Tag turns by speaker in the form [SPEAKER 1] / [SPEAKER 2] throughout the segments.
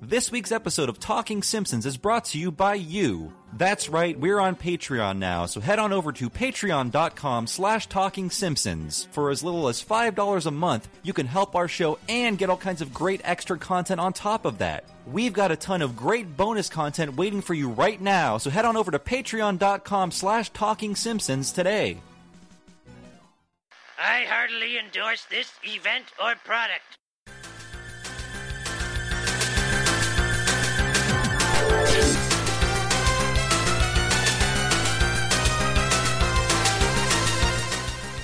[SPEAKER 1] This week's episode of Talking Simpsons is brought to you by you. That's right, we're on Patreon now, so head on over to patreon.com slash talking simpsons. For as little as $5 a month, you can help our show and get all kinds of great extra content on top of that. We've got a ton of great bonus content waiting for you right now, so head on over to patreon.com slash talking simpsons today.
[SPEAKER 2] I heartily endorse this event or product.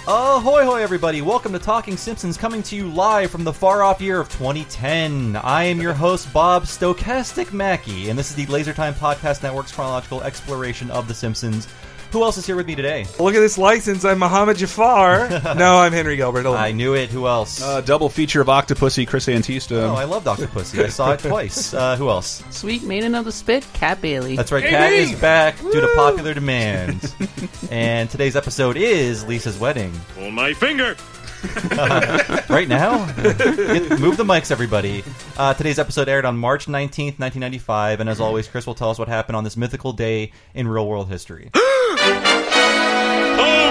[SPEAKER 1] Ahoy, hoy, everybody! Welcome to Talking Simpsons, coming to you live from the far off year of 2010. I am your host, Bob Stochastic Mackey, and this is the Laser Time Podcast Network's chronological exploration of The Simpsons. Who else is here with me today?
[SPEAKER 3] Look at this license. I'm Muhammad Jafar. no, I'm Henry Gilbert. Hello.
[SPEAKER 1] I knew it. Who else?
[SPEAKER 4] Uh, double feature of Octopussy, Chris Antista.
[SPEAKER 1] oh, I love Dr. Pussy. I saw it twice. Uh, who else?
[SPEAKER 5] Sweet made another spit, Cat Bailey.
[SPEAKER 1] That's right, Cat is back due to popular demand. and today's episode is Lisa's wedding.
[SPEAKER 6] Pull my finger.
[SPEAKER 1] right now? Get- move the mics, everybody. Uh, today's episode aired on March 19th, 1995, and as
[SPEAKER 4] Mm-hmm.
[SPEAKER 1] always, Chris will tell us what happened on this mythical day in real world history.
[SPEAKER 6] Oh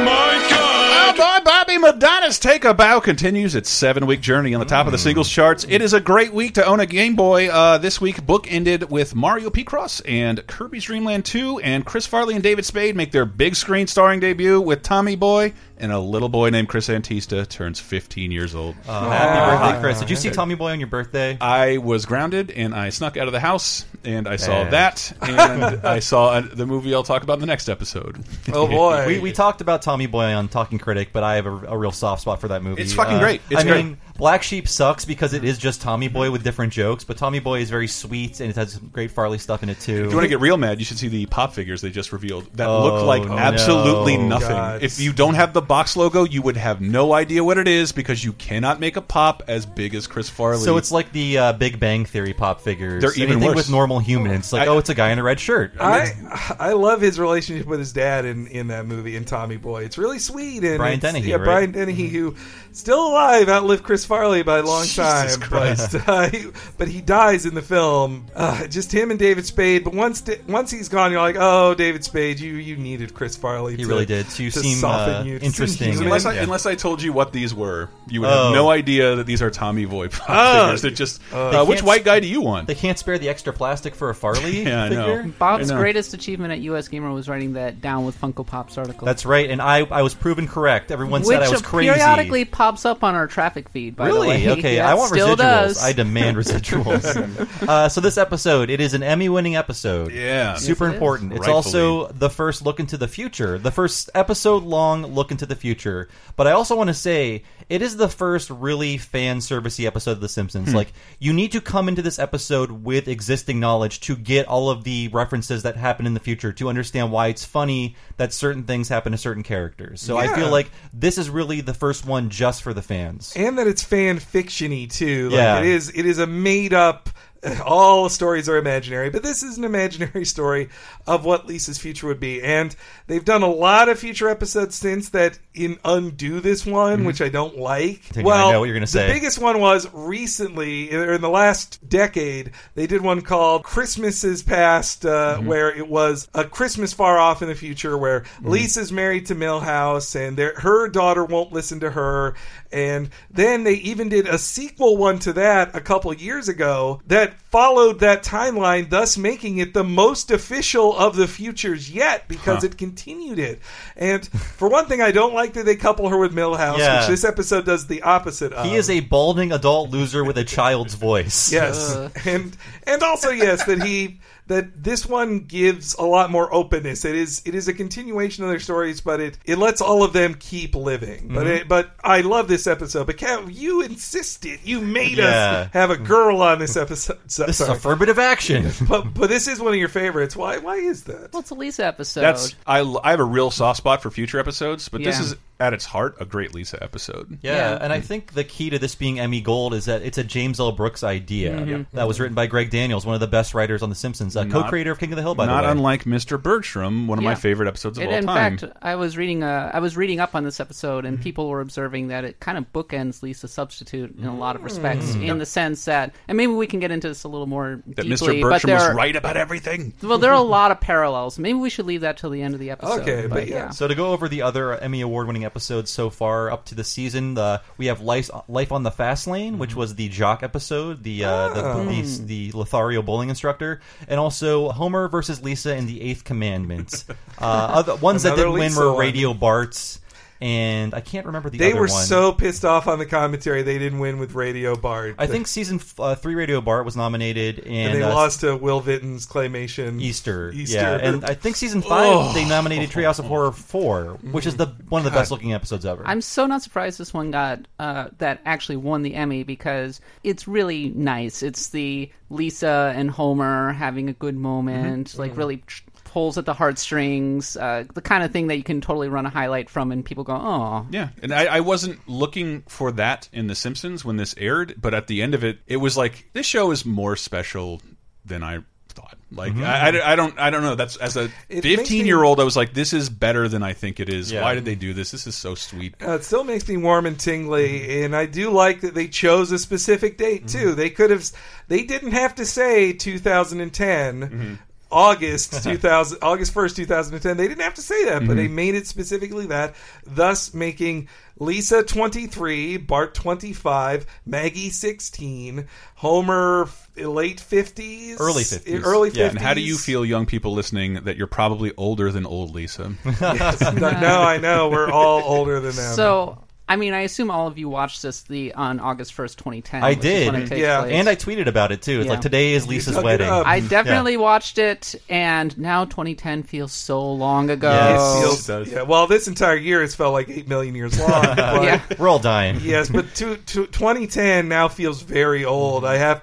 [SPEAKER 6] my
[SPEAKER 4] Oh,
[SPEAKER 6] god!
[SPEAKER 4] boy, Bobby Madonna's Take a Bow continues its seven week journey on the top of the singles charts. It is a great week to own a Game Boy. Uh, this week, book ended with Mario P. Cross and Kirby's Dream Land 2, and Chris Farley and David Spade make their big screen starring debut with Tommy Boy, and a little boy named Chris Antista turns 15 years old.
[SPEAKER 1] Uh, happy birthday, Chris. Did you see Tommy Boy on your birthday?
[SPEAKER 4] I was grounded and I snuck out of the house and I saw that and I saw uh, the movie I'll talk about in the next episode.
[SPEAKER 3] Oh boy.
[SPEAKER 1] We, we talked about Tommy Boy on Talking Critic, but I have a, a real soft spot for that movie. Uh,
[SPEAKER 4] It's fucking great. It's
[SPEAKER 1] I
[SPEAKER 4] great.
[SPEAKER 1] mean, Black Sheep sucks because it is just Tommy Boy with different jokes, but Tommy Boy is very sweet and it has some great Farley stuff in it too.
[SPEAKER 4] If you want to get real mad, you should see the pop figures they just revealed that
[SPEAKER 1] Oh,
[SPEAKER 4] look like
[SPEAKER 1] no.
[SPEAKER 4] absolutely nothing.
[SPEAKER 3] God.
[SPEAKER 4] If you don't have the box logo, you would have no idea what it is because you cannot make a pop as big as Chris Farley.
[SPEAKER 1] so it's like the uh, Big Bang Theory pop figures.
[SPEAKER 4] They're even
[SPEAKER 1] Anything
[SPEAKER 4] worse.
[SPEAKER 1] with normal humans, like
[SPEAKER 4] I-
[SPEAKER 1] oh, it's a guy in a red shirt.
[SPEAKER 3] I I love his relationship with his dad in, in that movie in Tommy Boy. It's really sweet. And
[SPEAKER 1] Brian
[SPEAKER 3] it's-
[SPEAKER 1] Dennehy,
[SPEAKER 3] yeah,
[SPEAKER 1] right? Mm-hmm.
[SPEAKER 3] Brian Dennehy, who still alive, outlived Chris Farley by a long time.
[SPEAKER 4] Christ.
[SPEAKER 3] But, uh, he, but he dies in the film. Uh, just him and David Spade. But once da- once he's gone, you're like, oh, David Spade, you you needed Chris Farley.
[SPEAKER 1] He
[SPEAKER 3] to-
[SPEAKER 1] really did to seem,
[SPEAKER 3] soften
[SPEAKER 1] uh,
[SPEAKER 3] you, to seem
[SPEAKER 1] interesting.
[SPEAKER 3] human.
[SPEAKER 4] Unless I,
[SPEAKER 1] Yeah.
[SPEAKER 4] unless I told you what these were, you would
[SPEAKER 1] Oh.
[SPEAKER 4] have no idea that these are Tommy Boy pop
[SPEAKER 3] Oh.
[SPEAKER 4] figures. They're just
[SPEAKER 1] They
[SPEAKER 4] uh,
[SPEAKER 1] can't
[SPEAKER 4] which
[SPEAKER 1] s-
[SPEAKER 4] white guy do you want?
[SPEAKER 1] They can't spare the extra plastic for a Farley
[SPEAKER 4] Yeah, I know.
[SPEAKER 1] figure.
[SPEAKER 4] I
[SPEAKER 5] Bob's
[SPEAKER 4] know.
[SPEAKER 5] greatest achievement at US Gamer was writing that Down with Funko Pops article.
[SPEAKER 1] That's right, and I I was proven correct. Everyone
[SPEAKER 5] which
[SPEAKER 1] said I was
[SPEAKER 5] uh,
[SPEAKER 1] crazy.
[SPEAKER 5] periodically pops up on our traffic feed. By
[SPEAKER 1] Really?
[SPEAKER 5] the way,
[SPEAKER 1] Okay,
[SPEAKER 5] Yeah,
[SPEAKER 1] I want
[SPEAKER 5] still
[SPEAKER 1] residuals.
[SPEAKER 5] Does.
[SPEAKER 1] I demand residuals. uh, so this episode, it is an Emmy-winning episode.
[SPEAKER 4] Yeah.
[SPEAKER 1] super
[SPEAKER 5] Yes, it
[SPEAKER 1] important. It's
[SPEAKER 4] Rightfully.
[SPEAKER 1] also the first look into the future, the first episode-long look into the future. But I also want to say it is the first really fan servicey episode of The Simpsons. Like you need to come into this episode with existing knowledge to get all of the references that happen in the future to understand why it's funny that certain things happen to certain characters. So I feel like this is really the first one just for the fans.
[SPEAKER 3] and that it's fan fictiony too. Like
[SPEAKER 1] Yeah.
[SPEAKER 3] it is. It is a made up. All stories are imaginary, but this is an imaginary story of what Lisa's future would be. And they've done a lot of future episodes since that in undo this one, which I don't like.
[SPEAKER 1] Didn't
[SPEAKER 3] well,
[SPEAKER 1] Mm-hmm. I know what you're gonna say.
[SPEAKER 3] The biggest one was recently, or in the last decade, they did one called Christmases Past, uh,
[SPEAKER 1] Mm-hmm.
[SPEAKER 3] where it was a Christmas far off in the future, where
[SPEAKER 1] Mm-hmm.
[SPEAKER 3] Lisa's married to Milhouse and their, her daughter won't listen to her. And then they even did a sequel one to that a couple years ago that followed that timeline, thus making it the most official of the futures yet because it continued it. And for one thing, I don't like that they couple her with Milhouse,
[SPEAKER 1] Yeah.
[SPEAKER 3] which this episode does the opposite of.
[SPEAKER 1] He is a balding adult loser with a child's voice.
[SPEAKER 3] Yes, and and also yes that he that this one gives a lot more openness. It is it is a continuation of their stories, but it it lets all of them keep living.
[SPEAKER 1] Mm-hmm.
[SPEAKER 3] But it, but I love this episode. But Kat, you insisted. You made
[SPEAKER 1] Yeah.
[SPEAKER 3] us have a girl on this episode. So,
[SPEAKER 1] This
[SPEAKER 3] sorry.
[SPEAKER 1] is affirmative action.
[SPEAKER 3] but but this is one of your favorites. Why why is that?
[SPEAKER 5] Well, it's a Lisa episode.
[SPEAKER 4] That's I, I have a real soft spot for future episodes, but this
[SPEAKER 5] Yeah.
[SPEAKER 4] is at its heart a great Lisa episode.
[SPEAKER 1] Yeah,
[SPEAKER 5] Yeah.
[SPEAKER 1] and I think the key to this being Emmy Gold is that it's a James L. Brooks idea
[SPEAKER 3] Mm-hmm.
[SPEAKER 1] that was written by Greg Daniels, one of the best writers on The Simpsons, uh, co-creator of King of the Hill, by
[SPEAKER 4] Not
[SPEAKER 1] the way.
[SPEAKER 4] unlike Mr. Bertram, one of my
[SPEAKER 5] Yeah.
[SPEAKER 4] favorite episodes of
[SPEAKER 5] It,
[SPEAKER 4] all
[SPEAKER 5] in
[SPEAKER 4] time.
[SPEAKER 5] fact, I was reading uh, I was reading up on this episode, and people were observing that it kind of bookends Lisa Substitute in a lot of respects,
[SPEAKER 1] Mm.
[SPEAKER 5] in the sense that, and maybe we can get into this a little more
[SPEAKER 4] that
[SPEAKER 5] deeply.
[SPEAKER 4] Mr.
[SPEAKER 5] but
[SPEAKER 4] Bertram
[SPEAKER 5] there
[SPEAKER 4] was
[SPEAKER 5] are,
[SPEAKER 4] right about everything.
[SPEAKER 5] Well, there are a lot of parallels. Maybe we should leave that till the end of the episode.
[SPEAKER 3] Okay, but yeah.
[SPEAKER 1] So to go over the other Emmy award-winning episodes so far up to the season, uh, we have Life, Life on the Fast Lane,
[SPEAKER 3] Mm-hmm.
[SPEAKER 1] which was the Jock episode, the, uh,
[SPEAKER 3] Ah.
[SPEAKER 1] the,
[SPEAKER 3] Mm.
[SPEAKER 1] the the Lothario bowling instructor, and also Homer versus Lisa in the Eighth Commandment. uh, other, ones that
[SPEAKER 3] Another
[SPEAKER 1] didn't win
[SPEAKER 3] Lisa
[SPEAKER 1] were
[SPEAKER 3] one.
[SPEAKER 1] Radio Bart's, and I can't remember the
[SPEAKER 3] They
[SPEAKER 1] other
[SPEAKER 3] were
[SPEAKER 1] one.
[SPEAKER 3] so pissed off on the commentary they didn't win with Radio Bard.
[SPEAKER 1] I think season f- uh, three Radio Bart was nominated, and,
[SPEAKER 3] and they
[SPEAKER 1] uh,
[SPEAKER 3] lost to Will Vinton's claymation
[SPEAKER 1] Easter.
[SPEAKER 3] Easter. Oh.
[SPEAKER 1] Yeah, and I think season five they nominated Treehouse of Horror four, which is the one of the best looking episodes ever.
[SPEAKER 5] I'm so not surprised this one got uh, that actually won the Emmy because it's really nice. It's the Lisa and Homer having a good moment, like really tr- pulls at the heartstrings, uh, the kind of thing that you can totally run a highlight from, and people go, "Oh,
[SPEAKER 4] Yeah, and I, I wasn't looking for that in The Simpsons when this aired, but at the end of it, it was like this show is more special than I thought. Like I, I, I don't I don't know. That's as a
[SPEAKER 3] It makes me-
[SPEAKER 4] fifteen year old, I was like, this is better than I think it is.
[SPEAKER 1] Yeah.
[SPEAKER 4] Why did they do this? This is so sweet.
[SPEAKER 3] Uh, it still makes me warm and
[SPEAKER 4] Mm-hmm.
[SPEAKER 3] tingly, and I do like that they chose a specific date too. They could have, they didn't have to say 2010,
[SPEAKER 4] Mm-hmm.
[SPEAKER 3] August 2000, August 1st, 2010. They didn't have to say that, but
[SPEAKER 4] Mm-hmm.
[SPEAKER 3] they made it specifically that, thus making Lisa 23, Bart 25, Maggie 16, Homer f- late 50s,
[SPEAKER 1] Early 50s.
[SPEAKER 3] early 50s.
[SPEAKER 4] Yeah, and how do you feel, young people listening, that you're probably older than old Lisa?
[SPEAKER 3] no, I know we're all older than them.
[SPEAKER 5] so." I mean, I assume all of you watched this the on August first, 2010.
[SPEAKER 1] I
[SPEAKER 5] which is
[SPEAKER 1] did.
[SPEAKER 5] when it takes
[SPEAKER 3] Yeah.
[SPEAKER 5] place.
[SPEAKER 1] and I Mm-hmm. tweeted about it too. It's
[SPEAKER 5] Yeah.
[SPEAKER 1] like today is Lisa's
[SPEAKER 3] dug it
[SPEAKER 1] wedding.
[SPEAKER 3] up.
[SPEAKER 5] I definitely watched it, and now 2010 feels so long ago.
[SPEAKER 1] Yes.
[SPEAKER 3] It
[SPEAKER 5] Oh.
[SPEAKER 3] feels-
[SPEAKER 1] It does.
[SPEAKER 3] yeah, well, this entire year it's felt like eight million years long. But
[SPEAKER 5] Yeah.
[SPEAKER 1] We're all dying.
[SPEAKER 3] Yes, but to, to, 2010 now feels very old. I have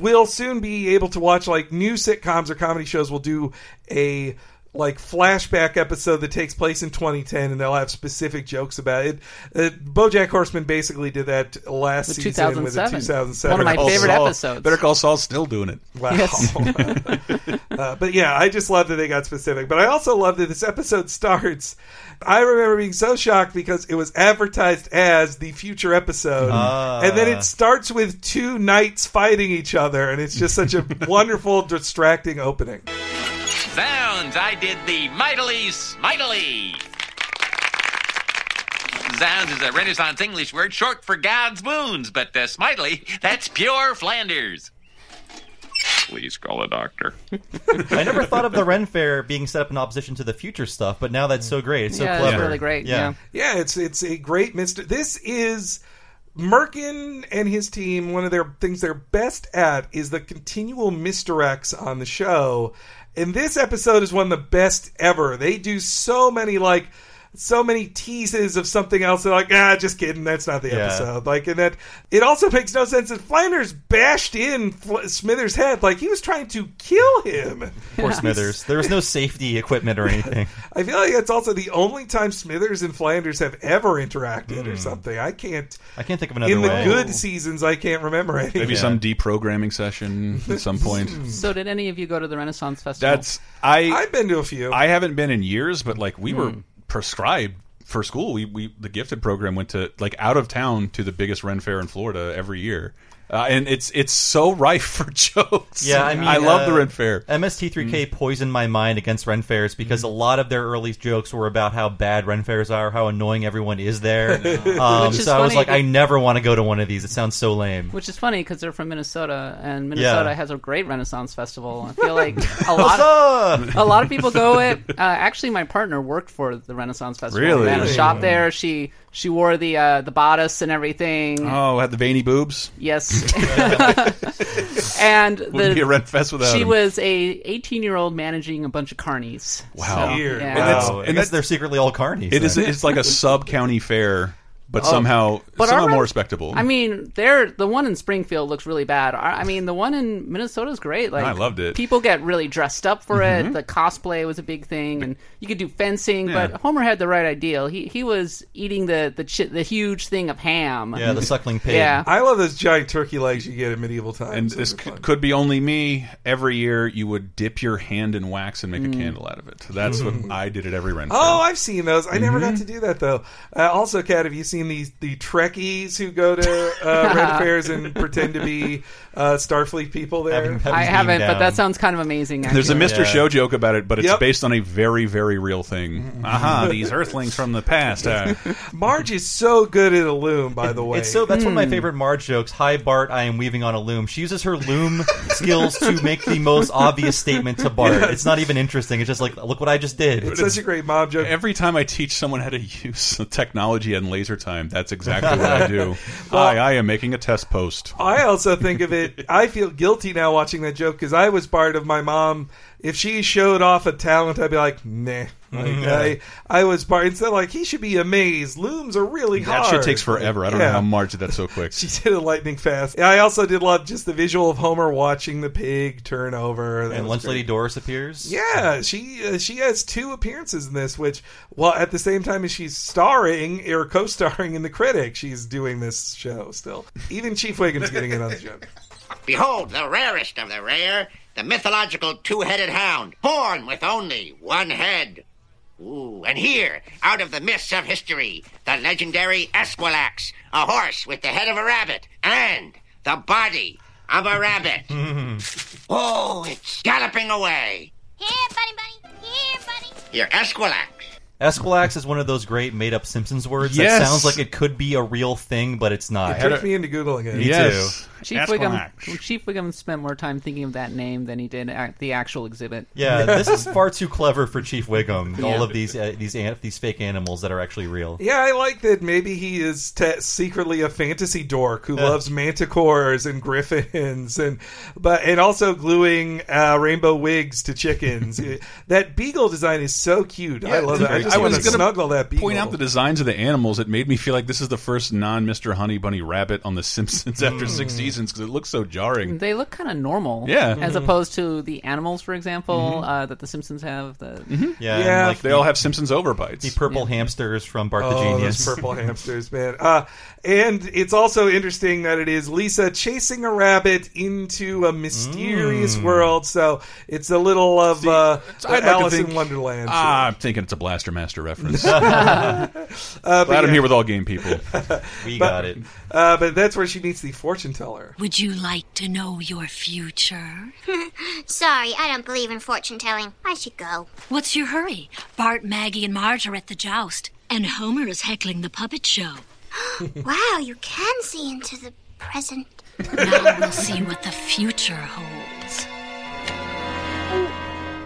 [SPEAKER 3] will soon be able to watch like new sitcoms or comedy shows will do a like flashback episode that takes place in 2010 and they'll have specific jokes about it. Uh, BoJack Horseman basically did that last
[SPEAKER 5] With
[SPEAKER 3] season with the
[SPEAKER 5] 2007.
[SPEAKER 3] 2007.
[SPEAKER 5] One of my
[SPEAKER 3] episode.
[SPEAKER 5] favorite
[SPEAKER 4] Saul,
[SPEAKER 5] episodes.
[SPEAKER 4] Better Call Saul's still doing it.
[SPEAKER 3] Wow. uh, but yeah, I just love that they got specific. But I also love that this episode starts. I remember being so shocked because it was advertised as the future episode. and then it starts with two knights fighting each other. And it's just such a wonderful, distracting opening.
[SPEAKER 7] Zounds, I did the mightily smightily. Zounds is a Renaissance English word short for God's wounds, but uh, smightily, that's pure Flanders. Please call a doctor.
[SPEAKER 1] I never thought of the Ren Fair being set up in opposition to the future stuff, but now that's so great. It's so
[SPEAKER 5] yeah,
[SPEAKER 1] clever.
[SPEAKER 5] it's really great.
[SPEAKER 1] Yeah.
[SPEAKER 5] Yeah.
[SPEAKER 3] Yeah, it's it's a great mystery. This is Merkin and his team. One of their things they're best at is the continual misdirects on the show, and this episode is one of the best ever. They do so many like. So many teases of something else. They're like, ah, just kidding. That's not the
[SPEAKER 1] Yeah.
[SPEAKER 3] episode. Like, and that it also makes no sense that Flanders bashed in Fl- Smithers' head like he was trying to kill him.
[SPEAKER 1] Poor Smithers. There was no safety equipment or anything.
[SPEAKER 3] I feel like that's also the only time Smithers and Flanders have ever interacted or something. I can't.
[SPEAKER 1] I can't think of another
[SPEAKER 3] In the
[SPEAKER 1] way.
[SPEAKER 3] good seasons, I can't remember
[SPEAKER 4] Maybe
[SPEAKER 3] any.
[SPEAKER 4] some deprogramming session at some point.
[SPEAKER 5] So, did any of you go to the Renaissance Festival?
[SPEAKER 4] That's I.
[SPEAKER 3] I've been to a few.
[SPEAKER 4] I haven't been in years, but like we were prescribed for school. We, we the gifted program went to like out of town to the biggest Ren Fair in Florida every year, uh, and it's it's so rife for jokes.
[SPEAKER 1] Yeah, I mean,
[SPEAKER 4] I love the
[SPEAKER 1] uh,
[SPEAKER 4] Ren Fair.
[SPEAKER 1] MST3K
[SPEAKER 4] Mm-hmm.
[SPEAKER 1] poisoned my mind against Ren Fairs because a lot of their early jokes were about how bad Ren Fairs are, how annoying everyone is there. Um,
[SPEAKER 5] Which is
[SPEAKER 1] so I was
[SPEAKER 5] funny
[SPEAKER 1] like,
[SPEAKER 5] that-
[SPEAKER 1] I never want to go to one of these. It sounds so lame.
[SPEAKER 5] Which is funny because they're from Minnesota, and Minnesota
[SPEAKER 1] Yeah.
[SPEAKER 5] has a great Renaissance festival. I feel like a lot,
[SPEAKER 1] What's
[SPEAKER 5] of,
[SPEAKER 1] up?
[SPEAKER 5] a lot of people go. It uh, actually, my partner worked for the Renaissance festival.
[SPEAKER 4] Really?
[SPEAKER 5] in yeah,
[SPEAKER 3] Really?
[SPEAKER 5] shop there. She she wore the uh, the bodice and everything.
[SPEAKER 4] Oh, had the veiny boobs.
[SPEAKER 5] Yes, and
[SPEAKER 4] Wouldn't be a
[SPEAKER 5] the.
[SPEAKER 4] red fest without
[SPEAKER 5] She
[SPEAKER 4] him.
[SPEAKER 5] was a 18 year old managing a bunch of carnies.
[SPEAKER 4] Wow.
[SPEAKER 5] So,
[SPEAKER 3] Weird.
[SPEAKER 5] yeah.
[SPEAKER 3] And
[SPEAKER 4] that's-
[SPEAKER 1] Wow. Oh,
[SPEAKER 4] and
[SPEAKER 1] I guess
[SPEAKER 4] that's-
[SPEAKER 1] they're secretly all carnies.
[SPEAKER 4] It is.
[SPEAKER 1] then.
[SPEAKER 4] It's like a sub county fair, but somehow
[SPEAKER 5] But
[SPEAKER 4] somehow
[SPEAKER 5] our-
[SPEAKER 4] more respectable.
[SPEAKER 5] I mean, there the one in Springfield looks really bad. I I mean, the one in Minnesota's great. Like
[SPEAKER 4] I loved it. Mm-hmm.
[SPEAKER 5] People get really dressed up for it. The cosplay was a big thing, and you could do fencing. But Homer had the right ideal. He he was eating the the chi- the huge thing of ham.
[SPEAKER 1] yeah, the suckling pig.
[SPEAKER 5] Yeah.
[SPEAKER 3] I love those giant turkey legs you get in medieval times.
[SPEAKER 4] and
[SPEAKER 3] Those
[SPEAKER 4] this
[SPEAKER 3] are
[SPEAKER 4] c-
[SPEAKER 3] fun.
[SPEAKER 4] could be only me. Every year, you would dip your hand in wax and make a candle out of it. That's what I did at every Ren.
[SPEAKER 3] Oh, I've seen those. I never got to do that though. Uh, also, Kat, have you seen these the Trekkies who go to uh, red fairs and pretend to be uh, Starfleet people there?
[SPEAKER 1] Having- having
[SPEAKER 5] I
[SPEAKER 1] his
[SPEAKER 5] haven't,
[SPEAKER 1] beam
[SPEAKER 5] but that
[SPEAKER 1] down.
[SPEAKER 5] sounds kind of amazing. Actually.
[SPEAKER 4] There's a Mr.
[SPEAKER 1] Yeah.
[SPEAKER 4] Show joke about it, but it's
[SPEAKER 3] Yep.
[SPEAKER 4] based on a very, very real thing. Mm-hmm. Aha! These Earthlings from the past. Uh,
[SPEAKER 3] Marge is so good at a loom, by the way.
[SPEAKER 1] It's so that's one of
[SPEAKER 4] Hmm.
[SPEAKER 1] my favorite Marge jokes. Hi Bart, I am weaving on a loom. She uses her loom skills to make the most obvious statement to Bart. It's not even interesting. It's just like, look what I just did.
[SPEAKER 3] It's such a great mom joke.
[SPEAKER 4] every time I teach someone how to use the technology and laser time, that's exactly what I do. I, I am making a test post.
[SPEAKER 3] I also think of it. I feel guilty now watching that joke because I was part of my mom. If she showed off a talent, I'd be like, nah. Like,
[SPEAKER 4] Mm-hmm.
[SPEAKER 3] I, I was part. Instead, like he should be amazed. Looms are really
[SPEAKER 4] That
[SPEAKER 3] hard.
[SPEAKER 4] shit takes forever. I don't know
[SPEAKER 3] Yeah.
[SPEAKER 4] how Marge did that so quick.
[SPEAKER 3] She did it lightning fast. Yeah, I also did love just the visual of Homer watching the pig turn over. That
[SPEAKER 1] and
[SPEAKER 3] was
[SPEAKER 1] Lunch
[SPEAKER 3] great.
[SPEAKER 1] Lady Doris appears.
[SPEAKER 3] Yeah, she uh, she has two appearances in this, which well at the same time as she's starring or co-starring in the critic, she's doing this show still. Even Chief Wiggum's getting in on the joke.
[SPEAKER 8] Behold, the rarest of the rare, the mythological two headed hound, born with only one head. Ooh, and here, out of the mists of history, the legendary Esquilax, a horse with the head of a rabbit and the body of a rabbit. oh, it's galloping away.
[SPEAKER 9] Here, bunny, bunny. Here, bunny.
[SPEAKER 8] Your Esquilax.
[SPEAKER 1] Esquilax is one of those great made up Simpsons words that
[SPEAKER 4] Yes.
[SPEAKER 1] sounds like it could be a real thing, but it's not.
[SPEAKER 3] Tricked me into googling it.
[SPEAKER 4] yes.
[SPEAKER 5] Chief
[SPEAKER 4] Ask
[SPEAKER 5] Wiggum.
[SPEAKER 4] Marge.
[SPEAKER 5] Chief Wiggum spent more time thinking of that name than he did at the actual exhibit.
[SPEAKER 1] Yeah, this is far too clever for Chief Wiggum. All
[SPEAKER 5] Yeah.
[SPEAKER 1] of these uh, these an- these fake animals that are actually real.
[SPEAKER 3] Yeah, I like that. Maybe he is te- secretly a fantasy dork who loves manticores and griffins, and but and also gluing uh, rainbow wigs to chickens. Uh, that beagle design is so cute. I love it. I just
[SPEAKER 4] I
[SPEAKER 3] want
[SPEAKER 4] was
[SPEAKER 3] to
[SPEAKER 4] gonna
[SPEAKER 3] snuggle that beagle.
[SPEAKER 4] Point out the designs of the animals. It made me feel like this is the first non Mr. Honey Bunny rabbit on The Simpsons after six seasons because it looks so jarring.
[SPEAKER 5] They look kind of normal,
[SPEAKER 4] Yeah. Mm-hmm.
[SPEAKER 5] as opposed to the animals, for example, uh, that the Simpsons have. The
[SPEAKER 1] Yeah, and,
[SPEAKER 3] Yeah.
[SPEAKER 1] like
[SPEAKER 4] They
[SPEAKER 1] the,
[SPEAKER 4] all have Simpsons
[SPEAKER 1] the
[SPEAKER 4] overbites.
[SPEAKER 1] purple hamsters from Bart the
[SPEAKER 3] Oh,
[SPEAKER 1] Genius.
[SPEAKER 3] those purple hamsters, man. Uh, and it's also interesting that it is Lisa chasing a rabbit into a mysterious world. So it's a little of uh,
[SPEAKER 4] I'd like to
[SPEAKER 3] Alice
[SPEAKER 4] think-
[SPEAKER 3] in Wonderland.
[SPEAKER 4] Ah, I'm thinking it's a Blaster Master reference.
[SPEAKER 3] Uh,
[SPEAKER 4] Glad I'm here with all game people.
[SPEAKER 1] we got it.
[SPEAKER 3] Uh, but that's where she meets the fortune teller.
[SPEAKER 10] Would you like to know your future?
[SPEAKER 9] Sorry, I don't believe in fortune telling. I should go.
[SPEAKER 10] What's your hurry? Bart, Maggie, and Marge are at the joust, and Homer is heckling the puppet show.
[SPEAKER 9] Wow, you can see into the present.
[SPEAKER 10] Now we'll see what the future holds.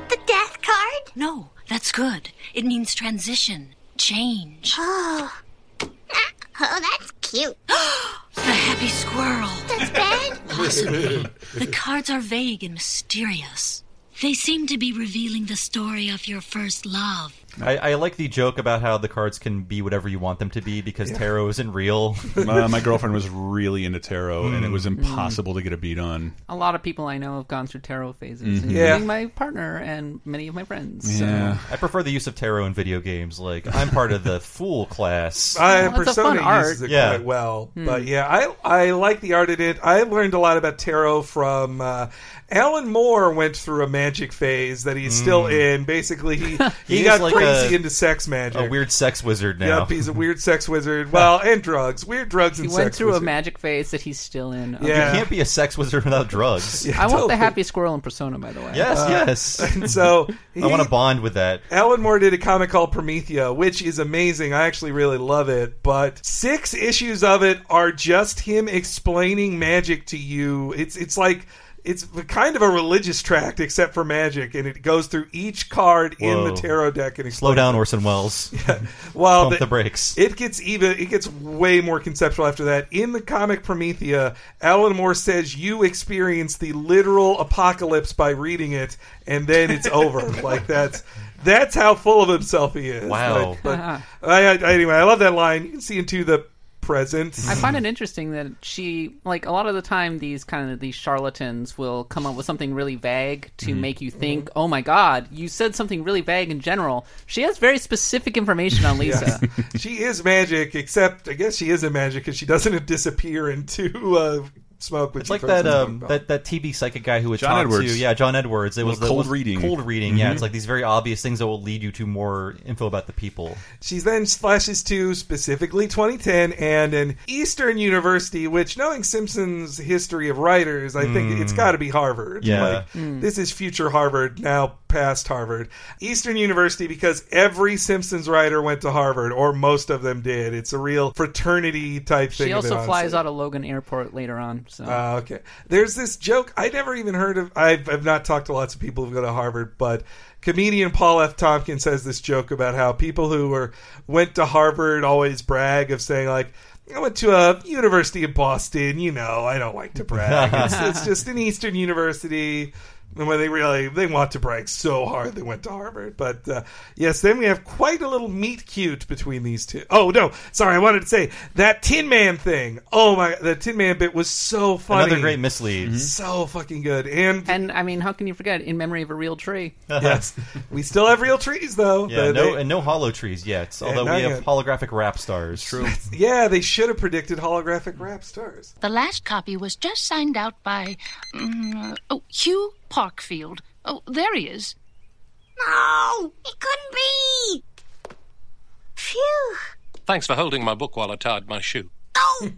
[SPEAKER 9] The death card?
[SPEAKER 10] No, that's good. It means transition, change.
[SPEAKER 9] Oh. Ah, Oh, that's cute.
[SPEAKER 10] The happy squirrel.
[SPEAKER 9] That's bad.
[SPEAKER 10] Possibly. the cards are vague and mysterious. They seem to be revealing the story of your first love.
[SPEAKER 1] I, I like the joke about how the cards can be whatever you want them to be because tarot isn't real.
[SPEAKER 4] Uh, my girlfriend was really into tarot, and it
[SPEAKER 3] Hmm.
[SPEAKER 4] was impossible to get a beat on.
[SPEAKER 5] a lot of people I know have gone through tarot phases, including
[SPEAKER 3] Yeah.
[SPEAKER 5] my partner and many of my friends. So.
[SPEAKER 4] Yeah.
[SPEAKER 1] I prefer the use of tarot in video games. Like I'm part of the fool class.
[SPEAKER 3] I
[SPEAKER 5] Well, it's a fun
[SPEAKER 3] Persona
[SPEAKER 5] art. Hmm.
[SPEAKER 3] uses it
[SPEAKER 1] Yeah.
[SPEAKER 3] quite well, but yeah, I I like the art in it. I learned a lot about tarot from uh, Alan Moore. Went through a magic phase that he's still in. Basically, he he,
[SPEAKER 1] Hmm. is
[SPEAKER 3] got
[SPEAKER 1] like a-
[SPEAKER 3] crazy into sex magic.
[SPEAKER 1] A weird sex wizard now.
[SPEAKER 3] Yep, he's a weird sex wizard. Well, and drugs, weird drugs
[SPEAKER 5] He
[SPEAKER 3] and
[SPEAKER 5] went
[SPEAKER 3] sex
[SPEAKER 5] through
[SPEAKER 3] wizard.
[SPEAKER 5] a magic phase that he's still in. Okay.
[SPEAKER 3] Yeah.
[SPEAKER 1] You can't be a sex wizard without drugs.
[SPEAKER 5] I want the happy squirrel in persona, by the way.
[SPEAKER 1] Yes,
[SPEAKER 3] Uh,
[SPEAKER 1] yes.
[SPEAKER 3] And so he,
[SPEAKER 1] I want to bond with that.
[SPEAKER 3] Alan Moore did a comic called Promethea, which is amazing. I actually really love it. But six issues of it are just him explaining magic to you. It's it's like It's kind of a religious tract, except for magic, and it goes through each card in
[SPEAKER 1] Whoa.
[SPEAKER 3] the tarot deck and
[SPEAKER 1] Slow
[SPEAKER 3] explains
[SPEAKER 1] down, Orson Welles.
[SPEAKER 3] Well,
[SPEAKER 1] Pump the brakes.
[SPEAKER 3] It gets even. It gets way more conceptual after that. In the comic Promethea, Alan Moore says you experience the literal apocalypse by reading it, and then it's over. like that's that's how full of himself he is.
[SPEAKER 1] Wow.
[SPEAKER 3] But, but- I, I- anyway, I love that line. You can see into the present.
[SPEAKER 1] Mm-hmm.
[SPEAKER 5] I find it interesting that she like a lot of the time these kind of these charlatans will come up with something really vague to
[SPEAKER 3] Mm-hmm.
[SPEAKER 5] make you think, "Oh my god, you said something really vague in general." She has very specific information on Lisa.
[SPEAKER 3] she is magic, except I guess she isn't magic because she doesn't disappear into uh, smoke. Which
[SPEAKER 1] It's like that um, that that TB psychic guy who would
[SPEAKER 4] John
[SPEAKER 1] talk
[SPEAKER 4] Edwards.
[SPEAKER 1] to yeah John Edwards. It was
[SPEAKER 4] Little
[SPEAKER 1] the,
[SPEAKER 4] cold
[SPEAKER 1] was
[SPEAKER 4] reading. Mm-hmm.
[SPEAKER 1] Cold reading. Yeah, it's like these very obvious things that will lead you to more info about the people.
[SPEAKER 3] She then flashes to specifically 2010 and an Eastern University, which, knowing Simpson's history of writers, I think it's got to be Harvard.
[SPEAKER 1] Yeah.
[SPEAKER 3] Like,
[SPEAKER 5] Hmm.
[SPEAKER 3] This is future Harvard, now past Harvard. Eastern University, because every Simpsons writer went to Harvard, or most of them did. It's a real fraternity type thing.
[SPEAKER 5] she
[SPEAKER 3] of it,
[SPEAKER 5] also flies
[SPEAKER 3] honestly.
[SPEAKER 5] out of Logan Airport later on. So
[SPEAKER 3] Uh, okay. There's this joke I never even heard of. I've, I've not talked to lots of people who go to Harvard, but comedian Paul F. Tompkins has this joke about how people who were went to Harvard always brag of saying like, I went to a university in Boston. You know, I don't like to brag. It's, it's just an Eastern university. And when they really they want to brag so hard, they went to Harvard. But uh, yes, then we have quite a little meet cute between these two. Oh no, sorry, I wanted to say that Tin Man thing. Oh my, the Tin Man bit was so funny,
[SPEAKER 1] Another great mislead.
[SPEAKER 3] so fucking good. And,
[SPEAKER 5] and I mean, how can you forget in memory of a real tree?
[SPEAKER 3] yes, we still have real trees though.
[SPEAKER 4] mm-hmm.
[SPEAKER 1] Yeah,
[SPEAKER 3] They-
[SPEAKER 1] no,
[SPEAKER 3] they-
[SPEAKER 1] and no hollow trees yet. Although
[SPEAKER 3] not
[SPEAKER 1] we have
[SPEAKER 3] yet.
[SPEAKER 1] holographic rap stars. True.
[SPEAKER 3] yeah, they should have predicted holographic rap stars.
[SPEAKER 11] The last copy was just signed out by. mm, oh, Hugh Parkfield. Oh, there he is.
[SPEAKER 9] No, it couldn't be. Phew.
[SPEAKER 12] Thanks for holding my book while I tied my shoe.
[SPEAKER 9] Oh,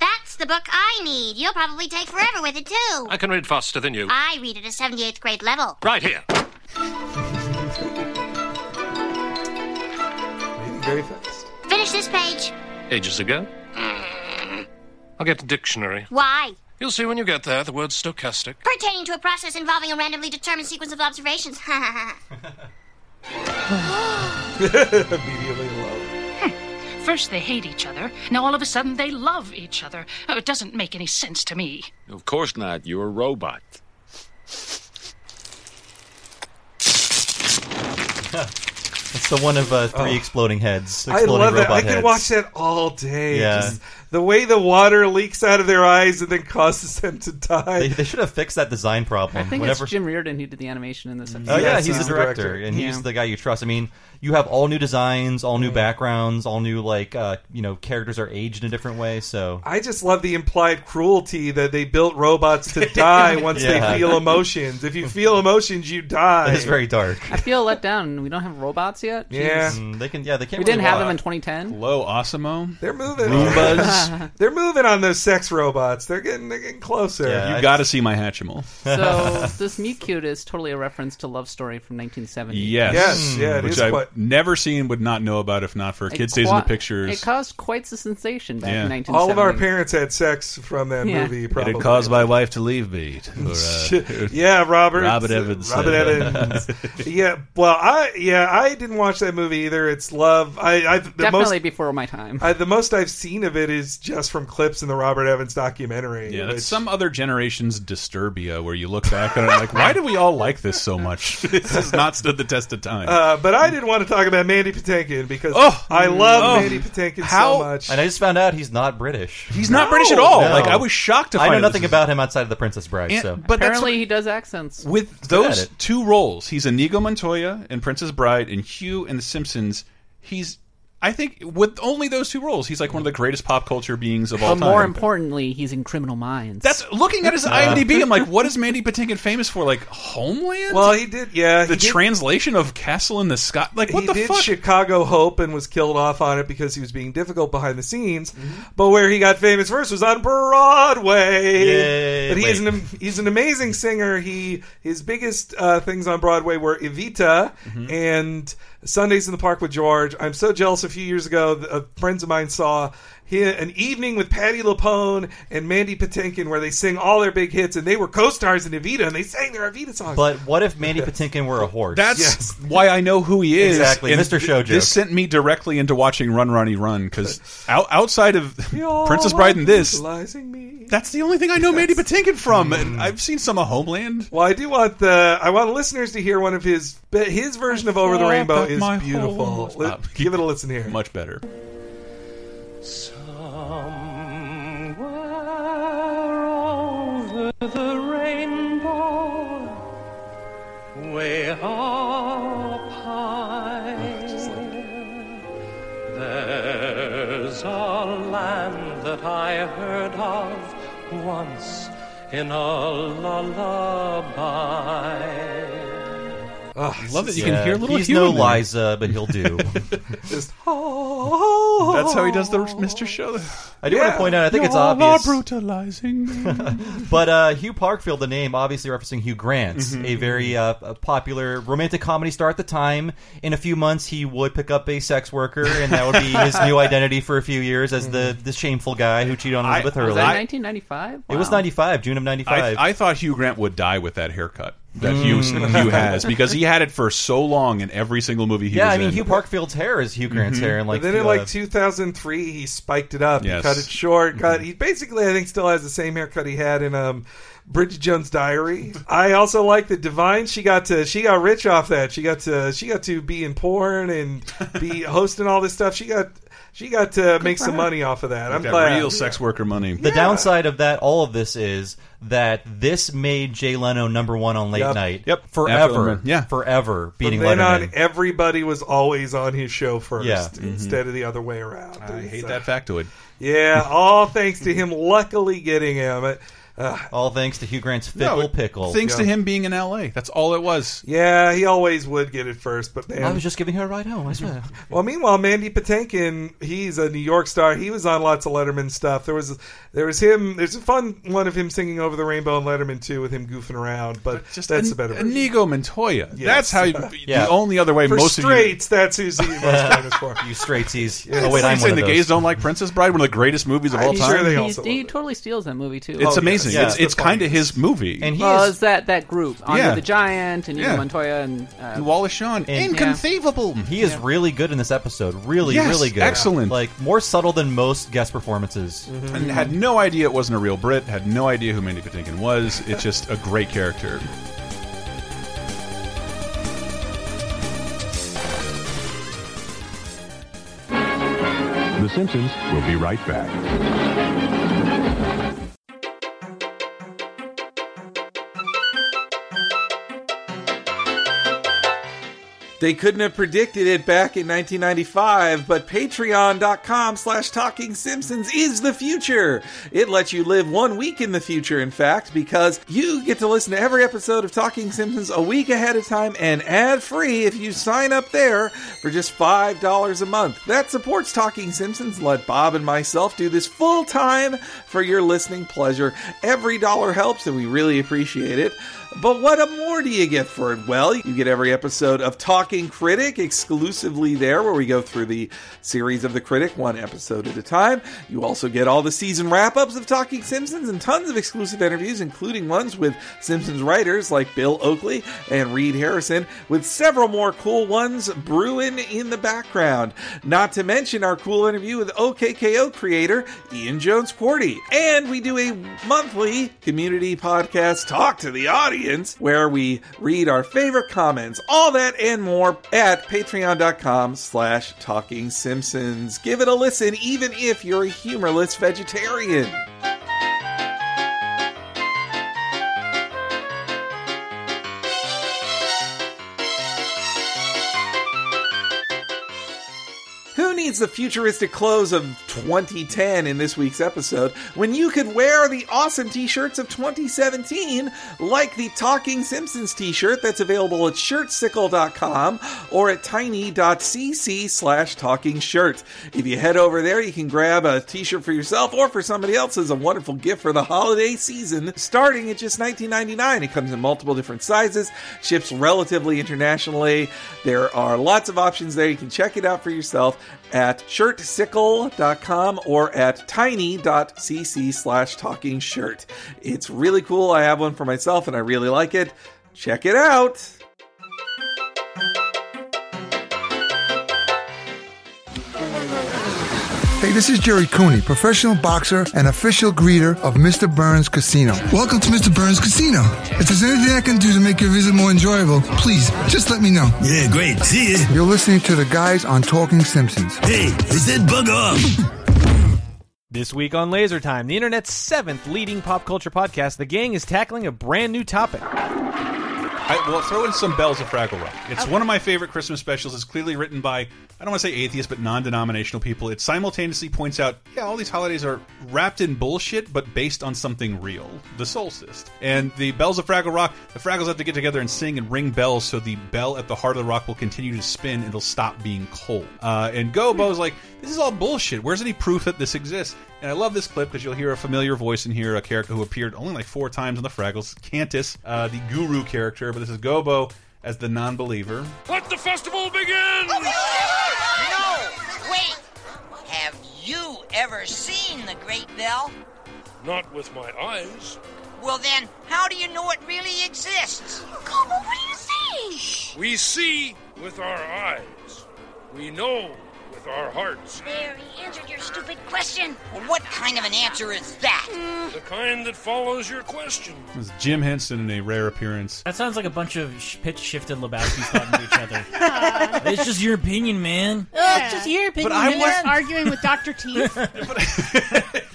[SPEAKER 9] that's the book I need. You'll probably take forever with it too.
[SPEAKER 12] I can read faster than you.
[SPEAKER 9] I read at a 78th grade level.
[SPEAKER 12] Right here.
[SPEAKER 3] Maybe very fast.
[SPEAKER 9] Finish this page. Mm.
[SPEAKER 12] Ages ago. I'll get a dictionary.
[SPEAKER 9] Why?
[SPEAKER 12] You'll see when you get there the word stochastic.
[SPEAKER 9] Pertaining to a process involving a randomly determined sequence of observations.
[SPEAKER 3] Immediately low.
[SPEAKER 11] First they hate each other, now all of a sudden they love each other. Oh, it doesn't make any sense to me.
[SPEAKER 13] Of course not. You're a robot.
[SPEAKER 1] It's the one of uh, three exploding heads.
[SPEAKER 3] Oh. I
[SPEAKER 1] Exploding
[SPEAKER 3] love
[SPEAKER 1] robot
[SPEAKER 3] that. I can
[SPEAKER 1] heads.
[SPEAKER 3] watch that all day.
[SPEAKER 1] Yeah.
[SPEAKER 3] Just the way the water leaks out of their eyes and then causes them to die.
[SPEAKER 1] They, they should have fixed that design problem.
[SPEAKER 5] I think
[SPEAKER 1] Whenever
[SPEAKER 5] it's Jim Reardon who did the animation in this episode. um,
[SPEAKER 1] Oh yeah,
[SPEAKER 3] Yes,
[SPEAKER 1] he's
[SPEAKER 3] he's
[SPEAKER 1] the
[SPEAKER 3] the
[SPEAKER 1] director,
[SPEAKER 3] director.
[SPEAKER 1] and he's
[SPEAKER 5] Yeah.
[SPEAKER 1] the guy you trust. I mean, you have all new designs, all new backgrounds, all new like uh, you know characters are aged in a different way. So
[SPEAKER 3] I just love the implied cruelty that they built robots to die once
[SPEAKER 1] Yeah.
[SPEAKER 3] they feel emotions. If you feel emotions, you die.
[SPEAKER 1] it's very dark.
[SPEAKER 5] I feel let down. We don't have robots yet.
[SPEAKER 3] yeah.
[SPEAKER 5] Jeez.
[SPEAKER 1] Mm, they can yeah they can't.
[SPEAKER 5] we didn't
[SPEAKER 1] really
[SPEAKER 5] have
[SPEAKER 1] walk.
[SPEAKER 5] them in 2010.
[SPEAKER 4] Hello, Osimo.
[SPEAKER 3] They're moving.
[SPEAKER 4] Roombas.
[SPEAKER 3] They're moving on those sex robots. They're getting they're getting closer.
[SPEAKER 1] Yeah.
[SPEAKER 4] you got to see my Hatchimal.
[SPEAKER 5] So this meet cute is totally a reference to Love Story from 1970.
[SPEAKER 4] Yes.
[SPEAKER 3] Yes, yeah, it
[SPEAKER 4] Which
[SPEAKER 3] is
[SPEAKER 4] I've
[SPEAKER 3] quite-
[SPEAKER 4] never seen, would not know about if not for
[SPEAKER 5] It
[SPEAKER 4] Kids Days in the
[SPEAKER 5] qua- It
[SPEAKER 4] Pictures.
[SPEAKER 5] caused quite the sensation back
[SPEAKER 4] Yeah.
[SPEAKER 5] in 1970.
[SPEAKER 3] All of our parents had sex from that
[SPEAKER 5] Yeah.
[SPEAKER 3] movie. Probably.
[SPEAKER 4] It caused my wife to leave me. Or, uh,
[SPEAKER 3] yeah, Robert.
[SPEAKER 4] Robert Evans
[SPEAKER 3] Robert
[SPEAKER 4] said.
[SPEAKER 3] Evans. yeah. Well, I yeah I didn't watch that movie either. It's love. I I've, the
[SPEAKER 5] Definitely
[SPEAKER 3] most Uh,
[SPEAKER 5] before my time.
[SPEAKER 3] I, the most I've seen of it is just from clips in the Robert Evans documentary.
[SPEAKER 4] Yeah,
[SPEAKER 3] which-
[SPEAKER 4] that's some other generation's Disturbia, where you look back on it like, why do we all like this so much? This has not stood the test of time.
[SPEAKER 3] Uh, but I didn't want to talk about Mandy Patinkin because
[SPEAKER 4] Oh.
[SPEAKER 3] I love
[SPEAKER 4] Oh.
[SPEAKER 3] Mandy Patinkin
[SPEAKER 4] How-
[SPEAKER 3] so much.
[SPEAKER 1] And I just found out he's not British.
[SPEAKER 4] He's not British at all.
[SPEAKER 1] No.
[SPEAKER 4] Like I was shocked to
[SPEAKER 1] I
[SPEAKER 4] find
[SPEAKER 1] know
[SPEAKER 4] out
[SPEAKER 1] nothing
[SPEAKER 4] this is-
[SPEAKER 1] about him outside of the Princess Bride.
[SPEAKER 4] And-
[SPEAKER 1] so
[SPEAKER 4] but that's
[SPEAKER 5] Apparently he does accents.
[SPEAKER 4] with
[SPEAKER 1] good at
[SPEAKER 4] those
[SPEAKER 1] it.
[SPEAKER 4] two roles, he's Inigo Montoya in Princess Bride and Hugh in The Simpsons. He's, I think, with only those two roles, he's like one of the greatest pop culture beings of all
[SPEAKER 5] But
[SPEAKER 4] time.
[SPEAKER 5] more importantly, he's in Criminal Minds.
[SPEAKER 4] That's looking
[SPEAKER 1] Uh.
[SPEAKER 4] at his IMDb. I'm like, what is Mandy Patinkin famous for? Like Homeland?
[SPEAKER 3] well, he did. Yeah,
[SPEAKER 4] the
[SPEAKER 3] he did-
[SPEAKER 4] translation of Castle in the Sky. Like what
[SPEAKER 3] he
[SPEAKER 4] the
[SPEAKER 3] did
[SPEAKER 4] fuck?
[SPEAKER 3] Chicago Hope and was killed off on it because he was being difficult behind the scenes.
[SPEAKER 4] Mm-hmm.
[SPEAKER 3] But where he got famous first was on Broadway.
[SPEAKER 1] Yay.
[SPEAKER 3] but he is
[SPEAKER 1] Wait.
[SPEAKER 3] an he's an amazing singer. He his biggest uh,
[SPEAKER 4] Mm-hmm.
[SPEAKER 3] things on Broadway were Evita and Sundays in the Park with George. I'm so jealous of few years ago, th- uh, friends of mine saw he- an evening with Patty LaPone and Mandy Patinkin where they sing all their big hits, and they were co-stars in Evita, and they sang their Evita songs.
[SPEAKER 1] But what if Mandy Patinkin were a horse?
[SPEAKER 4] That's
[SPEAKER 3] Yes.
[SPEAKER 4] why I know who he is.
[SPEAKER 1] Exactly,
[SPEAKER 4] And
[SPEAKER 1] Mr. Show joke.
[SPEAKER 4] This sent me directly into watching Run Ronnie Run because out, outside of
[SPEAKER 3] You're
[SPEAKER 4] Princess Bride and this,
[SPEAKER 3] brutalizing me.
[SPEAKER 4] that's the only thing I know Mandy Patinkin from.
[SPEAKER 1] Mm.
[SPEAKER 4] And I've seen some of Homeland.
[SPEAKER 3] Well, I do want the I want listeners to hear one of his but his version of Over the
[SPEAKER 4] thought
[SPEAKER 3] Rainbow
[SPEAKER 4] that
[SPEAKER 3] is
[SPEAKER 4] my
[SPEAKER 3] beautiful.
[SPEAKER 4] whole-
[SPEAKER 3] Let- give it a listen here.
[SPEAKER 4] Much better.
[SPEAKER 2] There's a land that I heard of once in a lullaby.
[SPEAKER 3] Ugh,
[SPEAKER 4] Love that you
[SPEAKER 1] Yeah,
[SPEAKER 4] can hear little
[SPEAKER 1] He's
[SPEAKER 4] human.
[SPEAKER 1] no Liza, but he'll do.
[SPEAKER 3] just oh,
[SPEAKER 4] That's how he does the Mr. Show.
[SPEAKER 1] I do want to
[SPEAKER 3] Yeah.
[SPEAKER 1] point out. I think it's
[SPEAKER 4] Y'all are
[SPEAKER 1] obvious.
[SPEAKER 4] brutalizing. me.
[SPEAKER 1] But uh, Hugh Parkfield, the name obviously referencing Hugh Grant,
[SPEAKER 4] Mm-hmm.
[SPEAKER 1] a very uh, a popular romantic comedy star at the time. In a few months, he would pick up a sex worker, and that would be his new identity for a few years as the, the shameful guy who cheated on
[SPEAKER 4] Mm-hmm. I-
[SPEAKER 1] Elizabeth
[SPEAKER 5] Was
[SPEAKER 1] Hurley.
[SPEAKER 5] that
[SPEAKER 4] I-
[SPEAKER 5] 1995?
[SPEAKER 1] it was
[SPEAKER 5] Wow.
[SPEAKER 1] ninety five, June of ninety five.
[SPEAKER 4] I, I thought Hugh Grant would die with that haircut that Hugh,
[SPEAKER 1] Mm.
[SPEAKER 4] Hugh has because he had it for so long in every single movie he
[SPEAKER 1] yeah,
[SPEAKER 4] was
[SPEAKER 1] I mean
[SPEAKER 4] in. Mm-hmm.
[SPEAKER 1] Hugh Parkfield's hair is Hugh Grant's hair, and like
[SPEAKER 3] then in
[SPEAKER 1] uh,
[SPEAKER 3] like 2003, he spiked it up.
[SPEAKER 4] Yes. Mm-hmm.
[SPEAKER 3] He cut it short. Cut. He basically, I think, still has the same haircut he had in um, Bridget Jones' Diary. I also like that Divine. She got to she got rich off that. She got to she got to be in porn and be hosting all this stuff. She got she got to make some money off of that. I'm
[SPEAKER 4] that
[SPEAKER 3] glad.
[SPEAKER 4] real sex worker money.
[SPEAKER 1] The downside of that, all of this is that this made Jay Leno number one on late
[SPEAKER 3] Yep.
[SPEAKER 1] night.
[SPEAKER 4] Yep.
[SPEAKER 1] forever.
[SPEAKER 4] Absolutely. Yeah.
[SPEAKER 1] forever beating
[SPEAKER 3] From then
[SPEAKER 1] Letterman.
[SPEAKER 3] on, everybody was always on his show first
[SPEAKER 1] Yeah. Mm-hmm.
[SPEAKER 3] instead of the other way around.
[SPEAKER 4] I hate
[SPEAKER 3] So-
[SPEAKER 4] that factoid.
[SPEAKER 3] Yeah, all thanks to him luckily getting him. It- uh,
[SPEAKER 1] all thanks to Hugh Grant's fickle
[SPEAKER 4] it-
[SPEAKER 1] pickle.
[SPEAKER 4] Thanks to
[SPEAKER 3] Yeah.
[SPEAKER 4] him being in L.A. That's all it was.
[SPEAKER 3] yeah, he always would get it first, but
[SPEAKER 1] I
[SPEAKER 3] man.
[SPEAKER 1] was just giving her a ride home. I swear.
[SPEAKER 3] well, meanwhile, Mandy Patinkin, he's a New York star. He was on lots of Letterman stuff. There was there was him. There's a fun one of him singing over the rainbow in Letterman too, with him goofing around. But
[SPEAKER 4] Just
[SPEAKER 3] that's
[SPEAKER 4] An-
[SPEAKER 3] a better version.
[SPEAKER 4] Inigo Montoya. That's how. You,
[SPEAKER 1] Yeah.
[SPEAKER 4] The only other way
[SPEAKER 3] for
[SPEAKER 4] most
[SPEAKER 3] straights, that's who's he most famous for.
[SPEAKER 1] you straightsies.
[SPEAKER 4] of you.
[SPEAKER 1] oh wait, I'm
[SPEAKER 4] saying
[SPEAKER 1] one of
[SPEAKER 4] the
[SPEAKER 1] those.
[SPEAKER 4] gays don't like Princess Bride, one of the greatest movies of all
[SPEAKER 3] I'm
[SPEAKER 4] time.
[SPEAKER 3] sure they
[SPEAKER 5] He,
[SPEAKER 3] also
[SPEAKER 5] he
[SPEAKER 3] love it.
[SPEAKER 5] totally steals that movie too.
[SPEAKER 4] it's
[SPEAKER 3] Oh, yes.
[SPEAKER 4] amazing.
[SPEAKER 1] Yeah.
[SPEAKER 4] It's it's
[SPEAKER 3] That's the
[SPEAKER 4] kind of his movie.
[SPEAKER 1] and he
[SPEAKER 5] well,
[SPEAKER 1] is
[SPEAKER 5] it's that that group Andre
[SPEAKER 4] Yeah.
[SPEAKER 5] the Giant and Eva
[SPEAKER 4] Yeah.
[SPEAKER 5] Montoya and uh,
[SPEAKER 4] Wallace Shawn.
[SPEAKER 1] And-
[SPEAKER 4] Inconceivable.
[SPEAKER 1] he is really good in this episode. Really,
[SPEAKER 4] Yes,
[SPEAKER 1] really good.
[SPEAKER 4] excellent.
[SPEAKER 1] Like more subtle than most guest performances.
[SPEAKER 14] Mm-hmm.
[SPEAKER 4] And had no idea it wasn't a real Brit. Had no idea who Mandy Patinkin was. It's just a great character.
[SPEAKER 15] The Simpsons will be right back.
[SPEAKER 3] They couldn't have predicted it back in 1995, but patreon.com slash talking simpsons is the future. It lets you live one week in the future, in fact, because you get to listen to every episode of Talking Simpsons a week ahead of time and ad free if you sign up there for just $5 a month. That supports Talking Simpsons. Let Bob and myself do this full time for your listening pleasure. Every dollar helps, and we really appreciate it. But what more do you get for it? Well, you get every episode of Talking Critic exclusively there, where we go through the series of The Critic one episode at a time. You also get all the season wrap ups of Talking Simpsons and tons of exclusive interviews, including ones with Simpsons writers like Bill Oakley and Reed Harrison, with several more cool ones brewing in the background. Not to mention our cool interview with OKKO creator Ian Jones Quarty. And we do a monthly community podcast, Talk to the Audience, where we read our favorite comments, all that and more at patreon.com slash talking simpsons. Give it a listen, even if you're a humorless vegetarian. Who needs the futuristic clothes of 2010 in this week's episode when you could wear the awesome t shirts of 2017, like the Talking Simpsons t shirt that's available at shirtsickle.com or at tiny.cc slash talking shirt. If you head over there, you can grab a t shirt for yourself or for somebody else as a wonderful gift for the holiday season, starting at just $19.99. It comes in multiple different sizes, ships relatively internationally. There are lots of options there. You can check it out for yourself at
[SPEAKER 14] at shirtsickle.com or at tiny.cc slash talking shirt. It's really cool. I have one for myself and I really like it. Check it out.
[SPEAKER 16] Hey, this is Jerry Cooney, professional boxer and official greeter of Mr. Burns Casino. Welcome to Mr. Burns Casino. If there's anything I can do to make your visit more enjoyable, please just let me know.
[SPEAKER 17] Yeah, great. See ya.
[SPEAKER 16] You're listening to the guys on Talking Simpsons.
[SPEAKER 17] Hey, is that bug off?
[SPEAKER 18] This week on Laser Time, the internet's seventh leading pop culture podcast, the gang is tackling a brand new topic.
[SPEAKER 4] I, well, throw in some bells of Fraggle Rock. It's one of my favorite Christmas specials. It's clearly written by I don't want to say atheists, but non-denominational people. It simultaneously points out, yeah, all these holidays are wrapped in bullshit, but based on something real, the solstice. And the bells of Fraggle Rock, the Fraggles have to get together and sing and ring bells, so the bell at the heart of the rock will continue to spin. and It'll stop being cold. Uh, and Gobo's like, this is all bullshit. Where's any proof that this exists? And I love this clip because you'll hear a familiar voice in here, a character who appeared only like four times in the Fraggles, Cantus, uh, the guru character, but this is Gobo as the non-believer.
[SPEAKER 19] Let the festival begin!
[SPEAKER 20] No! Wait! Have you ever seen the Great Bell?
[SPEAKER 19] Not with my eyes.
[SPEAKER 20] Well, then, how do you know it really exists? Gobo, what are you saying?
[SPEAKER 19] We see with our eyes. We know with our hearts.
[SPEAKER 9] There, he answered your stupid question.
[SPEAKER 20] Well, what kind of an answer is that?
[SPEAKER 19] The kind that follows your question.
[SPEAKER 4] This is Jim Henson in a rare appearance.
[SPEAKER 10] That sounds like a bunch of sh- pitch shifted Lebowski's talking to each other. it's just your opinion, man.
[SPEAKER 21] It's just your opinion.
[SPEAKER 10] But I
[SPEAKER 21] You're
[SPEAKER 10] wasn't-
[SPEAKER 21] arguing with Dr. Teeth.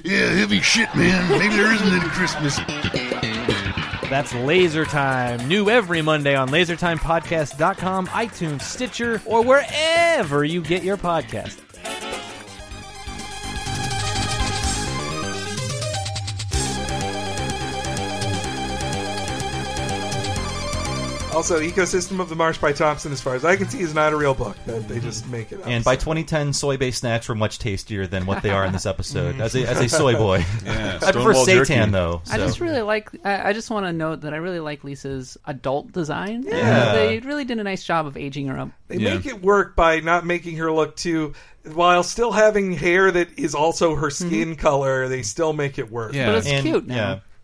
[SPEAKER 17] Yeah, heavy shit, man. Maybe there isn't any Christmas.
[SPEAKER 18] That's Laser Time, new every Monday on lasertimepodcast.com, iTunes, Stitcher, or wherever you get your podcast.
[SPEAKER 3] Also, Ecosystem of the Marsh by Thompson, as far as I can see, is not a real book. That
[SPEAKER 14] Mm-hmm.
[SPEAKER 3] they just make it up.
[SPEAKER 1] And by 2010, soy-based snacks were much tastier than what they are in this episode. as, a, as a soy boy, I prefer
[SPEAKER 14] Stonewall
[SPEAKER 1] seitan
[SPEAKER 14] jerky.
[SPEAKER 1] though. So.
[SPEAKER 5] I just really like. I, I just want to note that I really like Lisa's adult design.
[SPEAKER 3] Yeah.
[SPEAKER 5] they really did a nice job of aging her up.
[SPEAKER 3] They make it work by not making her look too, while still having hair that is also her
[SPEAKER 14] Mm-hmm.
[SPEAKER 3] skin color. They still make it work.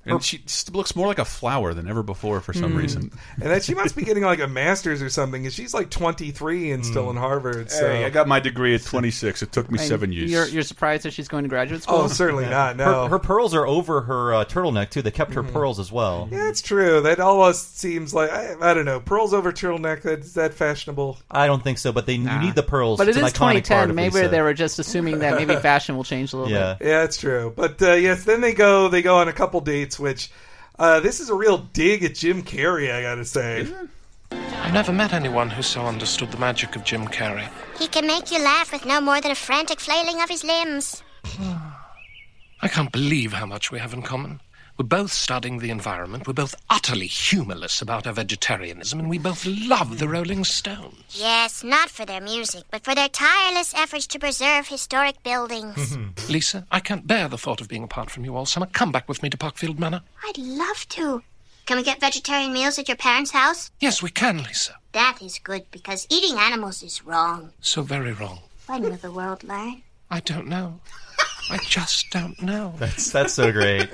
[SPEAKER 4] And she s- looks more like a flower than ever before for some
[SPEAKER 3] Mm.
[SPEAKER 4] reason.
[SPEAKER 3] And that she must be getting like a master's or something, 'cause she's like 23 and still
[SPEAKER 14] Mm.
[SPEAKER 3] in Harvard. So
[SPEAKER 4] Hey, I got my degree at 26. It took me
[SPEAKER 5] And
[SPEAKER 4] seven years.
[SPEAKER 5] You're, you're surprised that she's going to graduate
[SPEAKER 3] Oh,
[SPEAKER 5] school?
[SPEAKER 4] Oh.
[SPEAKER 1] Her, her pearls are over her uh, turtleneck too. They kept her
[SPEAKER 4] Mm-hmm.
[SPEAKER 1] pearls as well.
[SPEAKER 3] yeah, it's true. That almost seems like I, I don't know. Pearls over turtleneck. That's that fashionable.
[SPEAKER 1] I don't think so, but they you need the pearls.
[SPEAKER 5] but it
[SPEAKER 1] it's an
[SPEAKER 5] is
[SPEAKER 1] iconic part
[SPEAKER 5] 2010.
[SPEAKER 1] of
[SPEAKER 5] Maybe
[SPEAKER 1] Lisa.
[SPEAKER 5] they were just assuming that maybe fashion will change a little bit.
[SPEAKER 3] Yeah, it's true. But uh, yes, then they go they go on a couple dates, which uh, this is a real dig at Jim Carrey. I gotta say.
[SPEAKER 12] I've never met anyone who so understood the magic of Jim Carrey.
[SPEAKER 9] He can make you laugh with no more than a frantic flailing of his limbs.
[SPEAKER 12] I can't believe how much we have in common. We're both studying the environment. We're both utterly humorless about our vegetarianism, and we both love the Rolling Stones.
[SPEAKER 9] Yes, not for their music, but for their tireless efforts to preserve historic buildings.
[SPEAKER 12] Lisa, I can't bear the thought of being apart from you all summer. Come back with me to Parkfield Manor.
[SPEAKER 9] I'd love to. Can we get vegetarian meals at your parents' house?
[SPEAKER 12] Yes, we can, Lisa.
[SPEAKER 9] That is good because eating animals is wrong.
[SPEAKER 12] So very wrong.
[SPEAKER 9] When will the world learn?
[SPEAKER 12] I don't know. I just don't know.
[SPEAKER 1] That's that's so great.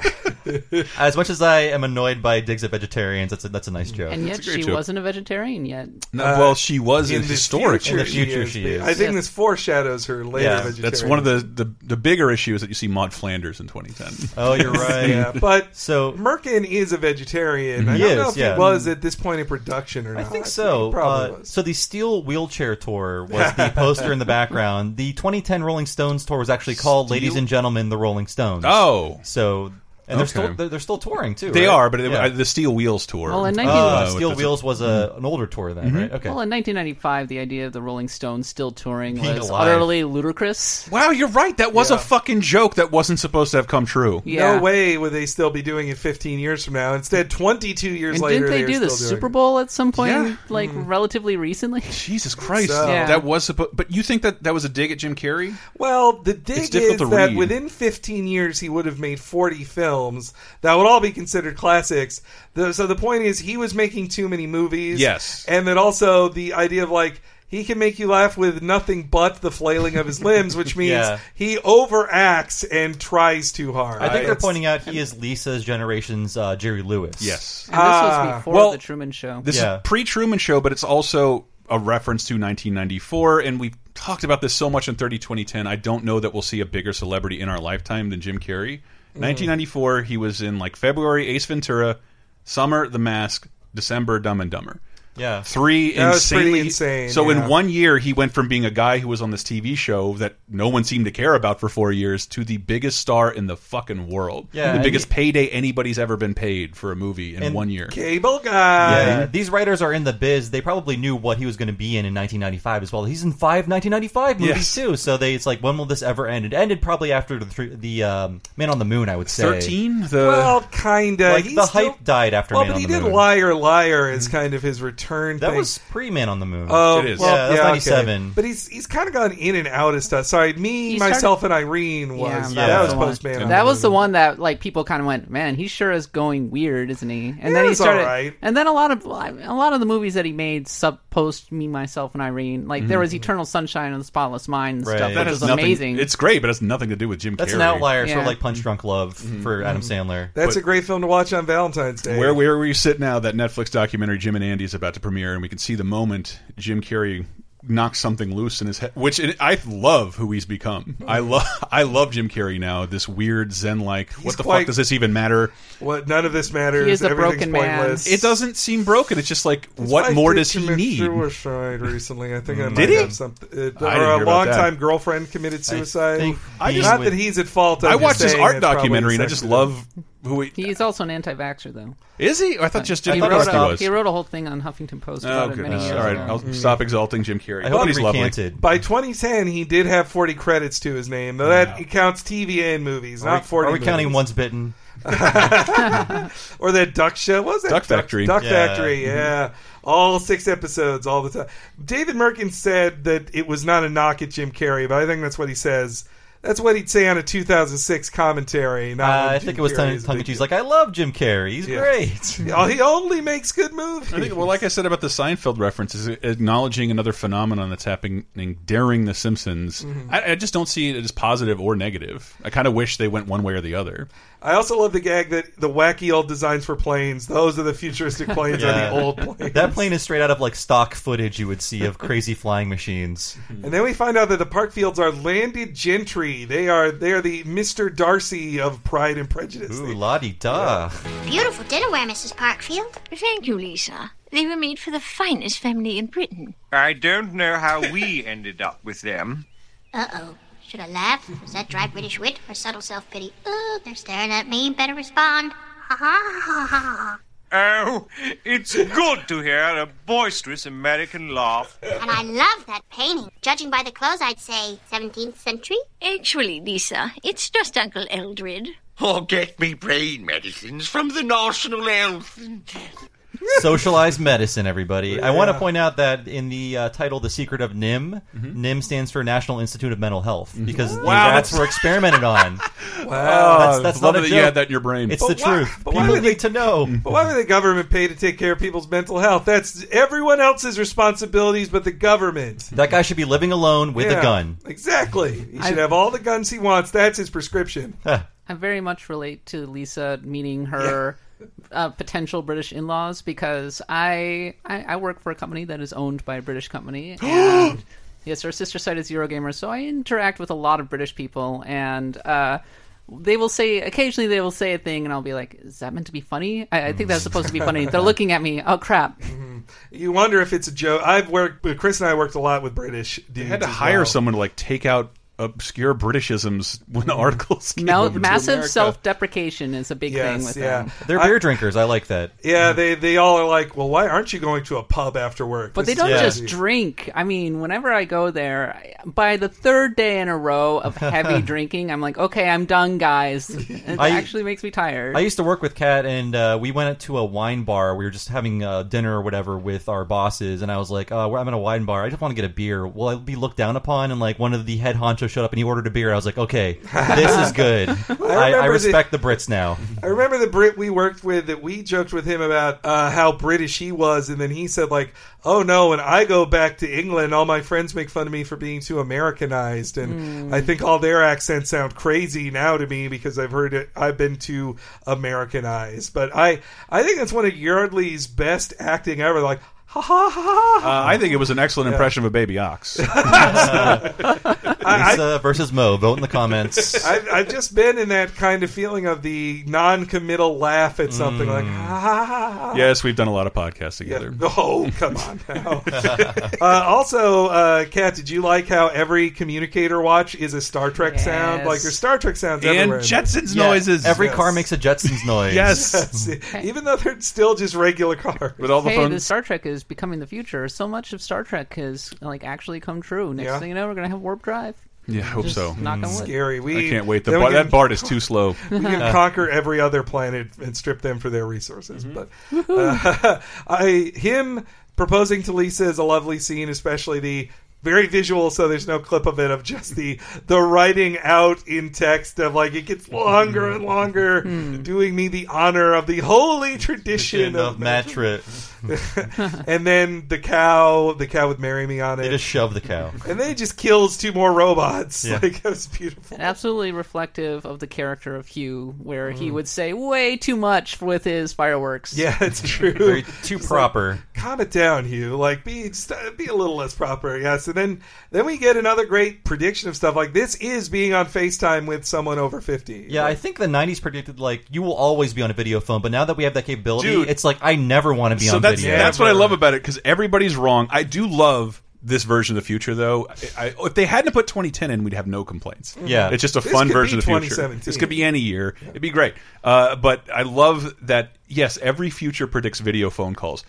[SPEAKER 1] as much as I am annoyed by digs at vegetarians, that's a, that's a nice joke.
[SPEAKER 5] Mm. And yet she wasn't a vegetarian yet.
[SPEAKER 4] No, well, she was uh, in
[SPEAKER 3] the
[SPEAKER 4] historic.
[SPEAKER 3] future
[SPEAKER 4] In the future
[SPEAKER 3] she
[SPEAKER 4] she
[SPEAKER 3] is.
[SPEAKER 4] is.
[SPEAKER 3] I think
[SPEAKER 4] Yeah.
[SPEAKER 3] this foreshadows her later.
[SPEAKER 4] yeah,
[SPEAKER 3] vegetarian.
[SPEAKER 4] that's one of the, the the bigger issues that you see Maud Flanders in 2010.
[SPEAKER 1] Oh, you're right.
[SPEAKER 3] yeah, but
[SPEAKER 1] so
[SPEAKER 3] Merkin is a vegetarian. I
[SPEAKER 4] He
[SPEAKER 3] don't know
[SPEAKER 4] is,
[SPEAKER 3] if
[SPEAKER 1] yeah.
[SPEAKER 3] he was at this point in production or not.
[SPEAKER 1] I think so.
[SPEAKER 3] he probably
[SPEAKER 1] Uh, so the steel wheelchair tour was the poster in the background. The 2010 Rolling Stones tour was actually called
[SPEAKER 4] Steel?
[SPEAKER 1] "Ladies and Gentlemen, the Rolling Stones."
[SPEAKER 4] Oh,
[SPEAKER 1] so and they're still
[SPEAKER 4] Okay.
[SPEAKER 1] they're, they're still touring too.
[SPEAKER 4] They
[SPEAKER 1] right?
[SPEAKER 4] are, but it- uh,
[SPEAKER 1] Yeah.
[SPEAKER 4] the Steel Wheels tour.
[SPEAKER 5] Well, in
[SPEAKER 4] uh,
[SPEAKER 5] 19
[SPEAKER 1] Uh, Steel
[SPEAKER 4] with the-
[SPEAKER 1] Wheels was
[SPEAKER 4] Mm-hmm.
[SPEAKER 1] a, an older tour then, right? Okay.
[SPEAKER 5] Well, in 1995, the idea of the Rolling Stones still touring
[SPEAKER 1] Being
[SPEAKER 5] was
[SPEAKER 1] alive.
[SPEAKER 5] utterly ludicrous.
[SPEAKER 4] Wow, you're right. That was a fucking joke that wasn't supposed to have come true.
[SPEAKER 3] No way would they still be doing it 15 years from now. Instead, 22 years
[SPEAKER 5] And
[SPEAKER 3] later,
[SPEAKER 5] didn't they,
[SPEAKER 3] are
[SPEAKER 5] do the
[SPEAKER 3] still doing
[SPEAKER 5] Super
[SPEAKER 3] it.
[SPEAKER 5] Bowl at some point,
[SPEAKER 3] Yeah. Hmm.
[SPEAKER 5] like relatively recently?
[SPEAKER 4] Jesus Christ,
[SPEAKER 3] So-
[SPEAKER 4] that was supposed. But you think that that was a dig at Jim Carrey?
[SPEAKER 3] Well, the dig
[SPEAKER 4] It's difficult
[SPEAKER 3] is
[SPEAKER 4] to
[SPEAKER 3] that
[SPEAKER 4] read.
[SPEAKER 3] within 15 years he would have made 40 films that would all be considered classics. The, so the point is he was making too many movies.
[SPEAKER 4] Yes.
[SPEAKER 3] and then also the idea of like He can make you laugh with nothing but the flailing of his limbs, which means
[SPEAKER 1] Yeah.
[SPEAKER 3] he overacts and tries too hard.
[SPEAKER 1] I think they're
[SPEAKER 3] It's-
[SPEAKER 1] pointing out he is Lisa's generation's uh, Jerry Lewis.
[SPEAKER 4] Yes.
[SPEAKER 5] And this was
[SPEAKER 3] Ah.
[SPEAKER 5] before
[SPEAKER 4] Well,
[SPEAKER 5] the Truman Show.
[SPEAKER 4] This is pre Truman Show, but it's also a reference to 1994. And we've talked about this so much in 30 2010. I don't know that we'll see a bigger celebrity in our lifetime than Jim Carrey. 1994, he was in like February, Ace Ventura, Summer, The Mask, December, Dumb and Dumber.
[SPEAKER 1] Yeah.
[SPEAKER 4] Three
[SPEAKER 3] That was pretty
[SPEAKER 4] insanely
[SPEAKER 3] insane,
[SPEAKER 4] So
[SPEAKER 3] yeah.
[SPEAKER 4] in one year, he went from being a guy who was on this TV show that no one seemed to care about for four years to the biggest star in the fucking world.
[SPEAKER 1] Yeah,
[SPEAKER 4] the
[SPEAKER 1] and
[SPEAKER 4] biggest payday anybody's ever been paid for a movie in
[SPEAKER 1] And-
[SPEAKER 4] one year.
[SPEAKER 3] Cable guy.
[SPEAKER 1] Yeah, Uh, these writers are in the biz. They probably knew what he was going to be in in 1995 as well. He's in five 1995 movies
[SPEAKER 4] Yes.
[SPEAKER 1] too. So they, it's like, when will this ever end? It ended probably after the three, the um, Man on the Moon, I would say.
[SPEAKER 3] well, kinda.
[SPEAKER 1] like
[SPEAKER 3] He's
[SPEAKER 1] the
[SPEAKER 3] still-
[SPEAKER 1] hype died after
[SPEAKER 3] Well,
[SPEAKER 1] Man
[SPEAKER 3] but
[SPEAKER 1] on
[SPEAKER 3] he
[SPEAKER 1] the
[SPEAKER 3] did
[SPEAKER 1] Moon.
[SPEAKER 3] Liar Liar as kind of his return.
[SPEAKER 1] That
[SPEAKER 3] thing.
[SPEAKER 1] was pre Man on the Moon.
[SPEAKER 3] Oh, well,
[SPEAKER 1] yeah, that's
[SPEAKER 3] okay.
[SPEAKER 1] 97.
[SPEAKER 3] But he's he's kind of gone in and out of stuff. Sorry, me,
[SPEAKER 5] He started-
[SPEAKER 3] myself, and Irene was
[SPEAKER 5] Yeah,
[SPEAKER 3] that
[SPEAKER 5] that
[SPEAKER 3] was
[SPEAKER 5] the one.
[SPEAKER 3] post man.
[SPEAKER 5] That was the one that like people kind of went, man, he sure is going weird, isn't he? And then he
[SPEAKER 3] it's
[SPEAKER 5] started,
[SPEAKER 3] alright.
[SPEAKER 5] and then a lot of a lot of the movies that he made sub post me, myself, and Irene. Like there
[SPEAKER 3] Mm-hmm.
[SPEAKER 5] was Eternal Sunshine of the Spotless Mind and stuff,
[SPEAKER 4] That
[SPEAKER 5] which
[SPEAKER 4] has
[SPEAKER 5] was
[SPEAKER 4] nothing-
[SPEAKER 5] amazing.
[SPEAKER 4] It's great, but it has nothing to do with Jim Carrey.
[SPEAKER 1] That's an outlier, sort
[SPEAKER 5] Yeah.
[SPEAKER 1] of like Punch Drunk Love
[SPEAKER 3] Mm-hmm.
[SPEAKER 1] for Adam Sandler.
[SPEAKER 3] That's
[SPEAKER 4] But-
[SPEAKER 3] a great film to watch on Valentine's Day.
[SPEAKER 4] Where where we sit now, that Netflix documentary Jim and Andy is about to premiere, and we can see the moment Jim Carrey knocks something loose in his head. Which it, I love who he's become. I love I love Jim Carrey now. This weird Zen like. What the
[SPEAKER 3] quite-
[SPEAKER 4] fuck does this even matter?
[SPEAKER 3] what? None of this matters.
[SPEAKER 5] He is a
[SPEAKER 3] Everything's
[SPEAKER 5] broken man.
[SPEAKER 3] pointless.
[SPEAKER 4] It doesn't seem broken. It's just like
[SPEAKER 3] That's why
[SPEAKER 4] what
[SPEAKER 3] I
[SPEAKER 4] more
[SPEAKER 3] did
[SPEAKER 4] does he
[SPEAKER 3] commit
[SPEAKER 4] need?
[SPEAKER 3] Suicide recently, I think I
[SPEAKER 4] Did
[SPEAKER 3] might
[SPEAKER 4] he?
[SPEAKER 3] have something. It,
[SPEAKER 4] I didn't hear
[SPEAKER 3] or a
[SPEAKER 4] about
[SPEAKER 3] longtime
[SPEAKER 4] that.
[SPEAKER 3] girlfriend committed suicide.
[SPEAKER 4] think
[SPEAKER 3] I
[SPEAKER 4] he
[SPEAKER 3] not
[SPEAKER 4] would-
[SPEAKER 3] that he's at fault. I'm
[SPEAKER 4] I
[SPEAKER 3] just
[SPEAKER 4] watched his
[SPEAKER 3] saying
[SPEAKER 4] art
[SPEAKER 3] it's probably
[SPEAKER 4] documentary, and I just
[SPEAKER 3] sexual.
[SPEAKER 4] love who he
[SPEAKER 5] He's also an anti-vaxxer, though.
[SPEAKER 4] is. He? I thought just
[SPEAKER 5] he
[SPEAKER 4] Jim
[SPEAKER 5] wrote,
[SPEAKER 4] Carrey
[SPEAKER 5] a,
[SPEAKER 4] was.
[SPEAKER 5] he wrote a whole thing on Huffington Post
[SPEAKER 4] Oh,
[SPEAKER 5] about it many
[SPEAKER 4] goodness.
[SPEAKER 5] years
[SPEAKER 4] All right,
[SPEAKER 5] ago.
[SPEAKER 4] I'll stop exalting Jim Carrey.
[SPEAKER 1] I hope
[SPEAKER 4] But
[SPEAKER 1] he
[SPEAKER 4] he's lovely.
[SPEAKER 1] recanted.
[SPEAKER 3] By 2010, he did have 40 credits to his name, though that counts TV and movies,
[SPEAKER 1] Are
[SPEAKER 3] not
[SPEAKER 1] we-
[SPEAKER 3] 40.
[SPEAKER 1] Are we counting
[SPEAKER 3] movies.
[SPEAKER 1] Once Bitten?
[SPEAKER 3] or that Duck Show? What was that
[SPEAKER 1] Duck Factory.
[SPEAKER 3] Duck,
[SPEAKER 1] Yeah.
[SPEAKER 3] Factory,
[SPEAKER 1] Mhm.
[SPEAKER 3] yeah. All six episodes, all the time. David Merkin said that it was not a knock at Jim Carrey, but I think that's what he says. That's what he'd say on a 2006 commentary. Not
[SPEAKER 1] Uh,
[SPEAKER 3] when
[SPEAKER 1] I
[SPEAKER 3] Oh, Jim
[SPEAKER 1] think it was
[SPEAKER 3] Carrey
[SPEAKER 1] tongue
[SPEAKER 3] is a
[SPEAKER 1] in
[SPEAKER 3] big-
[SPEAKER 1] cheek. Like I love Jim Carrey. He's
[SPEAKER 3] Yeah.
[SPEAKER 1] great.
[SPEAKER 3] Oh, he only makes good movies.
[SPEAKER 4] I think, well, like I said about the Seinfeld reference, is acknowledging another phenomenon that's happening during The Simpsons. I, I just don't see it as positive or negative. I kind of wish they went one way or the other.
[SPEAKER 3] I also love the gag that the wacky old designs for planes, those are the futuristic planes, are the old planes.
[SPEAKER 1] That plane is straight out of like stock footage you would see of crazy flying machines.
[SPEAKER 3] And then we find out that the park fields are landed gentry. They are they are the Mr. Darcy of Pride and Prejudice.
[SPEAKER 1] Ooh, la di da.
[SPEAKER 9] Beautiful dinnerware, Mrs. Parkfield.
[SPEAKER 22] Thank you, Lisa. They were made for the finest family in Britain.
[SPEAKER 23] I don't know how we ended up with them.
[SPEAKER 9] Uh oh. Should I laugh? Is that dry British wit or subtle self pity? Ooh, they're staring at me. Better respond. Ha ha ha ha ha.
[SPEAKER 23] Oh, it's good to hear a boisterous American laugh.
[SPEAKER 9] And I love that painting. Judging by the clothes, I'd say 17th century.
[SPEAKER 22] Actually, Lisa, it's just Uncle Eldred.
[SPEAKER 8] Or Oh, get me brain medicines from the National Health.
[SPEAKER 1] Socialized medicine, everybody. I want to
[SPEAKER 8] Yeah.
[SPEAKER 1] point out that in the uh, title, "The Secret of NIM," NIM stands for National Institute of Mental Health because the
[SPEAKER 4] Wow,
[SPEAKER 1] rats
[SPEAKER 4] that's-
[SPEAKER 1] were experimented on.
[SPEAKER 3] Wow.
[SPEAKER 1] that's, that's
[SPEAKER 4] Love
[SPEAKER 1] not a
[SPEAKER 4] that
[SPEAKER 1] joke.
[SPEAKER 4] you had that in your brain. Oh,
[SPEAKER 1] It's
[SPEAKER 3] But
[SPEAKER 1] the
[SPEAKER 3] why-
[SPEAKER 1] truth.
[SPEAKER 3] but why
[SPEAKER 1] People
[SPEAKER 3] would
[SPEAKER 1] need to know.
[SPEAKER 3] But why would the government pay to take care of people's mental health? That's everyone else's responsibilities but the government.
[SPEAKER 1] That guy should be living alone with
[SPEAKER 3] Yeah,
[SPEAKER 1] a gun.
[SPEAKER 3] Exactly. He should
[SPEAKER 5] I-
[SPEAKER 3] have all the guns he wants. That's his prescription.
[SPEAKER 5] I very much relate to Lisa meeting her uh, potential British in-laws because I, I I work for a company that is owned by a British company. And yes, our sister site is Eurogamer, so I interact with a lot of British people, and uh, they will say occasionally they will say a thing, and I'll be like, "Is that meant to be funny?" I, I think
[SPEAKER 4] Hmm.
[SPEAKER 5] that's supposed to be funny. They're looking at me. Oh crap!
[SPEAKER 3] You wonder if it's a joke. I've worked Chris and I worked a lot with British dudes.
[SPEAKER 4] They had to
[SPEAKER 3] as
[SPEAKER 4] hire
[SPEAKER 3] well.
[SPEAKER 4] someone to like take out obscure Britishisms when the articles came
[SPEAKER 5] Mal-
[SPEAKER 4] over to
[SPEAKER 5] massive
[SPEAKER 4] America.
[SPEAKER 5] self-deprecation is a big thing with
[SPEAKER 3] yeah.
[SPEAKER 5] them.
[SPEAKER 1] They're beer drinkers. I like that.
[SPEAKER 3] Yeah, they they all are like, well, why aren't you going to a pub after work?
[SPEAKER 5] But
[SPEAKER 3] This
[SPEAKER 5] they don't
[SPEAKER 3] is
[SPEAKER 5] just
[SPEAKER 3] crazy.
[SPEAKER 5] drink. I mean, whenever I go there, I- by the third day in a row of heavy drinking, I'm like, okay, I'm done, guys. It
[SPEAKER 1] I-
[SPEAKER 5] actually makes me tired.
[SPEAKER 1] I used to work with Kat, and uh, we went to a wine bar. We were just having uh, dinner or whatever with our bosses, and I was like, oh, I'm at a wine bar. I just want to get a beer. Will I be looked down upon? And like one of the head honcho showed up and he ordered a beer. I was like, okay, this is good. I, I
[SPEAKER 3] remember
[SPEAKER 1] respect the Brits now.
[SPEAKER 3] I remember the Brit we worked with that we joked with him about uh, how British he was, and then he said like, "Oh no, when I go back to England, all my friends make fun of me for being too Americanized, and
[SPEAKER 24] Mm.
[SPEAKER 3] I think all their accents sound crazy now to me because I've heard it. I've been too Americanized." But I, I think that's one of Yardley's best acting ever. Like, ha ha ha ha.
[SPEAKER 4] Uh, I think it was an excellent impression of a baby ox.
[SPEAKER 1] Lisa versus Mo. Vote in the comments.
[SPEAKER 3] I've, I've just been in that kind of feeling of the non-committal laugh at something like ha ha ha ha.
[SPEAKER 4] yes, we've done a lot of podcasts together.
[SPEAKER 3] Oh, come on now. uh, also, uh, Kat, did you like how every communicator watch is a Star Trek sound? Like your Star Trek sounds
[SPEAKER 4] And
[SPEAKER 3] everywhere. in there.
[SPEAKER 4] Jetsons Yeah, noises. every
[SPEAKER 1] car makes a Jetsons noise.
[SPEAKER 4] Yes.
[SPEAKER 3] Yes. Even though they're still just regular cars.
[SPEAKER 4] With all
[SPEAKER 5] hey, the Star Trek is becoming the future. So much of Star Trek has like actually come true. Next
[SPEAKER 3] Yeah.
[SPEAKER 5] thing you know, we're gonna have warp drive.
[SPEAKER 4] Yeah, I hope
[SPEAKER 5] Just
[SPEAKER 4] so.
[SPEAKER 5] Knock on wood.
[SPEAKER 3] Scary. We
[SPEAKER 4] I can't wait. The
[SPEAKER 3] then we
[SPEAKER 4] bar-
[SPEAKER 3] can-
[SPEAKER 4] that BART is too slow.
[SPEAKER 3] we can
[SPEAKER 4] Uh,
[SPEAKER 3] conquer every other planet and strip them for their resources. But uh, I him proposing to Lisa is a lovely scene, especially the very visual. So there's no clip of it of just the the writing out in text of like it gets longer and longer, doing me the honor of Hmm. the holy tradition
[SPEAKER 1] Enough
[SPEAKER 3] of.
[SPEAKER 1] mattress.
[SPEAKER 3] and then the cow, the cow would marry me on it.
[SPEAKER 1] They just shove the cow.
[SPEAKER 3] and then it just kills two more robots.
[SPEAKER 1] Yeah.
[SPEAKER 3] Like that was beautiful.
[SPEAKER 5] And absolutely reflective of the character of Hugh, where he would say way too much with his fireworks.
[SPEAKER 3] Yeah, it's true.
[SPEAKER 1] Very too
[SPEAKER 3] It's
[SPEAKER 1] proper.
[SPEAKER 3] Like, Calm it down, Hugh. Like be st- be a little less proper. Yes, and then then we get another great prediction of stuff like this is being on FaceTime with someone over fifty.
[SPEAKER 1] Yeah, I think the '90s predicted like you will always be on a video phone, but now that we have that capability,
[SPEAKER 4] Dude.
[SPEAKER 1] it's like I never want to be
[SPEAKER 4] so
[SPEAKER 1] on
[SPEAKER 4] that's
[SPEAKER 1] video.
[SPEAKER 4] that's what I love about it because everybody's wrong. I do love this version of the future though. I, I, if they hadn't put 2010 in, we'd have no complaints.
[SPEAKER 1] Yeah.
[SPEAKER 4] it's just a
[SPEAKER 1] This
[SPEAKER 4] fun
[SPEAKER 1] could be
[SPEAKER 4] version of the future.
[SPEAKER 1] 2017.
[SPEAKER 4] This could be any year. It'd be great. Uh, but I love that. Yes, every future predicts video phone calls.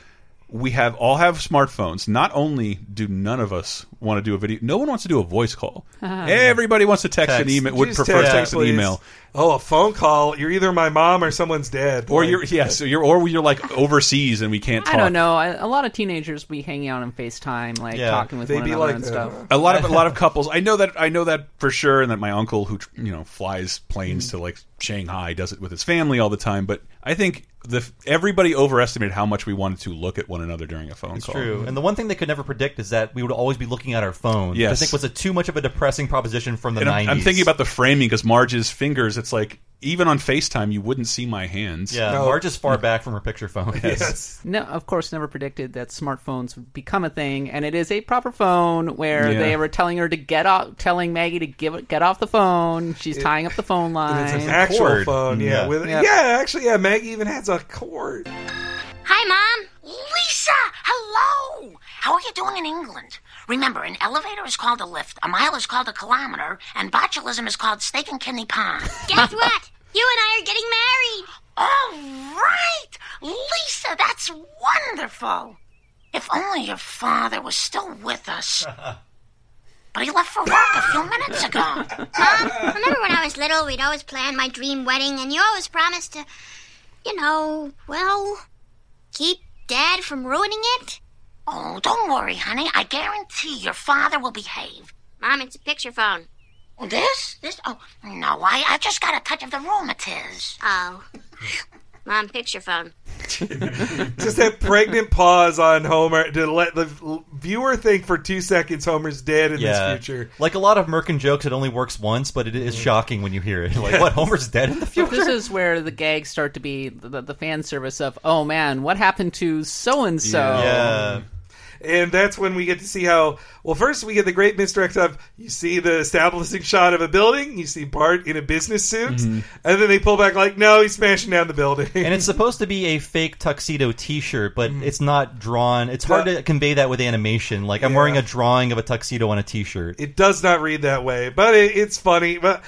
[SPEAKER 4] We have all have smartphones. Not only do none of us want to do a video, no one wants to do a voice call.
[SPEAKER 3] Ah.
[SPEAKER 4] Everybody wants to text, an email. Would
[SPEAKER 3] Just
[SPEAKER 4] prefer
[SPEAKER 3] text,
[SPEAKER 4] text, an
[SPEAKER 3] please.
[SPEAKER 4] email.
[SPEAKER 3] Oh, a phone call. You're either my mom or someone's dead.
[SPEAKER 4] Or
[SPEAKER 3] Like-
[SPEAKER 4] you're yeah, so you're or you're like overseas and we can't talk.
[SPEAKER 5] I don't know. I, a lot of teenagers be hanging out on FaceTime, like talking with one another and stuff.
[SPEAKER 4] A lot of a lot of couples. I know that I know that for sure, and that my uncle, who you know flies planes to like Shanghai, does it with his family all the time. But I think the everybody overestimated how much we wanted to look at one another during a phone
[SPEAKER 1] It's
[SPEAKER 4] call.
[SPEAKER 1] true. And the one thing they could never predict is that we would always be looking at our phones.
[SPEAKER 4] Yes.
[SPEAKER 1] I think was a too much of a depressing proposition from the
[SPEAKER 4] And I'm,
[SPEAKER 1] 90s.
[SPEAKER 4] I'm thinking about the framing because Marge's fingers. It's like even on Facetime, you wouldn't see my hands.
[SPEAKER 1] Yeah, No. Marge is far
[SPEAKER 4] Mm.
[SPEAKER 1] back from her picture phone.
[SPEAKER 5] No, of course, never predicted that smartphones would become a thing, and it is a proper phone where
[SPEAKER 4] Yeah.
[SPEAKER 5] they were telling her to get off, telling Maggie to give get off the phone. She's tying up the phone line.
[SPEAKER 3] It's an actual phone. Yeah. With,
[SPEAKER 5] Yep.
[SPEAKER 3] Yeah. Actually, yeah. Maggie even has a cord.
[SPEAKER 25] Hi, Mom. Lisa, hello. How are you doing in England? Remember, an elevator is called a lift, a mile is called a kilometer, and botulism is called steak and kidney pie. Guess what? You and I are getting married. All right. Lisa, that's wonderful. If only your father was still with us. But he left for work a few minutes ago. Mom,
[SPEAKER 9] Remember when I was little, we'd always plan my dream wedding, and you always promised to, you know, well,
[SPEAKER 25] keep Dad from ruining it? Oh, don't worry, honey. I guarantee your father will behave. Mom, it's a picture phone. This? This? Oh, no, I, I just got a touch of the rheumatiz. Oh. Mom, picture phone.
[SPEAKER 3] just that pregnant pause on Homer to let the viewer think for two seconds Homer's dead in
[SPEAKER 1] yeah.
[SPEAKER 3] this future.
[SPEAKER 1] Like a lot of Merkin jokes, it only works once, but it is shocking when you hear it. Like,
[SPEAKER 3] Yes.
[SPEAKER 1] what? Homer's dead in the
[SPEAKER 5] So this is where the gags start to be the, the fan service of, oh man, what happened to so and so?
[SPEAKER 4] Um,
[SPEAKER 3] And that's when we get to see how. Well, first we get the great misdirect of you see the establishing shot of a building, you see Bart in a business suit,
[SPEAKER 1] Mhm.
[SPEAKER 3] and then they pull back like, no, he's smashing down the building.
[SPEAKER 1] and it's supposed to be a fake tuxedo T-shirt, but it's not drawn. It's hard to convey that with animation. Like I'm wearing a drawing of a tuxedo on a T-shirt.
[SPEAKER 3] It does not read that way, but it, it's funny. But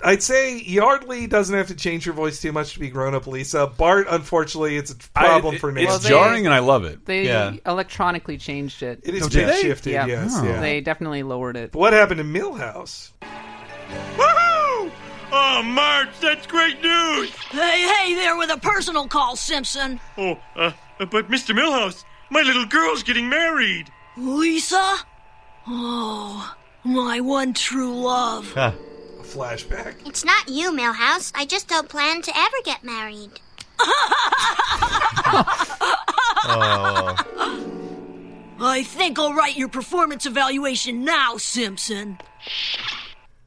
[SPEAKER 3] I'd say Yardley doesn't have to change her voice too much to be grown up Lisa. Bart, unfortunately, it's a problem for me.
[SPEAKER 5] Well, they- They electronically changed it.
[SPEAKER 3] It is Oh, did they? shifted,
[SPEAKER 5] Yep.
[SPEAKER 3] yes, Oh. yeah.
[SPEAKER 5] They definitely lowered it.
[SPEAKER 3] What happened to Millhouse?
[SPEAKER 9] Woohoo! Oh, Marge, that's great news!
[SPEAKER 10] Hey, hey there with a personal call, Simpson.
[SPEAKER 9] Oh, uh, but Mr. Millhouse, my little girl's getting married.
[SPEAKER 10] Lisa? Oh, My one true love.
[SPEAKER 1] Ah.
[SPEAKER 3] A flashback.
[SPEAKER 9] It's not you, Millhouse. I just don't plan to ever get married.
[SPEAKER 10] I think I'll write your performance evaluation now, Simpson.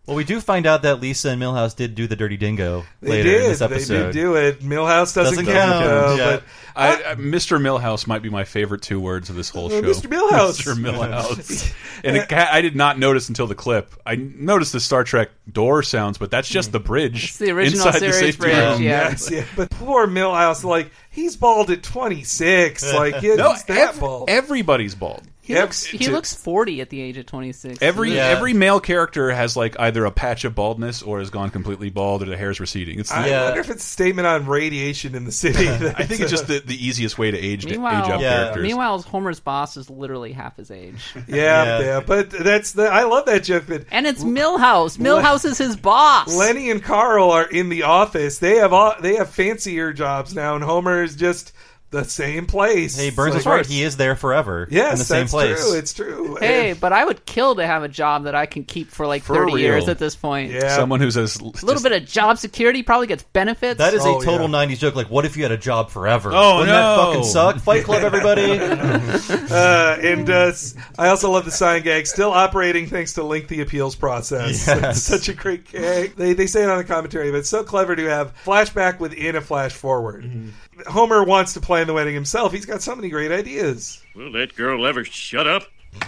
[SPEAKER 1] Well, we do find out that Lisa and Milhouse did do the dirty dingo
[SPEAKER 3] They
[SPEAKER 1] later
[SPEAKER 3] did.
[SPEAKER 1] in this
[SPEAKER 3] They
[SPEAKER 1] episode.
[SPEAKER 3] did do it. Millhouse doesn't, count. though, But
[SPEAKER 4] I, I- Mr. Millhouse might be my favorite two words of this whole
[SPEAKER 3] Uh,
[SPEAKER 4] show.
[SPEAKER 3] Mr. Milhouse.
[SPEAKER 4] Mr. Milhouse. and it, ca- I did not notice until the clip. I noticed the Star Trek door sounds, but that's
[SPEAKER 3] Hmm.
[SPEAKER 4] just the bridge.
[SPEAKER 5] It's the original
[SPEAKER 4] inside
[SPEAKER 5] series
[SPEAKER 4] the safety
[SPEAKER 5] bridge,
[SPEAKER 4] room.
[SPEAKER 5] yeah.
[SPEAKER 3] Yes, yeah. But poor Millhouse, like he's bald at twenty six. Like he's
[SPEAKER 4] No,
[SPEAKER 3] that bald.
[SPEAKER 4] Everybody's bald.
[SPEAKER 5] He, looks, he
[SPEAKER 4] to-
[SPEAKER 5] looks 40 at the age of 26.
[SPEAKER 4] Every
[SPEAKER 5] Yeah.
[SPEAKER 4] every male character has like either a patch of baldness or has gone completely bald or the hair's receding. It's
[SPEAKER 3] I wonder if it's a statement on radiation in the city.
[SPEAKER 4] I think it's just the, the easiest way to age age
[SPEAKER 5] Meanwhile,
[SPEAKER 4] up characters.
[SPEAKER 5] meanwhile, Homer's boss is literally half his age.
[SPEAKER 3] Yeah, yeah, But that's the I love that Jeff. But
[SPEAKER 5] And it's Millhouse. Millhouse is his boss.
[SPEAKER 3] Lenny and Carl are in the office. They have all, they have fancier jobs now, and Homer is just the same place.
[SPEAKER 1] Hey, Burns
[SPEAKER 3] Like,
[SPEAKER 1] was right. He is there forever.
[SPEAKER 3] Yes,
[SPEAKER 1] in the same
[SPEAKER 3] that's
[SPEAKER 1] place.
[SPEAKER 3] true. It's true.
[SPEAKER 5] Hey, but I would kill to have a job that I can keep for like 30 years at this point.
[SPEAKER 4] someone who's as
[SPEAKER 5] A little bit of job security probably gets benefits.
[SPEAKER 1] That is
[SPEAKER 3] Oh,
[SPEAKER 1] a total '90s joke. Like, what if you had a job forever?
[SPEAKER 5] Oh,
[SPEAKER 1] Wouldn't
[SPEAKER 5] no.
[SPEAKER 1] that fucking suck? Fight Club, everybody.
[SPEAKER 3] uh, and uh, s- I also love the sign gag, still operating thanks to lengthy appeals process. It's such a great gag. They, they say it on the commentary, but it's so clever to have flashback within a flash forward.
[SPEAKER 1] Mm-hmm.
[SPEAKER 3] Homer wants to plan the wedding himself. He's got so many great ideas.
[SPEAKER 26] Will that girl ever shut up?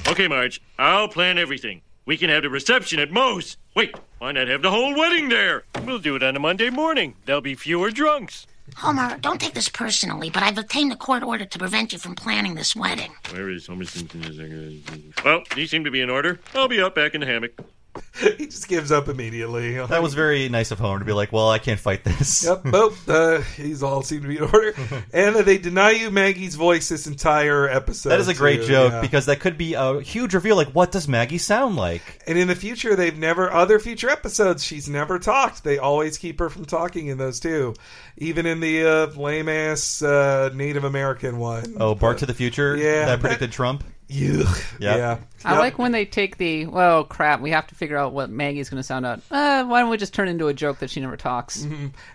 [SPEAKER 26] Okay, Marge, I'll plan everything. We can have the reception at Moe's. Wait, why not have the whole wedding there? We'll do it on a Monday morning. There'll be fewer drunks.
[SPEAKER 25] Homer, don't take this personally, but I've obtained a court order to prevent you from planning this wedding.
[SPEAKER 26] Where is Homer Simpson? Well, these seem to be in order. I'll be up back in the hammock.
[SPEAKER 3] he just gives up immediately.
[SPEAKER 1] That was very nice of Homer to be like, "Well, I can't fight this."
[SPEAKER 3] Yep, both. Uh, these all seem to be in order. and that they deny you Maggie's voice this entire episode.
[SPEAKER 1] That is a great
[SPEAKER 3] too,
[SPEAKER 1] joke
[SPEAKER 3] yeah.
[SPEAKER 1] because that could be a huge reveal. Like, what does Maggie sound like?
[SPEAKER 3] And in the future, they've never other future episodes. She's never talked. They always keep her from talking in those two, even in the uh, lame ass uh, Native American one.
[SPEAKER 1] Oh, Bart to the Future.
[SPEAKER 3] Yeah,
[SPEAKER 1] that predicted Trump.
[SPEAKER 3] Yeah, yeah.
[SPEAKER 5] I like when they take the, well, crap, we have to figure out what Maggie's going to sound out. Uh, why don't we just turn it into a joke that she never talks?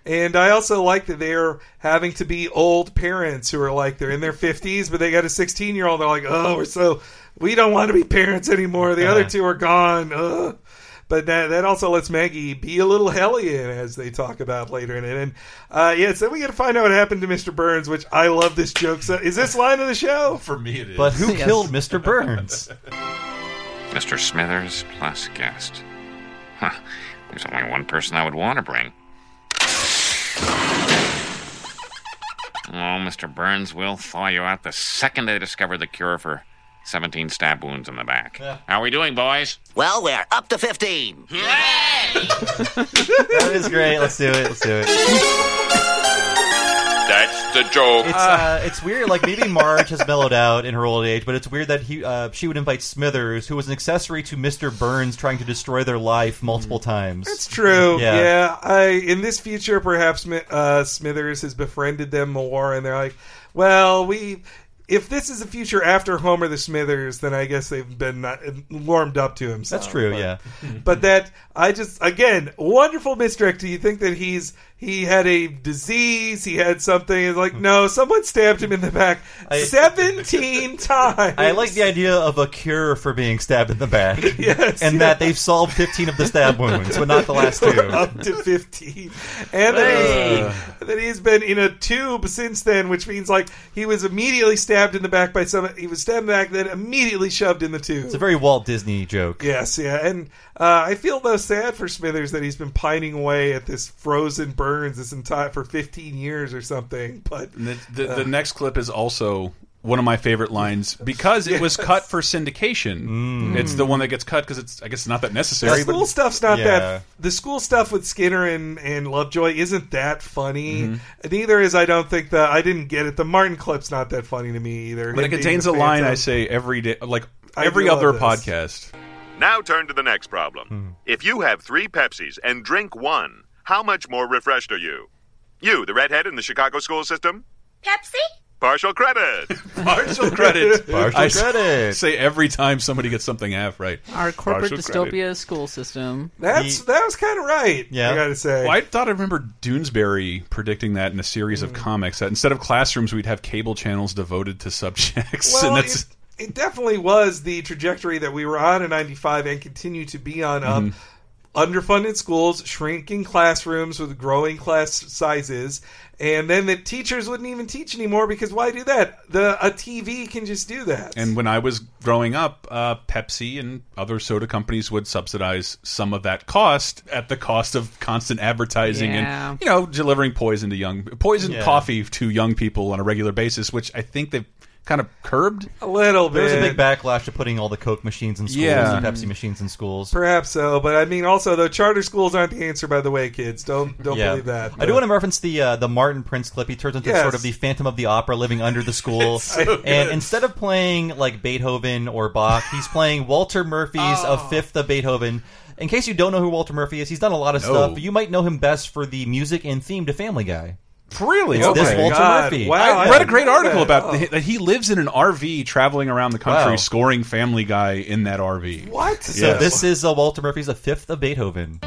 [SPEAKER 3] And I also like that they're having to be old parents who are like they're in their fifties, but they got a sixteen year old. They're like, oh, we're so we don't want to be parents anymore. The other
[SPEAKER 1] Uh-huh.
[SPEAKER 3] two are gone. Ugh. But that that also lets Maggie be a little hellion, as they talk about later in it. And uh, yeah, so we got to find out what happened to Mr. Burns, which I love this joke. So is this line of the show
[SPEAKER 4] for me? It is.
[SPEAKER 1] But who killed Mr. Burns?
[SPEAKER 7] Mr. Smithers plus guest. Huh. There's only one person I would want to bring. Oh, Mr. Burns will thaw you out the second they discover the cure for 17 stab wounds in the back. How are we doing, boys?
[SPEAKER 20] Well, we're up to 15.
[SPEAKER 1] that is great. Let's do it. Let's do it.
[SPEAKER 2] That's the joke.
[SPEAKER 1] It's uh, it's weird. Like maybe Marge has mellowed out in her old age, but it's weird that he uh, she would invite Smithers, who was an accessory to Mr. Burns trying to destroy their life multiple times. That's
[SPEAKER 3] True. Yeah. I in this future, perhaps Mi- uh, Smithers has befriended them more, and they're like, "Well, we." If this is the future after Homer the Smithers, then I guess they've been not, warmed up to him.
[SPEAKER 1] That's true, yeah.
[SPEAKER 3] But that I just again wonderful misdirect. Do you think that he's he had a disease? He had something? It's like no, someone stabbed him in the back seventeen times.
[SPEAKER 1] I like the idea of a cure for being stabbed in the back.
[SPEAKER 3] Yes,
[SPEAKER 1] and that they've solved 15 of the stab wounds, but not the last two.
[SPEAKER 3] up to 15. And that, he, that he's been in a tube since then, which means like he was immediately stabbed in the back by some. He was stabbed in the back, then immediately shoved in the tube.
[SPEAKER 1] It's a very Walt Disney joke.
[SPEAKER 3] Yes, yeah, and uh, I feel though sad for Smithers that he's been pining away at this frozen burns this entire for 15 years or something. But
[SPEAKER 4] And the, the,
[SPEAKER 3] Uh.
[SPEAKER 4] the next clip is also one of my favorite lines because it was cut for syndication. It's the one that gets cut because it's I guess it's not that
[SPEAKER 3] Mm.
[SPEAKER 4] necessary.
[SPEAKER 3] The
[SPEAKER 4] but-
[SPEAKER 3] school stuff's not that. The school stuff with Skinner and, and Lovejoy isn't that funny.
[SPEAKER 4] Mhm.
[SPEAKER 3] Neither is I don't think the I didn't get it. The Martin clip's not that funny to me either.
[SPEAKER 4] But it
[SPEAKER 3] Him being
[SPEAKER 4] contains
[SPEAKER 3] the
[SPEAKER 4] a line I
[SPEAKER 3] Phantom.
[SPEAKER 4] say every day, like
[SPEAKER 3] I
[SPEAKER 4] every
[SPEAKER 3] do love
[SPEAKER 4] other
[SPEAKER 3] this.
[SPEAKER 4] podcast.
[SPEAKER 8] Now turn to the next problem. If you have three Pepsis and drink one, how much more refreshed are you? You, the redhead in the Chicago school system?
[SPEAKER 9] Pepsi?
[SPEAKER 8] Partial credit.
[SPEAKER 4] Partial credit.
[SPEAKER 27] Partial
[SPEAKER 4] I s-
[SPEAKER 27] credit.
[SPEAKER 4] Say every time somebody gets something half right.
[SPEAKER 5] Our corporate
[SPEAKER 4] Partial
[SPEAKER 5] dystopia
[SPEAKER 4] credit.
[SPEAKER 5] school system.
[SPEAKER 3] That's that was kind of right. I gotta say.
[SPEAKER 4] Well, I thought I remember Doonesbury predicting that in a series
[SPEAKER 3] Mm.
[SPEAKER 4] of comics that instead of classrooms, we'd have cable channels devoted to subjects,
[SPEAKER 3] Well,
[SPEAKER 4] and that's
[SPEAKER 3] it, it definitely was the trajectory that we were on in 95 and continue to be on up.
[SPEAKER 4] Mhm.
[SPEAKER 3] Underfunded schools, shrinking classrooms with growing class sizes, and then the teachers wouldn't even teach anymore because why do that? The a TV can just do that.
[SPEAKER 4] And when I was growing up, uh, Pepsi and other soda companies would subsidize some of that cost at the cost of constant advertising
[SPEAKER 5] Yeah.
[SPEAKER 4] and you know delivering poison to young poison
[SPEAKER 5] Yeah.
[SPEAKER 4] coffee to young people on a regular basis, which I think they've kind of curbed
[SPEAKER 3] a little
[SPEAKER 1] There was a
[SPEAKER 3] bit.
[SPEAKER 1] big backlash to putting all the Coke machines in schools
[SPEAKER 4] Yeah.
[SPEAKER 1] and Pepsi machines in schools.
[SPEAKER 3] Perhaps so, but I mean, also though, charter schools aren't the answer. By the way, kids, don't don't
[SPEAKER 1] Yeah.
[SPEAKER 3] believe that.
[SPEAKER 1] I do want to reference the uh, the Martin Prince clip. He turns into
[SPEAKER 3] Yes.
[SPEAKER 1] sort of the Phantom of the Opera living under the school.
[SPEAKER 3] so
[SPEAKER 1] and
[SPEAKER 3] good.
[SPEAKER 1] instead of playing like Beethoven or Bach, he's playing Walter Murphy's
[SPEAKER 3] Oh.
[SPEAKER 1] A Fifth of Beethoven. In case you don't know who Walter Murphy is, he's done a lot of
[SPEAKER 4] No.
[SPEAKER 1] stuff. but You might know him best for the music and theme to Family Guy.
[SPEAKER 4] Really?
[SPEAKER 1] It's
[SPEAKER 4] Okay.
[SPEAKER 1] this Walter
[SPEAKER 4] God.
[SPEAKER 1] Murphy.
[SPEAKER 4] I, read a great
[SPEAKER 1] Yeah.
[SPEAKER 4] article
[SPEAKER 3] Oh.
[SPEAKER 4] about the- that he lives in an RV traveling around the country
[SPEAKER 1] Wow.
[SPEAKER 4] scoring Family Guy in that RV.
[SPEAKER 3] What?
[SPEAKER 1] So
[SPEAKER 4] Yes.
[SPEAKER 1] this is uh, Walter Murphy's A Fifth of Beethoven.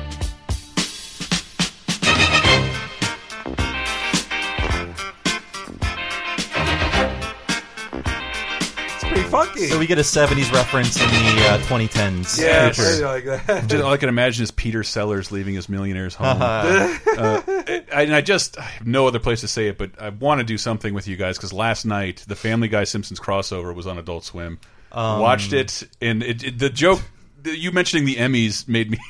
[SPEAKER 3] It's pretty funky.
[SPEAKER 1] So we get a '70s reference in the uh, 2010s.
[SPEAKER 3] Yes.
[SPEAKER 1] future.
[SPEAKER 3] I like that.
[SPEAKER 4] Just all I can imagine is Peter Sellers leaving his millionaire's home.
[SPEAKER 1] Uh-huh.
[SPEAKER 4] Uh, I- and I just I have no other place to say it, but I want to do something with you guys because last night the Family Guy Simpsons crossover was on Adult Swim.
[SPEAKER 1] Um.
[SPEAKER 4] Watched it, and it, it- the joke the- you mentioning the Emmys made me.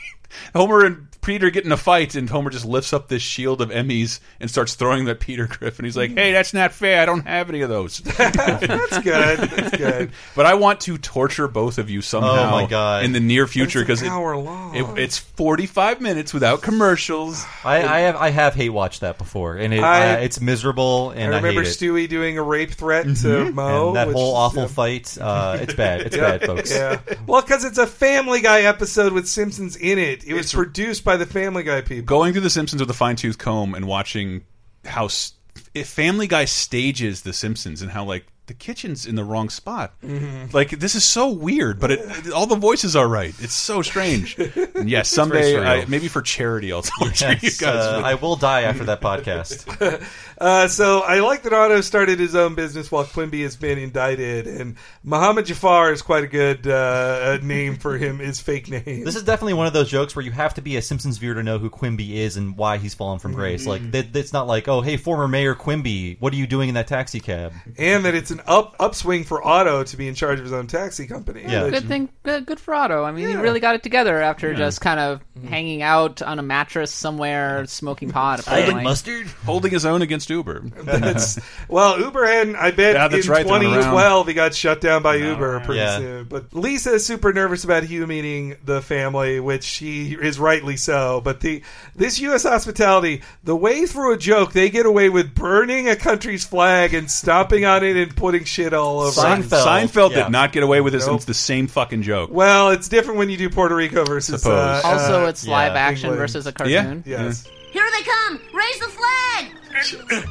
[SPEAKER 4] Homer and Peter get in a fight, and Homer just lifts up this shield of Emmys and starts throwing them at Peter Griffin. He's
[SPEAKER 1] Mm.
[SPEAKER 4] like, "Hey, that's not fair. I don't have any of those." that's
[SPEAKER 3] good. That's good.
[SPEAKER 4] But I want to torture both of you somehow.
[SPEAKER 1] Oh, my God.
[SPEAKER 4] In the near future,
[SPEAKER 1] But it's
[SPEAKER 4] because
[SPEAKER 1] an hour
[SPEAKER 3] long.
[SPEAKER 4] it's forty-five minutes without commercials.
[SPEAKER 1] I, I have I have hate watched that before, and it,
[SPEAKER 3] I-
[SPEAKER 1] uh, it's miserable. And I,
[SPEAKER 3] I remember
[SPEAKER 1] hate it.
[SPEAKER 3] Stewie doing a rape threat to
[SPEAKER 1] Mhm.
[SPEAKER 3] Mo.
[SPEAKER 1] and that
[SPEAKER 3] which-
[SPEAKER 1] whole awful fight. Uh, it's bad. It's
[SPEAKER 3] Yeah,
[SPEAKER 1] bad, folks.
[SPEAKER 3] Yeah. Well, because it's a Family Guy episode with Simpsons in it. It was produced by the Family Guy people.
[SPEAKER 4] Going through The Simpsons with a fine tooth comb and watching how s- if Family Guy stages The Simpsons and how like the kitchen's in the wrong spot.
[SPEAKER 1] Mm-hmm.
[SPEAKER 3] Mhm.
[SPEAKER 4] Like this is so weird, but it, all the voices are right. It's so strange. And yes,
[SPEAKER 1] It's very
[SPEAKER 4] someday
[SPEAKER 1] surreal.
[SPEAKER 4] I, maybe for charity I'll torture
[SPEAKER 1] Yes,
[SPEAKER 4] you guys.
[SPEAKER 1] uh,
[SPEAKER 4] with-
[SPEAKER 1] I will die after that podcast.
[SPEAKER 3] Uh, so I like that Otto started his own business while Quimby has been indicted, and Muhammad Jafar is quite a good uh, uh, name for him. His fake name.
[SPEAKER 1] This is definitely one of those jokes where you have to be a Simpsons viewer to know who Quimby is and why he's fallen from grace.
[SPEAKER 4] Mm-hmm.
[SPEAKER 1] Like, that, it's not like, oh, hey, former Mayor Quimby, what are you doing in that taxi cab?
[SPEAKER 3] and that it's an up upswing for Otto to be in charge of his own taxi company. Which-
[SPEAKER 5] Good thing, good, good for Otto. I mean, he really got it together after
[SPEAKER 3] Yeah.
[SPEAKER 5] just kind of hanging out on a mattress somewhere, smoking pot. apparently.
[SPEAKER 4] holding his own against Uber.
[SPEAKER 3] That's- well, Uber had, I bet,
[SPEAKER 4] Yeah, that's
[SPEAKER 3] in
[SPEAKER 4] right, they're around.
[SPEAKER 3] 2012 he got shut down by Uber pretty
[SPEAKER 4] Yeah.
[SPEAKER 3] soon. But Lisa is super nervous about Hugh meeting the family, which she is rightly so. But the this U.S. hospitality, the way through a joke, they get away with burning a country's flag and stomping on it and putting shit all over. it.
[SPEAKER 4] Seinfeld did not get away with this. and
[SPEAKER 3] Nope.
[SPEAKER 4] It's the same fucking joke.
[SPEAKER 3] Well, it's different when you do Puerto Rico versus. uh,
[SPEAKER 4] Suppose.
[SPEAKER 5] Also,
[SPEAKER 3] uh,
[SPEAKER 5] it's live action
[SPEAKER 3] England.
[SPEAKER 5] versus a cartoon.
[SPEAKER 3] Yeah. Yes.
[SPEAKER 9] Here they come! Raise the flag!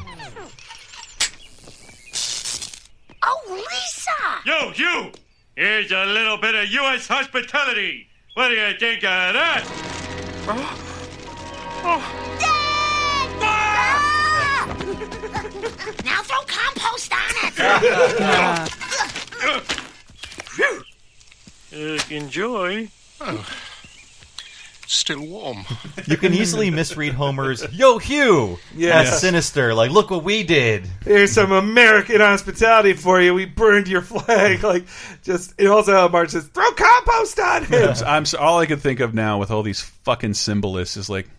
[SPEAKER 25] Oh, Lisa!
[SPEAKER 26] Yo, you! Here's a little bit of U.S. hospitality. What do you think of that?
[SPEAKER 25] now throw compost on it!
[SPEAKER 26] Uh, enjoy.
[SPEAKER 12] Oh. Still warm.
[SPEAKER 1] You can easily misread Homer's, yo, Hugh,
[SPEAKER 3] Yes.
[SPEAKER 1] as sinister. Like, look what we did.
[SPEAKER 4] Mm-hmm.
[SPEAKER 3] Here's some American hospitality for you. We burned your flag. Like, just, and also how Marge says, throw compost on him.
[SPEAKER 4] I'm, I'm so- all I could think of now with all these fucking symbolists is like,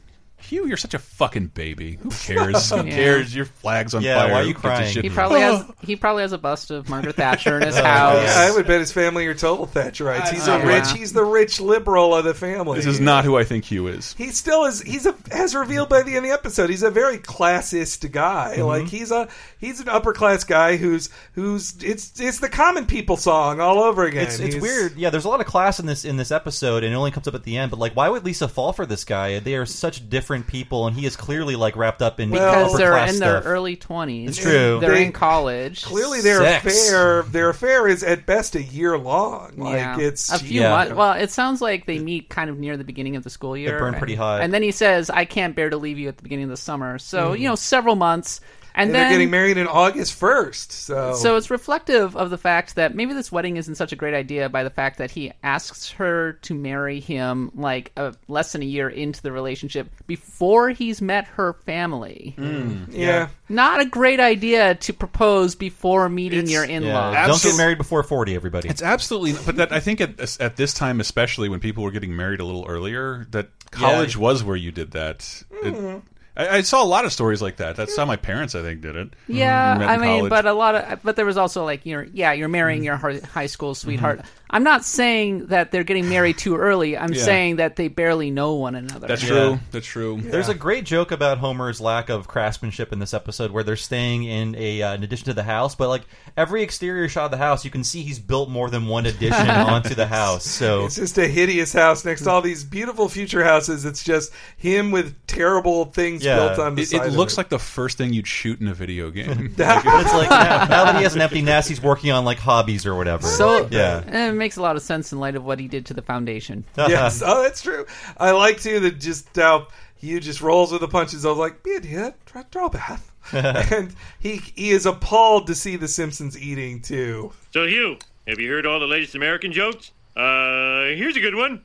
[SPEAKER 4] Hugh, you're such a fucking baby. Who cares? Who
[SPEAKER 5] Yeah.
[SPEAKER 4] cares? Your flag's on
[SPEAKER 1] Yeah,
[SPEAKER 4] fire.
[SPEAKER 1] why are you
[SPEAKER 4] Who gives a
[SPEAKER 1] crying?
[SPEAKER 4] shit?
[SPEAKER 5] He probably has he probably has a bust of Margaret Thatcher in his house.
[SPEAKER 3] Oh, Yeah, I would bet his family are total Thatcherites. He's a
[SPEAKER 5] Yeah.
[SPEAKER 3] rich, he's the rich liberal of the family.
[SPEAKER 4] This is not who I think Hugh is.
[SPEAKER 3] He still is. He's a as revealed by the end of the episode. He's a very classist guy.
[SPEAKER 4] Mhm.
[SPEAKER 3] Like he's a he's an upper class guy who's who's it's it's the common people song all over again.
[SPEAKER 1] It's, it's
[SPEAKER 3] He's-
[SPEAKER 1] weird. Yeah, there's a lot of class in this in this episode, and it only comes up at the end. But like, why would Lisa fall for this guy? They are such different people, and he is clearly like wrapped up in
[SPEAKER 5] because
[SPEAKER 1] upper
[SPEAKER 5] they're
[SPEAKER 1] class
[SPEAKER 5] in their
[SPEAKER 1] stuff.
[SPEAKER 5] early 20s.
[SPEAKER 1] It's true.
[SPEAKER 5] They're
[SPEAKER 1] They-
[SPEAKER 5] in college.
[SPEAKER 3] Clearly, their affair their affair is at best a year long. Like
[SPEAKER 5] yeah.
[SPEAKER 3] it's
[SPEAKER 5] a few
[SPEAKER 3] yeah.
[SPEAKER 5] months. Well, it sounds like they meet kind of near the beginning of the school year.
[SPEAKER 1] burn pretty hot.
[SPEAKER 5] And then he says, "I can't bear to leave you at the beginning of the summer." So
[SPEAKER 3] Mhm.
[SPEAKER 5] you know, several months, and,
[SPEAKER 3] And
[SPEAKER 5] then
[SPEAKER 3] they're getting married in August first. So
[SPEAKER 5] So it's reflective of the fact that maybe this wedding isn't such a great idea by the fact that he asks her to marry him like a, less than a year into the relationship before he's met her family.
[SPEAKER 1] Mm.
[SPEAKER 3] Yeah. Yeah.
[SPEAKER 5] Not a great idea to propose before meeting your in laws.
[SPEAKER 1] Yeah. Don't get married before forty, everybody.
[SPEAKER 4] It's absolutely, but that I think at at this time, especially when people were getting married a little earlier, that college was where you did that. It-
[SPEAKER 1] Mm-hmm.
[SPEAKER 5] Mm.
[SPEAKER 4] I, I saw a lot of stories like that. That's how my parents, I think, did it.
[SPEAKER 5] Yeah,
[SPEAKER 4] We met in
[SPEAKER 5] I mean,
[SPEAKER 4] college.
[SPEAKER 5] but a lot of, but there was also like you're, yeah, you're marrying your hi- high school sweetheart. I'm not saying that they're getting married too early. I'm
[SPEAKER 1] Yeah.
[SPEAKER 5] saying that they barely know one another.
[SPEAKER 4] That's true.
[SPEAKER 1] There's
[SPEAKER 4] Yeah.
[SPEAKER 1] a great joke about Homer's lack of craftsmanship in this episode, where they're staying in a uh, an addition to the house, but like every exterior shot of the house, you can see he's built more than one addition onto the house. So
[SPEAKER 3] It's just a hideous house next to all these beautiful future houses. It's just him with terrible things built on the
[SPEAKER 4] it,
[SPEAKER 3] side
[SPEAKER 4] it
[SPEAKER 3] of
[SPEAKER 4] looks like the first thing you'd shoot in a video game.
[SPEAKER 1] But it's like now, now that he has an empty nest, he's working on like hobbies or whatever.
[SPEAKER 5] So
[SPEAKER 1] yeah,
[SPEAKER 5] and it makes a lot of sense in light of what he did to the foundation.
[SPEAKER 3] yes, oh, that's true. I like too that just how Hugh just rolls with the punches. I was like, be a hit, draw, draw a bath. and he he is appalled to see the Simpsons eating too.
[SPEAKER 26] So, Hugh, have you heard all the latest American jokes? Uh, here's a good one.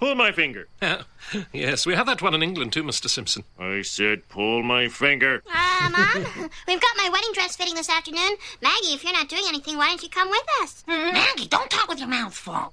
[SPEAKER 26] Pull my finger.
[SPEAKER 12] yes, we have that one in England too, Mr. Simpson.
[SPEAKER 26] I said, pull my finger.
[SPEAKER 9] Uh, Mom, we've got my wedding dress fitting this afternoon. Maggie, if you're not doing anything, why don't you come with us?
[SPEAKER 25] Maggie, don't talk with your mouth full.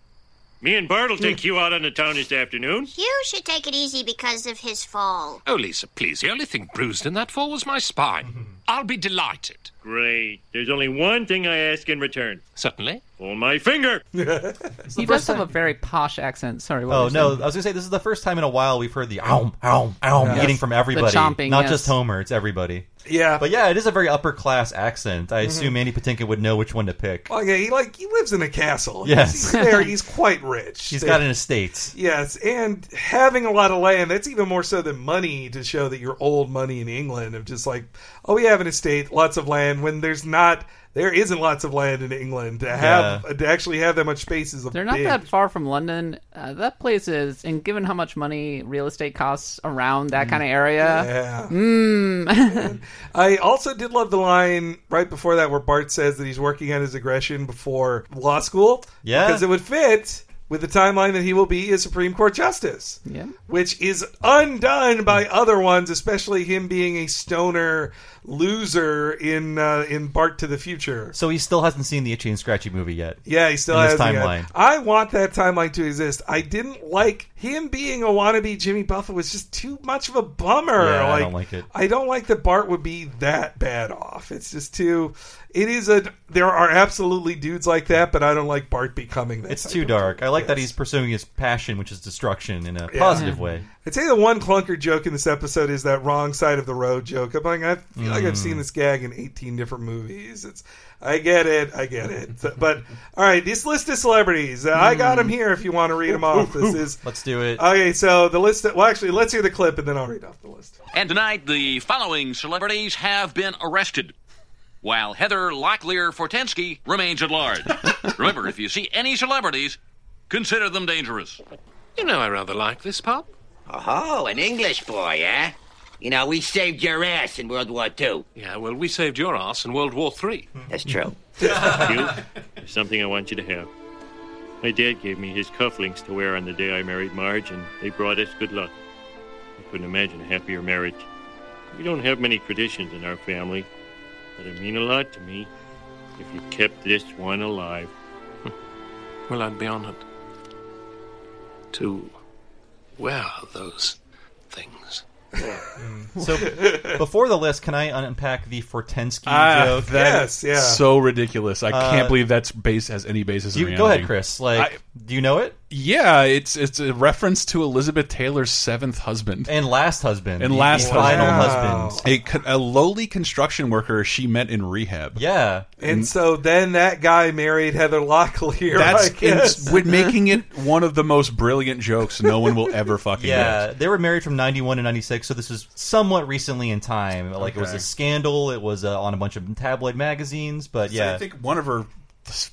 [SPEAKER 26] Me and
[SPEAKER 12] Hmm.
[SPEAKER 26] Bart will take you out on the town this afternoon.
[SPEAKER 9] You should take it easy because of his fall.
[SPEAKER 12] Oh, Lisa, please. The only thing bruised in that fall was my spine. I'll be delighted.
[SPEAKER 26] Great. There's only one thing I ask in return.
[SPEAKER 12] Certainly.
[SPEAKER 26] Pull my finger.
[SPEAKER 5] He does have a very posh accent. Sorry. What
[SPEAKER 1] Oh
[SPEAKER 5] was
[SPEAKER 1] no! I
[SPEAKER 5] that?
[SPEAKER 1] was gonna say this is the first time in a while we've heard the ow ow ow
[SPEAKER 5] Yes.
[SPEAKER 1] eating from
[SPEAKER 5] The
[SPEAKER 1] everybody,
[SPEAKER 5] chomping,
[SPEAKER 1] not
[SPEAKER 5] yes.
[SPEAKER 1] just Homer. It's everybody.
[SPEAKER 3] Yeah,
[SPEAKER 1] but yeah, it is a very upper class accent. I
[SPEAKER 3] Mhm.
[SPEAKER 4] Mm-hmm.
[SPEAKER 1] assume Andy Patinkin would know which one to pick.
[SPEAKER 3] Oh yeah, he like he lives in a castle.
[SPEAKER 1] Yes.
[SPEAKER 3] he's, he's there. He's quite rich.
[SPEAKER 1] She's
[SPEAKER 3] They-
[SPEAKER 1] got an estate.
[SPEAKER 3] Yes, and having a lot of land, that's even more so than money to show that you're old money in England of just like, oh, we have an estate, lots of land, when there's not, there isn't lots of land in England to have, to actually have that much space is a
[SPEAKER 5] They're not
[SPEAKER 3] big-
[SPEAKER 5] that far from London. Uh, that place is, and given how much money real estate costs around that kind of area,
[SPEAKER 3] Yeah.
[SPEAKER 5] mm.
[SPEAKER 3] I also did love the line right before that where Bart says that he's working on his aggression before law school.
[SPEAKER 1] Yeah.
[SPEAKER 3] Because it would fit with the timeline that he will be a Supreme Court justice.
[SPEAKER 5] Yeah.
[SPEAKER 3] Which is undone by other ones, especially him being a stoner loser in uh, in Bart to the Future.
[SPEAKER 1] So he still hasn't seen the Itchy and Scratchy movie yet.
[SPEAKER 3] Yeah, he still
[SPEAKER 1] in
[SPEAKER 3] has
[SPEAKER 1] this timeline.
[SPEAKER 3] timeline. I want that timeline to exist. I didn't like him being a wannabe Jimmy Buffett was just too much of a bummer.
[SPEAKER 1] Yeah, I
[SPEAKER 3] like,
[SPEAKER 1] don't like it.
[SPEAKER 3] I don't like that Bart would be that bad off. It's just too. It is a. There are absolutely dudes like that, but I don't like Bart becoming that.
[SPEAKER 1] It's
[SPEAKER 3] type
[SPEAKER 1] too
[SPEAKER 3] of-
[SPEAKER 1] dark. I like that
[SPEAKER 3] Yes.
[SPEAKER 1] he's pursuing his passion, which is destruction, in a
[SPEAKER 3] Yeah.
[SPEAKER 5] Mm-hmm.
[SPEAKER 1] positive way.
[SPEAKER 3] I'd say the one clunker joke in this episode is that wrong side of the road joke. I'm like, I feel like I've
[SPEAKER 1] Mm.
[SPEAKER 3] seen this gag in 18 different movies. It's, I get it, I get it. So- But all right, this list of celebrities, uh, I got them here. If you want to read them off, this is
[SPEAKER 1] Mm. Let's do it.
[SPEAKER 3] okay. So the list. Well, actually, let's hear the clip and then I'll read off the list.
[SPEAKER 7] And tonight, the following celebrities have been arrested, while Heather Locklear Fortensky remains at large. Remember, if you see any celebrities, consider them dangerous.
[SPEAKER 12] You know, I rather like this pub.
[SPEAKER 20] Oh, an English boy, eh? You know, we saved your ass in World War II.
[SPEAKER 12] Yeah, well, we saved your ass in World War Three.
[SPEAKER 20] That's true.
[SPEAKER 26] Hugh, there's something I want you to have. My dad gave me his cufflinks to wear on the day I married Marge, and they brought us good luck. I couldn't imagine a happier marriage. We don't have many traditions in our family, but it mean a lot to me if you kept this one alive.
[SPEAKER 12] Well, I'd be honored to wear those things.
[SPEAKER 1] So before the list, can I unpack the Fortensky
[SPEAKER 4] Ah,
[SPEAKER 1] joke?
[SPEAKER 4] that is So ridiculous! I
[SPEAKER 1] Uh,
[SPEAKER 4] can't believe that's base has any basis in
[SPEAKER 1] You,
[SPEAKER 4] reality.
[SPEAKER 1] go ahead, Chris. Like, do you know it?
[SPEAKER 4] Yeah, it's it's a reference to Elizabeth Taylor's seventh husband
[SPEAKER 1] and last husband,
[SPEAKER 4] and last
[SPEAKER 1] The final
[SPEAKER 4] husband.
[SPEAKER 1] husband.
[SPEAKER 4] A con- a, lowly construction worker she met in rehab.
[SPEAKER 1] Yeah,
[SPEAKER 3] And so then that guy married Heather Locklear.
[SPEAKER 4] that's
[SPEAKER 3] I guess.
[SPEAKER 4] it's- with making it one of the most brilliant jokes no one will ever fucking
[SPEAKER 1] Yeah,
[SPEAKER 4] get.
[SPEAKER 1] they were married from 91 to 96, so this is somewhat recently in time. Like, it was
[SPEAKER 4] Okay.
[SPEAKER 1] a scandal, it was uh, on a bunch of tabloid magazines, but
[SPEAKER 4] So
[SPEAKER 1] yeah.
[SPEAKER 4] I think one of her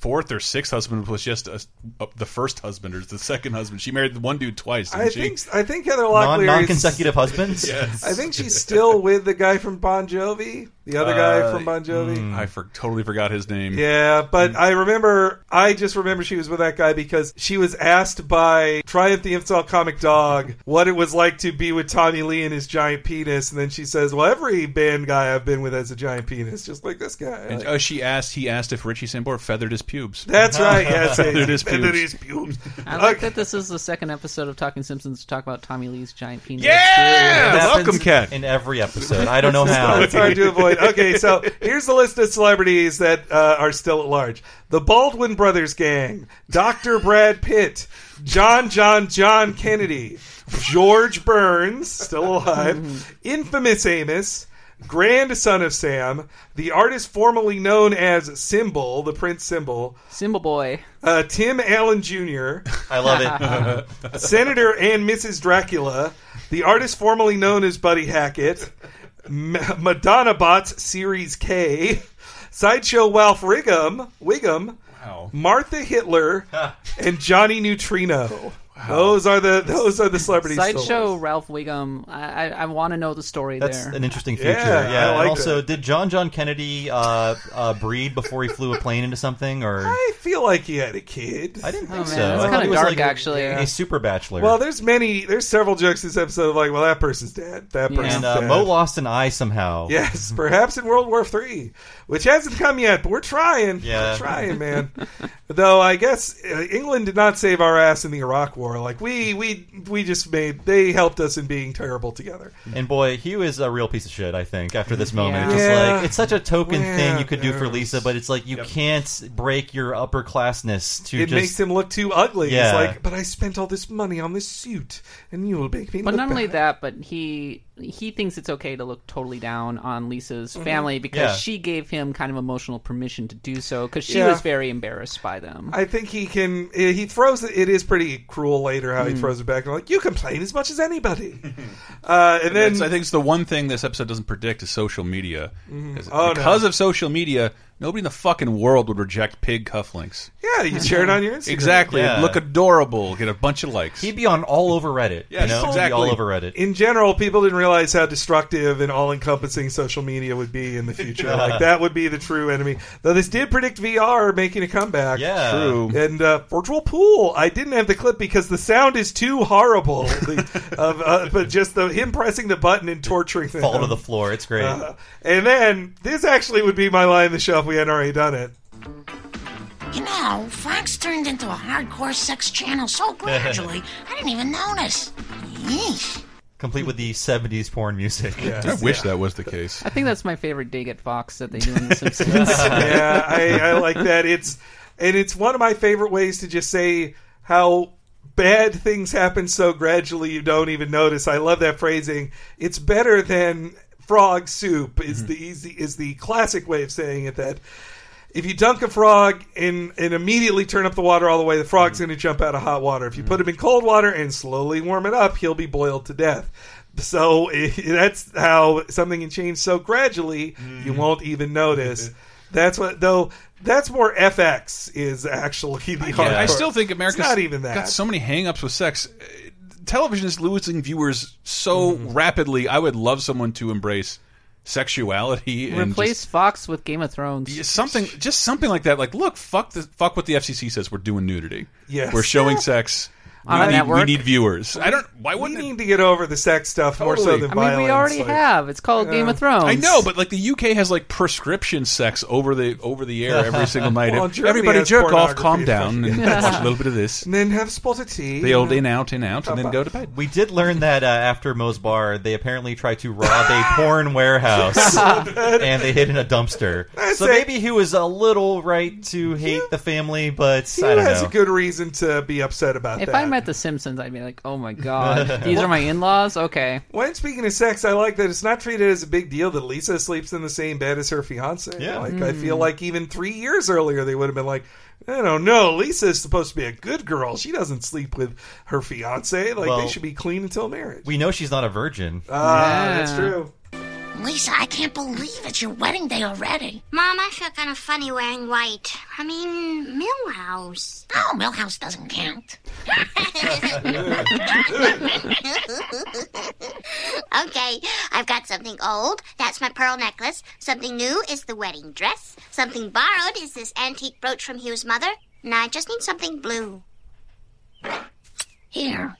[SPEAKER 4] fourth or sixth husband was just a, uh, the first husband or the second husband. She married the one dude twice. Didn't
[SPEAKER 3] I
[SPEAKER 4] she?
[SPEAKER 3] think I think Heather
[SPEAKER 1] Non-
[SPEAKER 3] Locklear
[SPEAKER 1] non-consecutive husbands?
[SPEAKER 4] Yes.
[SPEAKER 3] I think she's still with the guy from Bon Jovi, the other guy
[SPEAKER 4] Uh,
[SPEAKER 3] from Bon Jovi.
[SPEAKER 4] mm, I for, totally forgot his name.
[SPEAKER 3] Yeah, but I remember, I just remember she was with that guy because she was asked by Triumph the Insult Comic Dog what it was like to be with Tommy Lee and his giant penis. And then she says, Well, every band guy I've been with has a giant penis, just like this guy.
[SPEAKER 4] And,
[SPEAKER 3] Like,
[SPEAKER 4] oh, she asked. He asked if Richie Sambor feathered his pubes.
[SPEAKER 3] That's right, yes,
[SPEAKER 4] feathered
[SPEAKER 3] he
[SPEAKER 4] his pubes.
[SPEAKER 3] feathered his pubes.
[SPEAKER 5] I like that this is the second episode of Talking Simpsons to talk about Tommy Lee's giant penis.
[SPEAKER 1] It
[SPEAKER 5] Yeah,
[SPEAKER 1] happens In every episode. I don't know how.
[SPEAKER 3] It's hard to avoid. Okay, so here's the list of celebrities that uh, are still at large: the Baldwin Brothers gang, Dr. Brad Pitt, John John John Kennedy, George Burns, still alive, infamous Amos. Grandson of Sam, the artist formerly known as Symbol, the Prince Symbol,
[SPEAKER 5] Symbol Boy,
[SPEAKER 3] uh, Tim Allen Jr.
[SPEAKER 5] I love
[SPEAKER 3] it. Senator and Mrs. Dracula, the artist formerly known as Buddy Hackett, M- Madonna Bots Series K, Sideshow Ralph Wiggum, Wiggum, Martha Hitler, and Johnny Neutrino. Those are the those are the celebrities. still-
[SPEAKER 5] Sideshow Ralph Wiggum. I I, I want to know the story
[SPEAKER 1] That's
[SPEAKER 5] there.
[SPEAKER 1] an interesting future.
[SPEAKER 3] Yeah,
[SPEAKER 1] Yeah.
[SPEAKER 3] I
[SPEAKER 1] and
[SPEAKER 3] like
[SPEAKER 1] also,
[SPEAKER 3] that.
[SPEAKER 1] did John John Kennedy uh, uh, breed before he flew a plane into something? Or
[SPEAKER 3] I Oh, feel like he had a kid. I
[SPEAKER 1] didn't
[SPEAKER 3] think
[SPEAKER 1] so I thought he was like a- a super bachelor.
[SPEAKER 3] Well, there's many, there's several jokes this episode of like, well, that person's dead, that person's
[SPEAKER 1] and uh,
[SPEAKER 3] dead.
[SPEAKER 1] Mo lost an eye somehow.
[SPEAKER 3] Yes, perhaps in World War Three, which hasn't come yet, but we're trying.
[SPEAKER 1] Yeah.
[SPEAKER 3] We're trying, man. Though I guess uh, England did not save our ass in the Iraq War. Like we, we, we just made they helped us in being terrible together.
[SPEAKER 1] And boy, Hugh is a real piece of shit. I think after this moment,
[SPEAKER 3] Yeah.
[SPEAKER 1] it's just
[SPEAKER 3] Yeah.
[SPEAKER 1] like it's such a token
[SPEAKER 3] Yeah,
[SPEAKER 1] thing you could do for
[SPEAKER 3] yes.
[SPEAKER 1] Lisa, but it's like you can't break your upper classness to
[SPEAKER 3] it
[SPEAKER 1] just.
[SPEAKER 3] makes him look too ugly.
[SPEAKER 1] Yeah.
[SPEAKER 3] It's like, but I spent all this money on this suit, and you will make me.
[SPEAKER 5] But
[SPEAKER 3] look
[SPEAKER 5] not only
[SPEAKER 3] bad."
[SPEAKER 5] that, but he he thinks it's okay to look totally down on Lisa's
[SPEAKER 4] Mm-hmm.
[SPEAKER 3] Mhm.
[SPEAKER 5] family because
[SPEAKER 3] Yeah.
[SPEAKER 5] she gave him kind of emotional permission to do so because she
[SPEAKER 3] Yeah.
[SPEAKER 5] was very embarrassed by them.
[SPEAKER 3] I think he can. He throws it. It is pretty cruel later how he
[SPEAKER 5] Mm.
[SPEAKER 3] throws it back. And like you complain as much as anybody. uh, and then
[SPEAKER 4] That's- I think it's the one thing this episode doesn't predict is social media.
[SPEAKER 3] Mhm.
[SPEAKER 4] 'Cause-
[SPEAKER 3] Oh, no.
[SPEAKER 4] because of social media, nobody in the fucking world would reject pig cufflinks.
[SPEAKER 3] Yeah, you share it on your Instagram.
[SPEAKER 4] Exactly.
[SPEAKER 3] Yeah.
[SPEAKER 4] Look adorable. Get a bunch of likes. He'd
[SPEAKER 1] be on all over Reddit.
[SPEAKER 4] Yes,
[SPEAKER 1] know? He'd be
[SPEAKER 4] exactly.
[SPEAKER 1] all over Reddit.
[SPEAKER 3] in general, people didn't realize how destructive and all-encompassing social media would be in the future. like that would be the true enemy. Though this did predict VR making a comeback.
[SPEAKER 1] Yeah.
[SPEAKER 4] True.
[SPEAKER 3] And uh, virtual pool. I didn't have the clip because the sound is too horrible. The- of, uh, but just the him pressing the button and torturing them.
[SPEAKER 1] Fall to the floor. It's great.
[SPEAKER 3] Uh, and then this actually would be my line in the show if we hadn't already done it.
[SPEAKER 25] You know, Fox turned into a hardcore sex channel so gradually, I didn't even notice. Yeesh.
[SPEAKER 1] Complete with the '70s porn music.
[SPEAKER 4] I wish that was the case.
[SPEAKER 5] I think that's my favorite dig at Fox that they do in The Simpsons.
[SPEAKER 3] yeah, I, I like that. It's and it's one of my favorite ways to just say how bad things happen so gradually you don't even notice. I love that phrasing. It's better than frog soup is the easy is the classic way of saying it that if you dunk a frog and and immediately turn up the water all the way, the frog's
[SPEAKER 4] Mm-hmm.
[SPEAKER 3] going to jump out of hot water. If you put him in cold water and slowly warm it up, he'll be boiled to death. So eh, that's how something can change so gradually
[SPEAKER 4] Mm-hmm.
[SPEAKER 3] you won't even notice. That's what though. That's more FX is actually the.
[SPEAKER 4] Yeah. I
[SPEAKER 3] hardcore.
[SPEAKER 4] still think America's
[SPEAKER 3] It's not even that.
[SPEAKER 4] got so many hangups with sex. Uh, Television is losing viewers so
[SPEAKER 3] Mm-hmm.
[SPEAKER 4] rapidly. I would love someone to embrace sexuality and
[SPEAKER 5] Replace Fox with Game of Thrones.
[SPEAKER 4] just something, just something like that. Like, look, fuck the fuck what the FCC says. We're doing nudity.
[SPEAKER 3] Yes.
[SPEAKER 4] we're showing sex.
[SPEAKER 5] on a
[SPEAKER 4] we, need,
[SPEAKER 5] network.
[SPEAKER 4] we need viewers. I don't. Why
[SPEAKER 3] wouldn't we need to get over the sex stuff more so than
[SPEAKER 5] I
[SPEAKER 3] violence?
[SPEAKER 5] mean, we already
[SPEAKER 3] like-
[SPEAKER 5] have. It's called Game of Thrones.
[SPEAKER 4] I know, but like the UK has like prescription sex over the over the air every single night.
[SPEAKER 3] Well, Germany
[SPEAKER 4] Everybody
[SPEAKER 3] has
[SPEAKER 4] jerk off,
[SPEAKER 3] pornography,
[SPEAKER 4] calm down, and
[SPEAKER 3] especially.
[SPEAKER 4] watch a little bit of this.
[SPEAKER 3] And then have spotted tea.
[SPEAKER 4] They old in out and out, and then go to bed.
[SPEAKER 1] We did learn that uh, after Moe's bar, they apparently tried to rob a porn warehouse and they hid in a dumpster. so
[SPEAKER 3] it.
[SPEAKER 1] maybe he was a little right to hate the family, but
[SPEAKER 3] He
[SPEAKER 1] I don't
[SPEAKER 3] has
[SPEAKER 1] know.
[SPEAKER 3] a good reason to be upset about
[SPEAKER 5] If
[SPEAKER 3] that.
[SPEAKER 5] I met The Simpsons, I'd be like, oh my god, these are my in-laws. Okay,
[SPEAKER 3] When speaking of sex, I like that it's not treated as a big deal that Lisa sleeps in the same bed as her fiance.
[SPEAKER 1] Yeah.
[SPEAKER 3] Like I feel
[SPEAKER 1] Mm.
[SPEAKER 3] like even three years earlier they would have been like, I don't know, Lisa is supposed to be a good girl. She doesn't sleep with her fiance. Like
[SPEAKER 1] Well-
[SPEAKER 3] they should be clean until marriage.
[SPEAKER 1] We know she's not a virgin.
[SPEAKER 3] Ah, that's true.
[SPEAKER 9] Lisa, I can't believe it's your wedding day already. Mom, I feel kind of funny wearing white. I mean, Millhouse. Oh, Millhouse doesn't count. okay, I've got something old. That's my pearl necklace. Something new is the wedding dress. Something borrowed is this antique brooch from Hugh's mother. And I just need something blue. Here.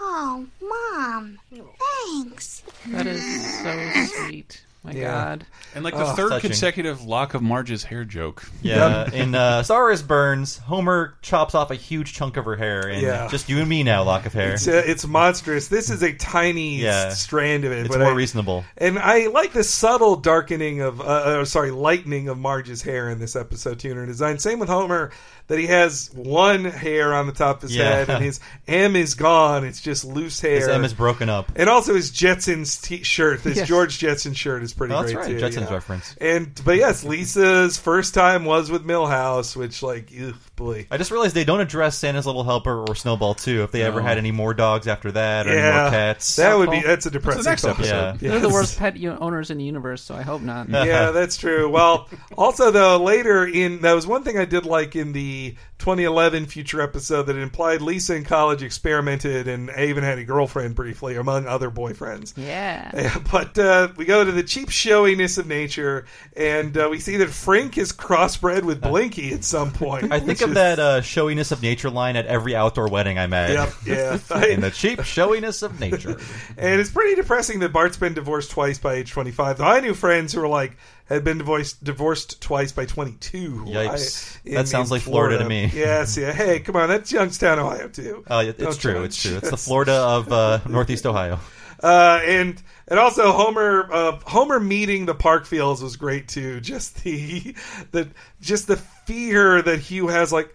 [SPEAKER 9] Oh, Mom. Thanks.
[SPEAKER 5] that is so sweet. My god,
[SPEAKER 4] And like the
[SPEAKER 1] Oh,
[SPEAKER 4] third
[SPEAKER 1] touching.
[SPEAKER 4] consecutive lock of Marge's hair joke.
[SPEAKER 1] Yeah, in uh, Star Is Burns, Homer chops off a huge chunk of her hair, and
[SPEAKER 3] Yeah.
[SPEAKER 1] just you and me now, lock of hair.
[SPEAKER 3] It's, uh, it's monstrous. This is a tiny
[SPEAKER 1] Yeah.
[SPEAKER 3] s- strand of it.
[SPEAKER 1] It's
[SPEAKER 3] but
[SPEAKER 1] more
[SPEAKER 3] I-
[SPEAKER 1] reasonable.
[SPEAKER 3] And I like the subtle darkening of, uh, uh, sorry, lightening of Marge's hair in this episode, too, in her design. Same with Homer, that he has one hair on the top of his
[SPEAKER 1] Yeah.
[SPEAKER 3] head, and his M is gone. It's just loose hair.
[SPEAKER 1] His M is broken up.
[SPEAKER 3] And also his Jetsons t- shirt, his
[SPEAKER 1] Yes.
[SPEAKER 3] George Jetson shirt is pretty
[SPEAKER 1] Oh, that's
[SPEAKER 3] great,
[SPEAKER 1] right,
[SPEAKER 3] too.
[SPEAKER 1] Jetsons reference.
[SPEAKER 3] And But yes, Lisa's first time was with Millhouse, which, like, ugh, boy.
[SPEAKER 1] I just realized they don't address Santa's Little Helper or Snowball too. If they ever
[SPEAKER 3] No.
[SPEAKER 1] had any more dogs after that, or any
[SPEAKER 3] Yeah.
[SPEAKER 1] more pets,
[SPEAKER 3] That would be- that's a That's the depressing next thought.
[SPEAKER 1] Yeah.
[SPEAKER 3] episode.
[SPEAKER 5] they're the
[SPEAKER 3] Yes.
[SPEAKER 5] worst pet u- owners in the universe, so I hope not.
[SPEAKER 3] yeah, that's true. Well, also though, later in that was one thing I did like in the 2011 future episode that it implied Lisa in college experimented and even had a girlfriend briefly, among other boyfriends.
[SPEAKER 5] Yeah.
[SPEAKER 3] But uh, we go to the cheap showiness of nature, and uh, we see that Frink is crossbred with Blinky at some point.
[SPEAKER 1] I think
[SPEAKER 3] which
[SPEAKER 1] of
[SPEAKER 3] is-
[SPEAKER 1] that uh, showiness of nature line at every outdoor wedding I'm at.
[SPEAKER 3] Yep, yeah.
[SPEAKER 1] and the cheap showiness of nature.
[SPEAKER 3] And it's pretty depressing that Bart's been divorced twice by age 25. Though I knew friends who were like, had been divorced divorced twice by 22.
[SPEAKER 1] Yikes.
[SPEAKER 3] I-
[SPEAKER 1] That sounds like Florida to me.
[SPEAKER 3] Yes, yeah. Hey, come on. That's Youngstown, Ohio, too.
[SPEAKER 1] Uh, it- it's
[SPEAKER 3] Don't
[SPEAKER 1] true.
[SPEAKER 3] judge.
[SPEAKER 1] It's true. It's the Florida of uh, Northeast Ohio.
[SPEAKER 3] Uh, and and also Homer uh, Homer meeting the Parkfields was great too. Just the the just the fear that Hugh has like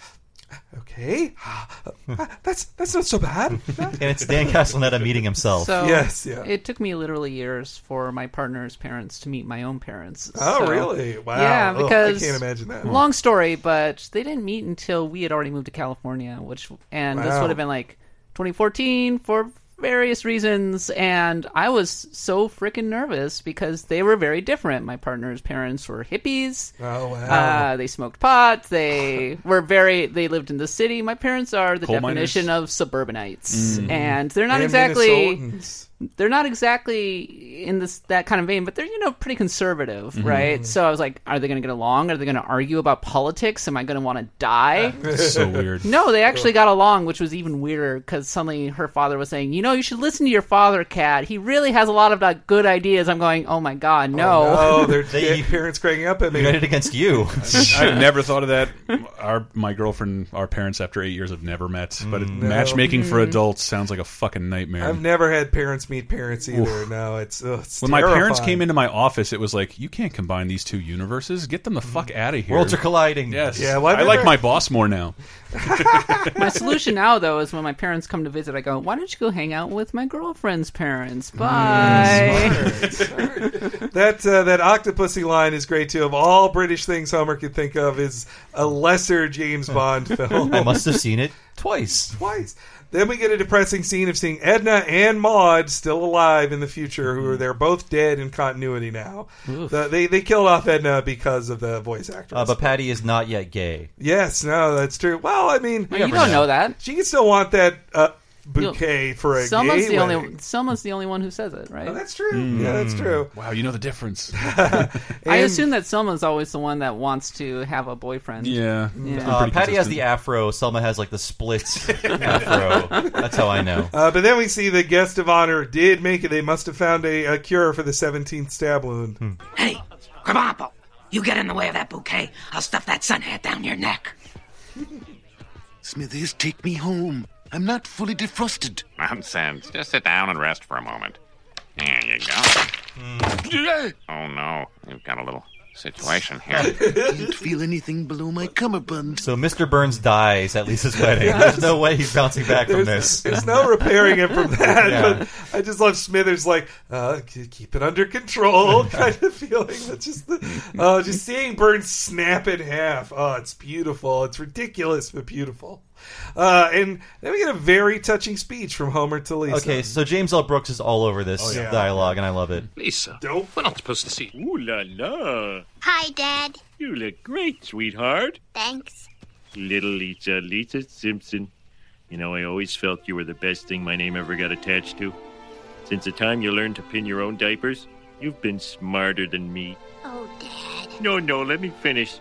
[SPEAKER 3] okay uh, that's that's not so bad.
[SPEAKER 1] And it's Dan Castellaneta meeting himself.
[SPEAKER 5] So
[SPEAKER 3] Yes, yeah.
[SPEAKER 5] It took me literally years for my partner's parents to meet my own parents.
[SPEAKER 3] Oh,
[SPEAKER 5] So-
[SPEAKER 3] really? Wow.
[SPEAKER 5] Yeah,
[SPEAKER 3] Ugh, I
[SPEAKER 5] because
[SPEAKER 3] can't imagine that.
[SPEAKER 5] Long story, but they didn't meet until we had already moved to California, which and this
[SPEAKER 3] Wow.
[SPEAKER 5] would have been like 2014 for various reasons and I was so freaking nervous because they were very different. My partner's parents were hippies.
[SPEAKER 3] Oh, wow.
[SPEAKER 5] Uh, they smoked pot. They were very they lived in the city. My parents are the
[SPEAKER 4] Coal miners.
[SPEAKER 5] definition of suburbanites
[SPEAKER 4] Mm.
[SPEAKER 5] and they're not
[SPEAKER 3] And
[SPEAKER 5] exactly
[SPEAKER 3] Minnesotans.
[SPEAKER 5] they're not exactly in this that kind of vein, but they're you know pretty conservative,
[SPEAKER 3] Mm-hmm.
[SPEAKER 4] Mhm.
[SPEAKER 5] right? So I was like, are they going to get along? Are they going to argue about politics? Am I going to want to die?
[SPEAKER 4] That's so weird.
[SPEAKER 5] No, they actually got along, which was even weirder because suddenly her father was saying, "You know, you should listen to your father, Cat. He really has a lot of like, good ideas." I'm going, "Oh my god, no!"
[SPEAKER 3] Oh, their parents cracking up at me.
[SPEAKER 1] United against you.
[SPEAKER 4] I've never thought of that. Our my girlfriend, our parents, after eight years, have never met. But matchmaking for
[SPEAKER 3] Mm.
[SPEAKER 4] adults sounds like a fucking nightmare.
[SPEAKER 3] I've never had parents meet parents either.
[SPEAKER 4] Oof.
[SPEAKER 3] No, it's, ugh, it's
[SPEAKER 4] when my parents
[SPEAKER 3] terrifying.
[SPEAKER 4] came into my office, it was like, you can't combine these two universes. Get them the fuck out of here.
[SPEAKER 1] Worlds are colliding.
[SPEAKER 4] Yes.
[SPEAKER 1] Yeah, well, I
[SPEAKER 4] I, like
[SPEAKER 1] remember-
[SPEAKER 4] my boss more now.
[SPEAKER 5] my solution now though is when my parents come to visit, I go, "Why don't you go hang out with my girlfriend's
[SPEAKER 3] Mm,
[SPEAKER 5] parents?" Bye.
[SPEAKER 3] that uh, that octopussy line is great too. Of all British things Homer could think of, is a lesser James Bond film.
[SPEAKER 1] I must have seen it twice.
[SPEAKER 3] Twice. Then we get a depressing scene of seeing Edna and Maud still alive in the future,
[SPEAKER 4] Mm-hmm.
[SPEAKER 3] who are they're both dead in continuity now. The- they they killed off Edna because of the voice actress.
[SPEAKER 1] Uh, but Patty is not yet gay.
[SPEAKER 3] Yes, no, that's true. Well, I mean,
[SPEAKER 1] You you never don't know. know
[SPEAKER 5] that.
[SPEAKER 3] She can still want that uh, bouquet for a
[SPEAKER 5] Selma's
[SPEAKER 3] gay
[SPEAKER 5] the only
[SPEAKER 3] wedding.
[SPEAKER 5] Selma's the only one who says it, right?
[SPEAKER 3] Oh, that's true.
[SPEAKER 1] Hmm.
[SPEAKER 3] Yeah, that's true.
[SPEAKER 4] Wow, you know the difference.
[SPEAKER 5] I
[SPEAKER 3] And-
[SPEAKER 5] assume that Selma's always the one that wants to have a boyfriend.
[SPEAKER 1] Uh, Patty has the afro. Selma has like the splits afro. That's how I know.
[SPEAKER 3] Uh, but then we see the guest of honor did make it. They must have found a, a cure for the 17th stab wound.
[SPEAKER 1] Hmm.
[SPEAKER 25] Crabampo, you get in the way of that bouquet. I'll stuff that sun hat down your neck.
[SPEAKER 17] Smithers, take me home. I'm not fully defrosted.
[SPEAKER 13] Nonsense. Just sit down and rest for a moment. There you go. Oh no, we've got a little situation here.
[SPEAKER 17] Can't feel anything below my cummerbund.
[SPEAKER 1] So Mr. Burns dies at Lisa's wedding. There's no way he's bouncing back from this.
[SPEAKER 3] There's no repairing it from that.
[SPEAKER 1] Yeah.
[SPEAKER 3] But I just love Smithers like uh, k- keep it under control kind of feeling. That's just the, uh, just seeing Burns snap in half. Oh, it's beautiful. It's ridiculous but beautiful. Uh, and then we get a very touching speech from Homer to Lisa.
[SPEAKER 1] Okay, so James L. Brooks is all over this
[SPEAKER 3] Oh, yeah.
[SPEAKER 1] dialogue, and I love it.
[SPEAKER 12] Lisa,
[SPEAKER 3] Dope.
[SPEAKER 12] we're not supposed to see.
[SPEAKER 26] Ooh la la.
[SPEAKER 9] Hi, Dad.
[SPEAKER 26] You look great, sweetheart.
[SPEAKER 9] Thanks.
[SPEAKER 26] Little Lisa, Lisa Simpson. You know, I always felt you were the best thing my name ever got attached to. Since the time you learned to pin your own diapers, you've been smarter than me.
[SPEAKER 9] Oh, Dad.
[SPEAKER 26] No, no, let me finish.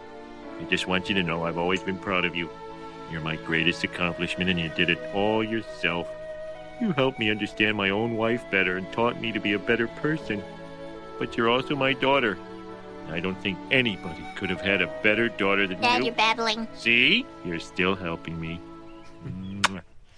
[SPEAKER 26] I just want you to know I've always been proud of you. You're my greatest accomplishment, and you did it all yourself. You helped me understand my own wife better and taught me to be a better person. But you're also my daughter. and I don't think anybody could have had a better daughter than
[SPEAKER 9] Dad,
[SPEAKER 26] you.
[SPEAKER 9] you're babbling.
[SPEAKER 26] See? You're still helping me.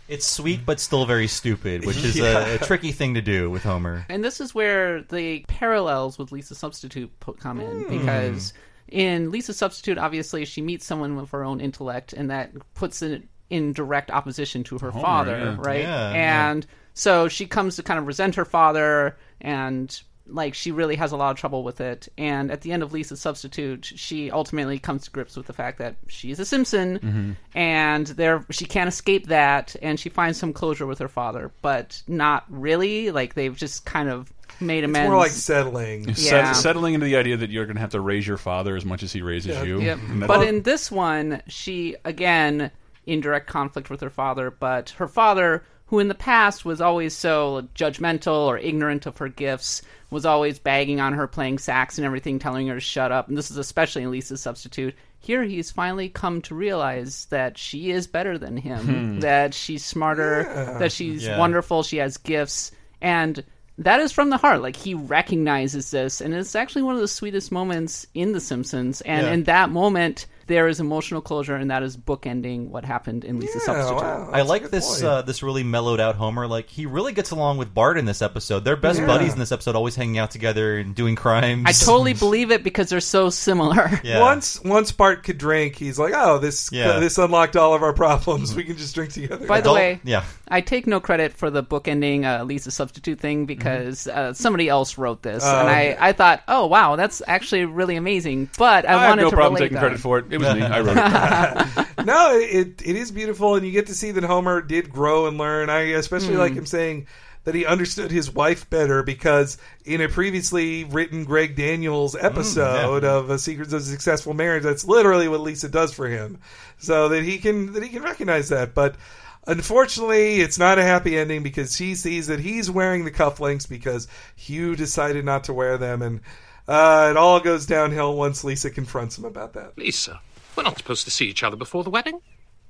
[SPEAKER 1] It's sweet, but still very stupid, which is
[SPEAKER 5] Yeah.
[SPEAKER 1] a, a tricky thing to do with Homer.
[SPEAKER 5] And this is where the parallels with Lisa Substitute po- come in
[SPEAKER 1] Hmm.
[SPEAKER 5] because in Lisa Substitute, obviously she meets someone with her own intellect, and that puts it in direct opposition to her
[SPEAKER 16] Homer,
[SPEAKER 5] father,
[SPEAKER 16] yeah.
[SPEAKER 5] right?
[SPEAKER 16] Yeah, yeah.
[SPEAKER 5] and so she comes to kind of resent her father, and like she really has a lot of trouble with it. And at the end of Lisa Substitute, she ultimately comes to grips with the fact that she's a Simpson,
[SPEAKER 3] Mm-hmm.
[SPEAKER 16] Mhm.
[SPEAKER 5] and there she can't escape that and she finds some closure with her father but not really like they've just kind of made amends
[SPEAKER 3] more like settling.
[SPEAKER 5] yeah,
[SPEAKER 4] Set- settling into the idea that you're going to have to raise your father as much as he raises
[SPEAKER 5] Yep.
[SPEAKER 4] you.
[SPEAKER 5] Yep.
[SPEAKER 4] And that-
[SPEAKER 5] but in this one she again in direct conflict with her father but her father who in the past was always so judgmental or ignorant of her gifts was always bagging on her playing sax and everything telling her to shut up and this is especially in lisa's substitute here he's finally come to realize that she is better than him
[SPEAKER 16] Hmm.
[SPEAKER 5] that she's smarter
[SPEAKER 16] Yeah.
[SPEAKER 5] that she's
[SPEAKER 16] Yeah.
[SPEAKER 5] wonderful she has gifts and that is from the heart like he recognizes this and it's actually one of the sweetest moments in the simpsons and
[SPEAKER 1] Yeah.
[SPEAKER 5] in that moment there is emotional closure and that is bookending what happened in lisa substitute
[SPEAKER 1] I like this uh, this really mellowed out Homer. Like he really gets along with Bart in this episode. They're best
[SPEAKER 5] Yeah.
[SPEAKER 1] buddies in this episode, always hanging out together and doing crimes.
[SPEAKER 5] i totally believe it because they're so similar
[SPEAKER 3] Once once Bart could drink, he's like, "Oh, this
[SPEAKER 1] Yeah.
[SPEAKER 3] this unlocked all of our problems. We can just drink together."
[SPEAKER 5] By the
[SPEAKER 3] now."
[SPEAKER 5] way, I take no credit for the bookending uh, Lisa substitute thing because uh, somebody else wrote this,
[SPEAKER 4] Mm-hmm. Oh,
[SPEAKER 5] and
[SPEAKER 4] okay.
[SPEAKER 5] I, I thought, oh wow, that's actually really amazing. But I,
[SPEAKER 4] I have
[SPEAKER 5] wanted
[SPEAKER 4] no
[SPEAKER 5] to
[SPEAKER 4] problem
[SPEAKER 5] relate
[SPEAKER 4] taking
[SPEAKER 5] that.
[SPEAKER 4] credit for it. It was me. I wrote it.
[SPEAKER 3] no, it it is beautiful, and you get to see that Homer did grow and learn. I especially
[SPEAKER 4] Hmm.
[SPEAKER 3] like him saying that he understood his wife better because in a previously written Greg Daniels episode of uh, Secrets of Successful Marriage, that's literally what Lisa does for him, so that he can that he can recognize that, but. Unfortunately, it's not a happy ending because she sees that he's wearing the cufflinks because Hugh decided not to wear them, and uh, it all goes downhill once Lisa confronts him about that.
[SPEAKER 12] Lisa, we're not supposed to see each other before the wedding.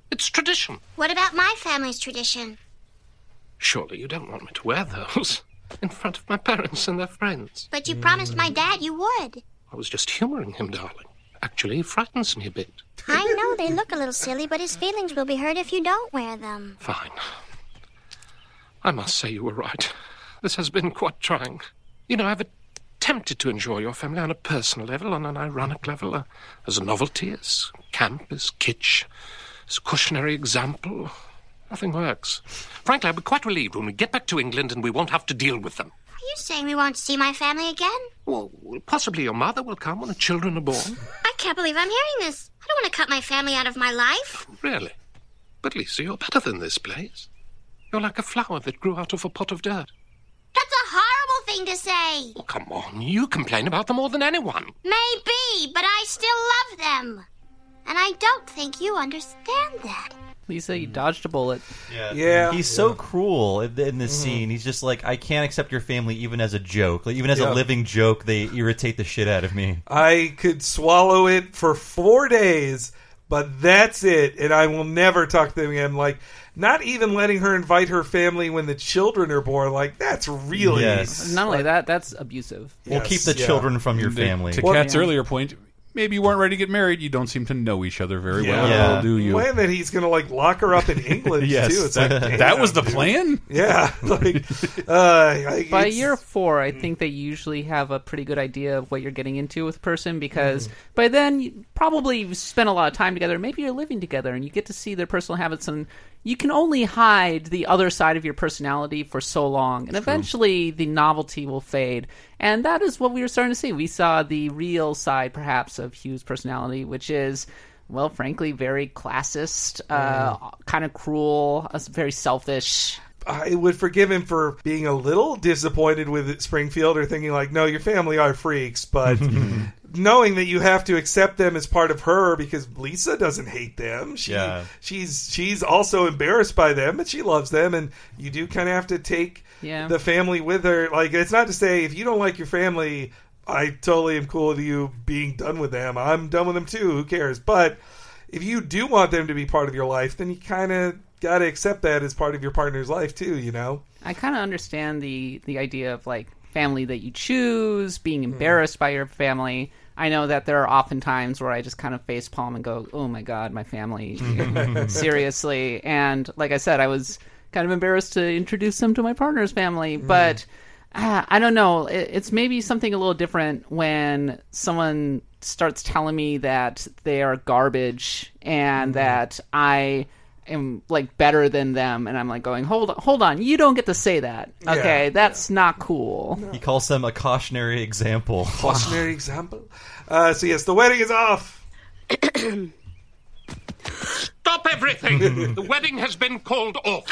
[SPEAKER 12] It's tradition.
[SPEAKER 9] What about my family's tradition?
[SPEAKER 12] Surely you don't want me to wear those in front of my parents and their friends.
[SPEAKER 9] But you promised
[SPEAKER 26] Mm.
[SPEAKER 9] my dad you would.
[SPEAKER 12] I was just humouring him, darling. Actually, he frightens me a bit.
[SPEAKER 9] I know they look a little silly, but his feelings will be hurt if you don't wear them.
[SPEAKER 12] Fine. I must say you were right. This has been quite trying. You know, I've attempted to enjoy your family on a personal level, on an ironic level, uh, as a novelty, as camp, as kitsch, as a cautionary example. Nothing works. Frankly, I'll be quite relieved when we get back to England and we won't have to deal with them.
[SPEAKER 9] Are you saying we won't see my family again?
[SPEAKER 12] Well, possibly your mother will come when the children are born.
[SPEAKER 9] I can't believe I'm hearing this. I don't want to cut my family out of my life.
[SPEAKER 12] Really? But Lisa, you're better than this place. You're like a flower that grew out of a pot of dirt.
[SPEAKER 9] That's a horrible thing to say.
[SPEAKER 12] Oh, come on, you complain about them more than anyone.
[SPEAKER 9] Maybe, but I still love them. And I don't think you understand that.
[SPEAKER 5] Lisa,
[SPEAKER 4] Mm-hmm.
[SPEAKER 5] you dodged a bullet.
[SPEAKER 1] He's so cruel in, in this scene. He's just like, I can't accept your family even as a joke. Like, even as
[SPEAKER 3] Yeah.
[SPEAKER 1] a living joke, they irritate the shit out of me.
[SPEAKER 3] I could swallow it for four days, but that's it, and I will never talk to them again. Like, not even letting her invite her family when the children are born. Like, that's really
[SPEAKER 5] Not only that, that's abusive.
[SPEAKER 1] yeah. children from your
[SPEAKER 4] To-
[SPEAKER 1] family.
[SPEAKER 4] To
[SPEAKER 1] Well,
[SPEAKER 4] Kat's
[SPEAKER 1] yeah.
[SPEAKER 4] earlier point, maybe you weren't ready to get married. You don't seem to know each other very well,
[SPEAKER 3] Yeah.
[SPEAKER 4] at all, do you?
[SPEAKER 3] Plan that he's gonna like lock her up in England
[SPEAKER 4] Yes,
[SPEAKER 3] too. It's
[SPEAKER 4] that-
[SPEAKER 3] like
[SPEAKER 4] that
[SPEAKER 3] damn,
[SPEAKER 4] was the
[SPEAKER 3] dude.
[SPEAKER 4] plan?
[SPEAKER 3] Yeah, like uh, like,
[SPEAKER 5] By
[SPEAKER 3] it's- Mm.
[SPEAKER 5] year four, I think they usually have a pretty good idea of what you're getting into with a person because
[SPEAKER 3] Mm-hmm.
[SPEAKER 5] by then you probably you've spent a lot of time together. Maybe you're living together and you get to see their personal habits, and you can only hide the other side of your personality for so long. And eventually the novelty will fade. And that is what we were starting to see. We saw the real side, perhaps, of Hugh's personality, which is. Well, frankly, very classist,
[SPEAKER 3] Mm.
[SPEAKER 5] uh, kind of cruel, uh, very selfish.
[SPEAKER 3] I would forgive him for being a little disappointed with Springfield or thinking like, no, your family are freaks, but knowing that you have to accept them as part of her because Lisa doesn't hate them. She
[SPEAKER 1] Yeah.
[SPEAKER 3] she's she's also embarrassed by them, but she loves them and you do kind of have to take
[SPEAKER 5] Yeah.
[SPEAKER 3] the family with her. Like it's not to say if you don't like your family, I totally am cool with you being done with them. I'm done with them too. Who cares? But if you do want them to be part of your life, then you kind of got to accept that as part of your partner's life too. You know?
[SPEAKER 5] I kind of understand the the idea of like family that you choose, being embarrassed by your family. I know that there are often times where I just kind of face palm and go, "Oh my god, my family, seriously." And like I said, I was kind of embarrassed to introduce them to my partner's family, but ah, I don't know. It, it's maybe something a little different when someone starts telling me that they are garbage and
[SPEAKER 3] Mm.
[SPEAKER 5] that I am like better than them and I'm like going hold on hold on you don't get to say that okay that's not cool
[SPEAKER 1] He calls them a cautionary example.
[SPEAKER 3] Cautionary example. Uh, so yes, the wedding is off.
[SPEAKER 12] Stop everything! the wedding has been called off.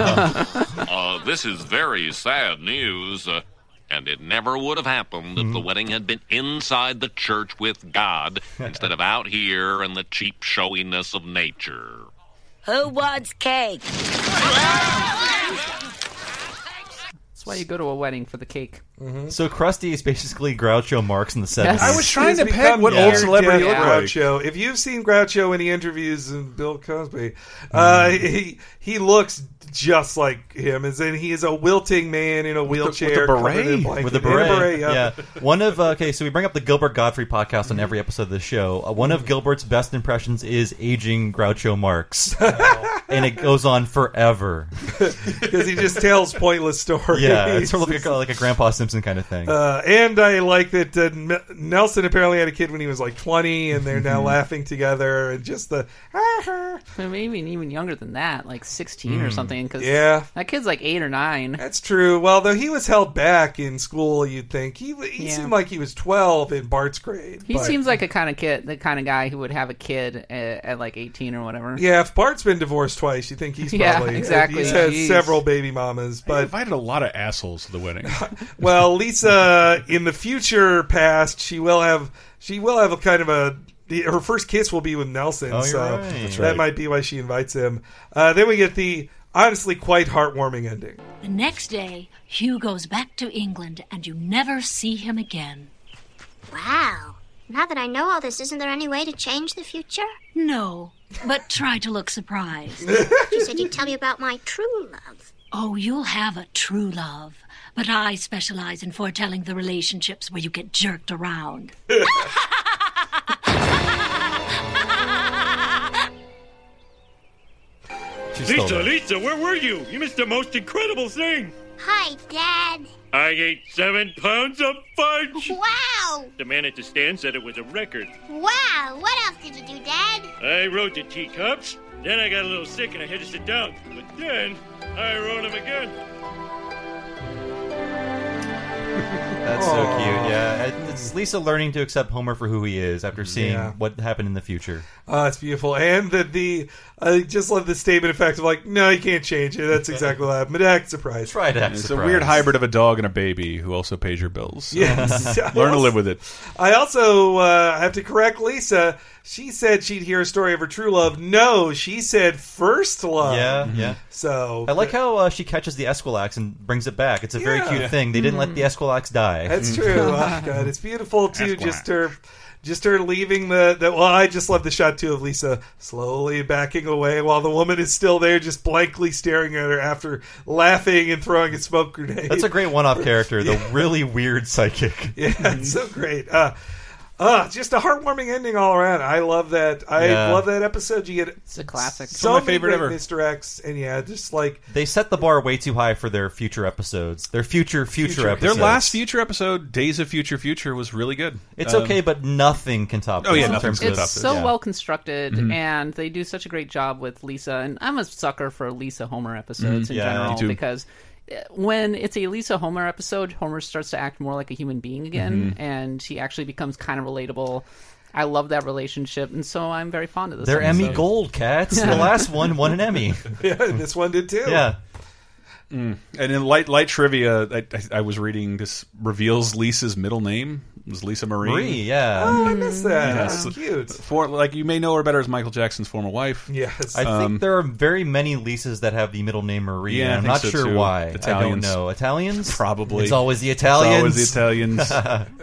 [SPEAKER 7] uh, this is very sad news, uh, and it never would have happened if the wedding had been inside the church with God instead of out here in the cheap showiness of nature.
[SPEAKER 16] Who wants cake?
[SPEAKER 5] that's why you go to a wedding for the cake
[SPEAKER 1] So Krusty is basically Groucho Marx in the 70s.
[SPEAKER 5] I was trying
[SPEAKER 3] He's
[SPEAKER 5] to peg
[SPEAKER 3] become
[SPEAKER 5] what old
[SPEAKER 3] near
[SPEAKER 5] celebrity
[SPEAKER 3] death
[SPEAKER 5] looked like.
[SPEAKER 3] Groucho. If you've seen Groucho in the interviews and Bill Cosby, uh,
[SPEAKER 1] Mm.
[SPEAKER 3] he he looks just like him. As in, he is a wilting man in a wheelchair covered in blankets.
[SPEAKER 1] With a
[SPEAKER 3] In
[SPEAKER 1] beret.
[SPEAKER 3] yeah.
[SPEAKER 1] yeah. One of uh, okay, so we bring up the Gilbert Godfrey podcast
[SPEAKER 3] Mm-hmm.
[SPEAKER 1] on every episode of the show. Uh, one of Gilbert's best impressions is aging Groucho Marx, and it goes on forever.
[SPEAKER 3] because he just tells pointless stories.
[SPEAKER 1] Yeah, it's sort of like a, like a Grandpa Simpson kind of thing.
[SPEAKER 3] Uh, and I like that uh, N- Nelson apparently had a kid when he was like 20, and they're
[SPEAKER 1] Mm-hmm.
[SPEAKER 3] now laughing together. And just the
[SPEAKER 5] maybe even younger than that like 16 or
[SPEAKER 3] Mm.
[SPEAKER 5] something because
[SPEAKER 3] Yeah.
[SPEAKER 5] that kid's like 8 or 9
[SPEAKER 3] that's true. Well, though he was held back in school, you'd think he he
[SPEAKER 5] Yeah.
[SPEAKER 3] seemed like he was 12 in Bart's grade.
[SPEAKER 5] he
[SPEAKER 3] but-
[SPEAKER 5] seems like a kind of kid the kind of guy who would have a kid at, at like 18 or whatever
[SPEAKER 3] Yeah, if Bart's been divorced twice, you think he's
[SPEAKER 5] Yeah,
[SPEAKER 3] probably
[SPEAKER 5] exactly.
[SPEAKER 3] He's had
[SPEAKER 5] Jeez.
[SPEAKER 3] several baby mamas, but
[SPEAKER 4] invited a lot of assholes to the wedding.
[SPEAKER 3] well, Lisa, in the future past, she will have she will have a kind of a the, her first kiss will be with Nelson,
[SPEAKER 1] Oh, you're
[SPEAKER 3] so
[SPEAKER 1] right. That's
[SPEAKER 3] that
[SPEAKER 1] right.
[SPEAKER 3] might be why she invites him. Uh, then we get the honestly quite heartwarming ending.
[SPEAKER 10] The next day, Hugh goes back to England and you never see him again.
[SPEAKER 9] Wow. Now that I know all this, isn't there any way to change the future?
[SPEAKER 10] No, but try to look surprised.
[SPEAKER 9] You said you'd tell me about my true love.
[SPEAKER 10] Oh, you'll have a true love. But I specialize in foretelling the relationships where you get jerked around.
[SPEAKER 1] still
[SPEAKER 2] Lisa,
[SPEAKER 1] there.
[SPEAKER 2] Lisa, where were you? You missed the most incredible thing.
[SPEAKER 9] Hi, Dad.
[SPEAKER 2] I ate seven pounds of fudge.
[SPEAKER 9] Wow.
[SPEAKER 2] The man at the stand said it was a record.
[SPEAKER 9] Wow. What else did you do, Dad?
[SPEAKER 2] I rode the teacups. Then I got a little sick and I had to sit down. But then I rode him again.
[SPEAKER 1] That's so
[SPEAKER 3] Aw.
[SPEAKER 1] cute. Yeah, It- it's Lisa learning to accept Homer for who he is after seeing
[SPEAKER 3] Yeah.
[SPEAKER 1] what happened in the future.
[SPEAKER 3] Oh, it's beautiful. And the, the I just love the statement effect of like, no, you can't change it. That's exactly what happened. But act surprise.
[SPEAKER 4] It's a weird hybrid of a dog and a baby who also pays your bills. So
[SPEAKER 3] Yes.
[SPEAKER 4] Learn to live with it.
[SPEAKER 3] I also uh, have to correct Lisa. She said she'd hear a story of her true love. No, she said first love.
[SPEAKER 1] Yeah,
[SPEAKER 4] Mm-hmm.
[SPEAKER 1] yeah.
[SPEAKER 3] So
[SPEAKER 1] I like how uh, she catches the Esquilax and brings it back. It's a very
[SPEAKER 3] Yeah.
[SPEAKER 1] cute thing. They didn't let the
[SPEAKER 4] Mm-hmm.
[SPEAKER 1] Esquilax die.
[SPEAKER 3] That's true. oh, God, it's beautiful too. Just her, just her leaving the, the. Well, I just love the shot too of Lisa slowly backing away while the woman is still there, just blankly staring at her after laughing and throwing a smoke grenade.
[SPEAKER 1] That's a great one-off character. The really weird psychic.
[SPEAKER 3] Yeah, it's
[SPEAKER 1] Mm.
[SPEAKER 3] so great. Uh, uh, just a heartwarming ending all around. I love that. I
[SPEAKER 1] Yeah.
[SPEAKER 3] love that episode. You get it's a classic. So
[SPEAKER 1] It's one of my
[SPEAKER 3] many
[SPEAKER 1] favorite
[SPEAKER 3] great
[SPEAKER 1] ever.
[SPEAKER 3] misdirects, and yeah, just like
[SPEAKER 1] They set the bar way too high for their future episodes. Their future future,
[SPEAKER 4] Their
[SPEAKER 1] episodes.
[SPEAKER 4] last future episode, Days of Future Future, was really good.
[SPEAKER 1] It's
[SPEAKER 4] Um,
[SPEAKER 1] okay, but nothing can top.
[SPEAKER 4] Oh, yeah,
[SPEAKER 1] this in
[SPEAKER 4] nothing
[SPEAKER 1] terms
[SPEAKER 4] can
[SPEAKER 1] of
[SPEAKER 4] top
[SPEAKER 5] It's so well constructed,
[SPEAKER 1] Mhm.
[SPEAKER 5] and they do such a great job with Lisa. And I'm a sucker for Lisa Homer episodes
[SPEAKER 1] Mhm.
[SPEAKER 5] in
[SPEAKER 1] Yeah, me
[SPEAKER 5] general
[SPEAKER 1] too.
[SPEAKER 5] because uh, when it's a Lisa Homer episode, Homer starts to act more like a human being again,
[SPEAKER 1] Mhm.
[SPEAKER 5] and he actually becomes kind of relatable. I love that relationship, and so I'm very fond of this.
[SPEAKER 1] They're Emmy
[SPEAKER 5] episode.
[SPEAKER 1] Gold cats. The
[SPEAKER 5] Yeah.
[SPEAKER 1] last one won an Emmy.
[SPEAKER 3] yeah, this one did too.
[SPEAKER 1] Yeah.
[SPEAKER 4] Mm. And in light light trivia, I, I, I was reading this reveals Lisa's middle name It was Lisa Marie.
[SPEAKER 1] Marie, yeah.
[SPEAKER 3] Oh, I missed
[SPEAKER 1] Mm-hmm.
[SPEAKER 3] that.
[SPEAKER 4] Yes.
[SPEAKER 3] That's cute.
[SPEAKER 4] For like you may know her better as Michael Jackson's former wife.
[SPEAKER 3] Yes,
[SPEAKER 1] I think
[SPEAKER 4] Um,
[SPEAKER 1] there are very many Lisas that have the middle name Marie.
[SPEAKER 4] Yeah, I
[SPEAKER 1] and I'm
[SPEAKER 4] think
[SPEAKER 1] not
[SPEAKER 4] so,
[SPEAKER 1] sure
[SPEAKER 4] too.
[SPEAKER 1] why.
[SPEAKER 4] Italians.
[SPEAKER 1] I don't know. Italians?
[SPEAKER 4] Probably.
[SPEAKER 1] It's always the
[SPEAKER 4] It's
[SPEAKER 1] Italians.
[SPEAKER 4] always the Italians.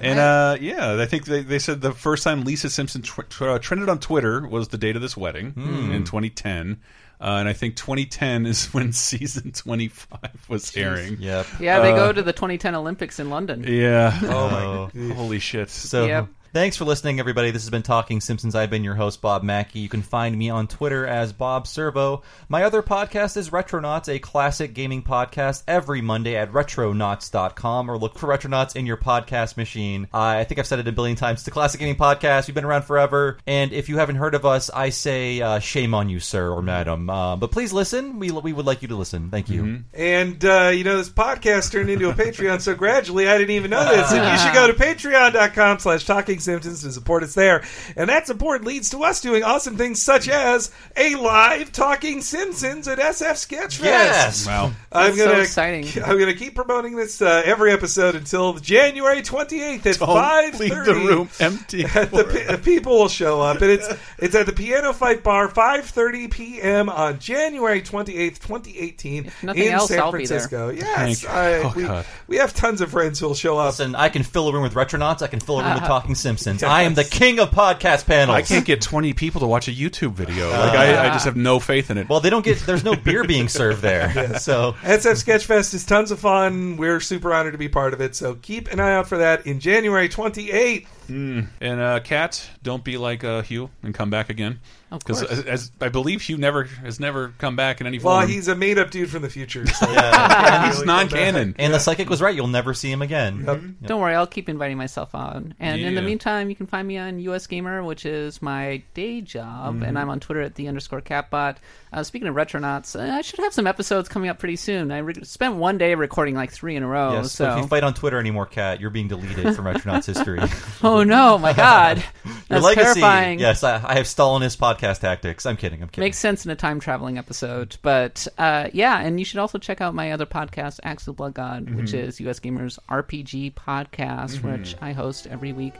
[SPEAKER 4] and uh, yeah, I think they, they said the first time Lisa Simpson tw tw- uh, trended on Twitter was the date of this wedding
[SPEAKER 1] Hmm.
[SPEAKER 4] in 2010. Uh, and I think 2010 is when season 25 was airing.
[SPEAKER 1] Yep.
[SPEAKER 5] Yeah, they
[SPEAKER 4] Uh,
[SPEAKER 5] go to the 2010 Olympics in London.
[SPEAKER 4] Yeah.
[SPEAKER 1] Oh, my
[SPEAKER 4] holy shit. So
[SPEAKER 1] So thanks for listening, everybody. This has been Talking Simpsons. I've been your host, Bob Mackey. You can find me on Twitter as Bob Servo. My other podcast is Retronauts, a classic gaming podcast, every Monday at retronauts.com or look for Retronauts in your podcast machine. I I think I've said it a billion times. It's a classic gaming podcast. We've been around forever. And if you haven't heard of us, I say uh, shame on you, sir or madam. Uh, but please listen. We, we would like you to listen. Thank you.
[SPEAKER 3] And uh, you know this podcast turned into a Patreon so gradually I didn't even know this. And you should go to patreon.com slash talking symptoms to support us there. And that support leads to us doing awesome things such as a live talking Simpsons at SF Sketchfest.
[SPEAKER 1] Yes! Wow.
[SPEAKER 3] I'm
[SPEAKER 5] That's
[SPEAKER 3] gonna,
[SPEAKER 5] so exciting.
[SPEAKER 3] I'm gonna keep promoting this uh, every episode until January 28th at five thirty.
[SPEAKER 4] leave the room empty.
[SPEAKER 3] the, pe- the people will show up, and it's it's at the Piano Fight Bar, 5:30 p.m. on January 28th, 2018,
[SPEAKER 5] nothing
[SPEAKER 3] in
[SPEAKER 5] else,
[SPEAKER 3] San
[SPEAKER 5] I'll be there.
[SPEAKER 3] Francisco. Yes,
[SPEAKER 1] Thank-
[SPEAKER 3] I,
[SPEAKER 1] oh,
[SPEAKER 3] we,
[SPEAKER 1] God.
[SPEAKER 3] we have tons of friends who'll show up.
[SPEAKER 1] Listen, I can fill a room with Retronauts. I can fill a room with Talking Simpsons. I am the king of podcast panels.
[SPEAKER 4] I can't get 20 people to watch a YouTube video. Like I, I just have no faith in it.
[SPEAKER 1] Well, they don't get. There's no beer being served there. So
[SPEAKER 3] SF Sketchfest is tons of fun. We're super honored to be part of it. So keep an eye out for that in January 28th.
[SPEAKER 4] Mm. And uh, Kat, don't be like uh, Hugh and come back again.
[SPEAKER 3] Of
[SPEAKER 4] Because
[SPEAKER 3] course.
[SPEAKER 4] as, as I believe Hugh never has never come back in any form.
[SPEAKER 3] Well, he's a made-up dude from the future. So
[SPEAKER 1] Yeah.
[SPEAKER 4] He's non-canon.
[SPEAKER 1] And the psychic was right. You'll never see him again.
[SPEAKER 5] Don't worry, I'll keep inviting myself on. And in the
[SPEAKER 1] Yeah.
[SPEAKER 5] meantime, you can find me on US Gamer, which is my day job,
[SPEAKER 1] Mhm.
[SPEAKER 5] and I'm on Twitter at the underscore catbot. Uh, speaking of retronauts, uh, I should have some episodes coming up pretty soon. I re- spent one day recording like three in a row.
[SPEAKER 1] yes,
[SPEAKER 5] Oh, so
[SPEAKER 1] so if you fight on Twitter anymore, Kat, you're being deleted from Retronauts history.
[SPEAKER 5] oh no, my god,
[SPEAKER 1] Your
[SPEAKER 5] that's
[SPEAKER 1] legacy.
[SPEAKER 5] terrifying.
[SPEAKER 1] Yes, I, I have Stalinist podcast tactics. I'm kidding. I'm kidding.
[SPEAKER 5] Makes sense in a time traveling episode, but uh, yeah, and you should also check out my other podcast, Axel Blood God, which
[SPEAKER 1] Mhm.
[SPEAKER 5] is US Gamers RPG podcast,
[SPEAKER 1] Mhm.
[SPEAKER 5] which I host every week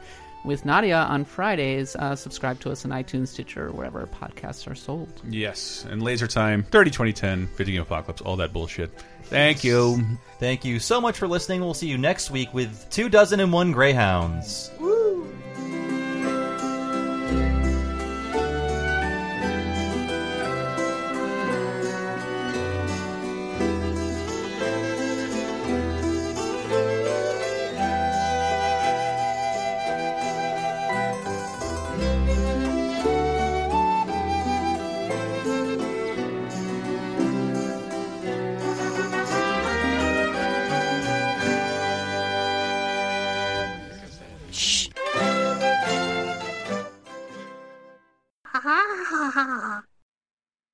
[SPEAKER 5] with Nadia on Fridays. Uh, subscribe to us on iTunes, Stitcher, wherever podcasts are sold.
[SPEAKER 4] yes, and Laser Time, 30, 2010, Video Game Apocalypse, all that bullshit. Thank you.
[SPEAKER 1] Thank you so much for listening. We'll see you next week with two dozen and one greyhounds.
[SPEAKER 9] Ha ha ha ha.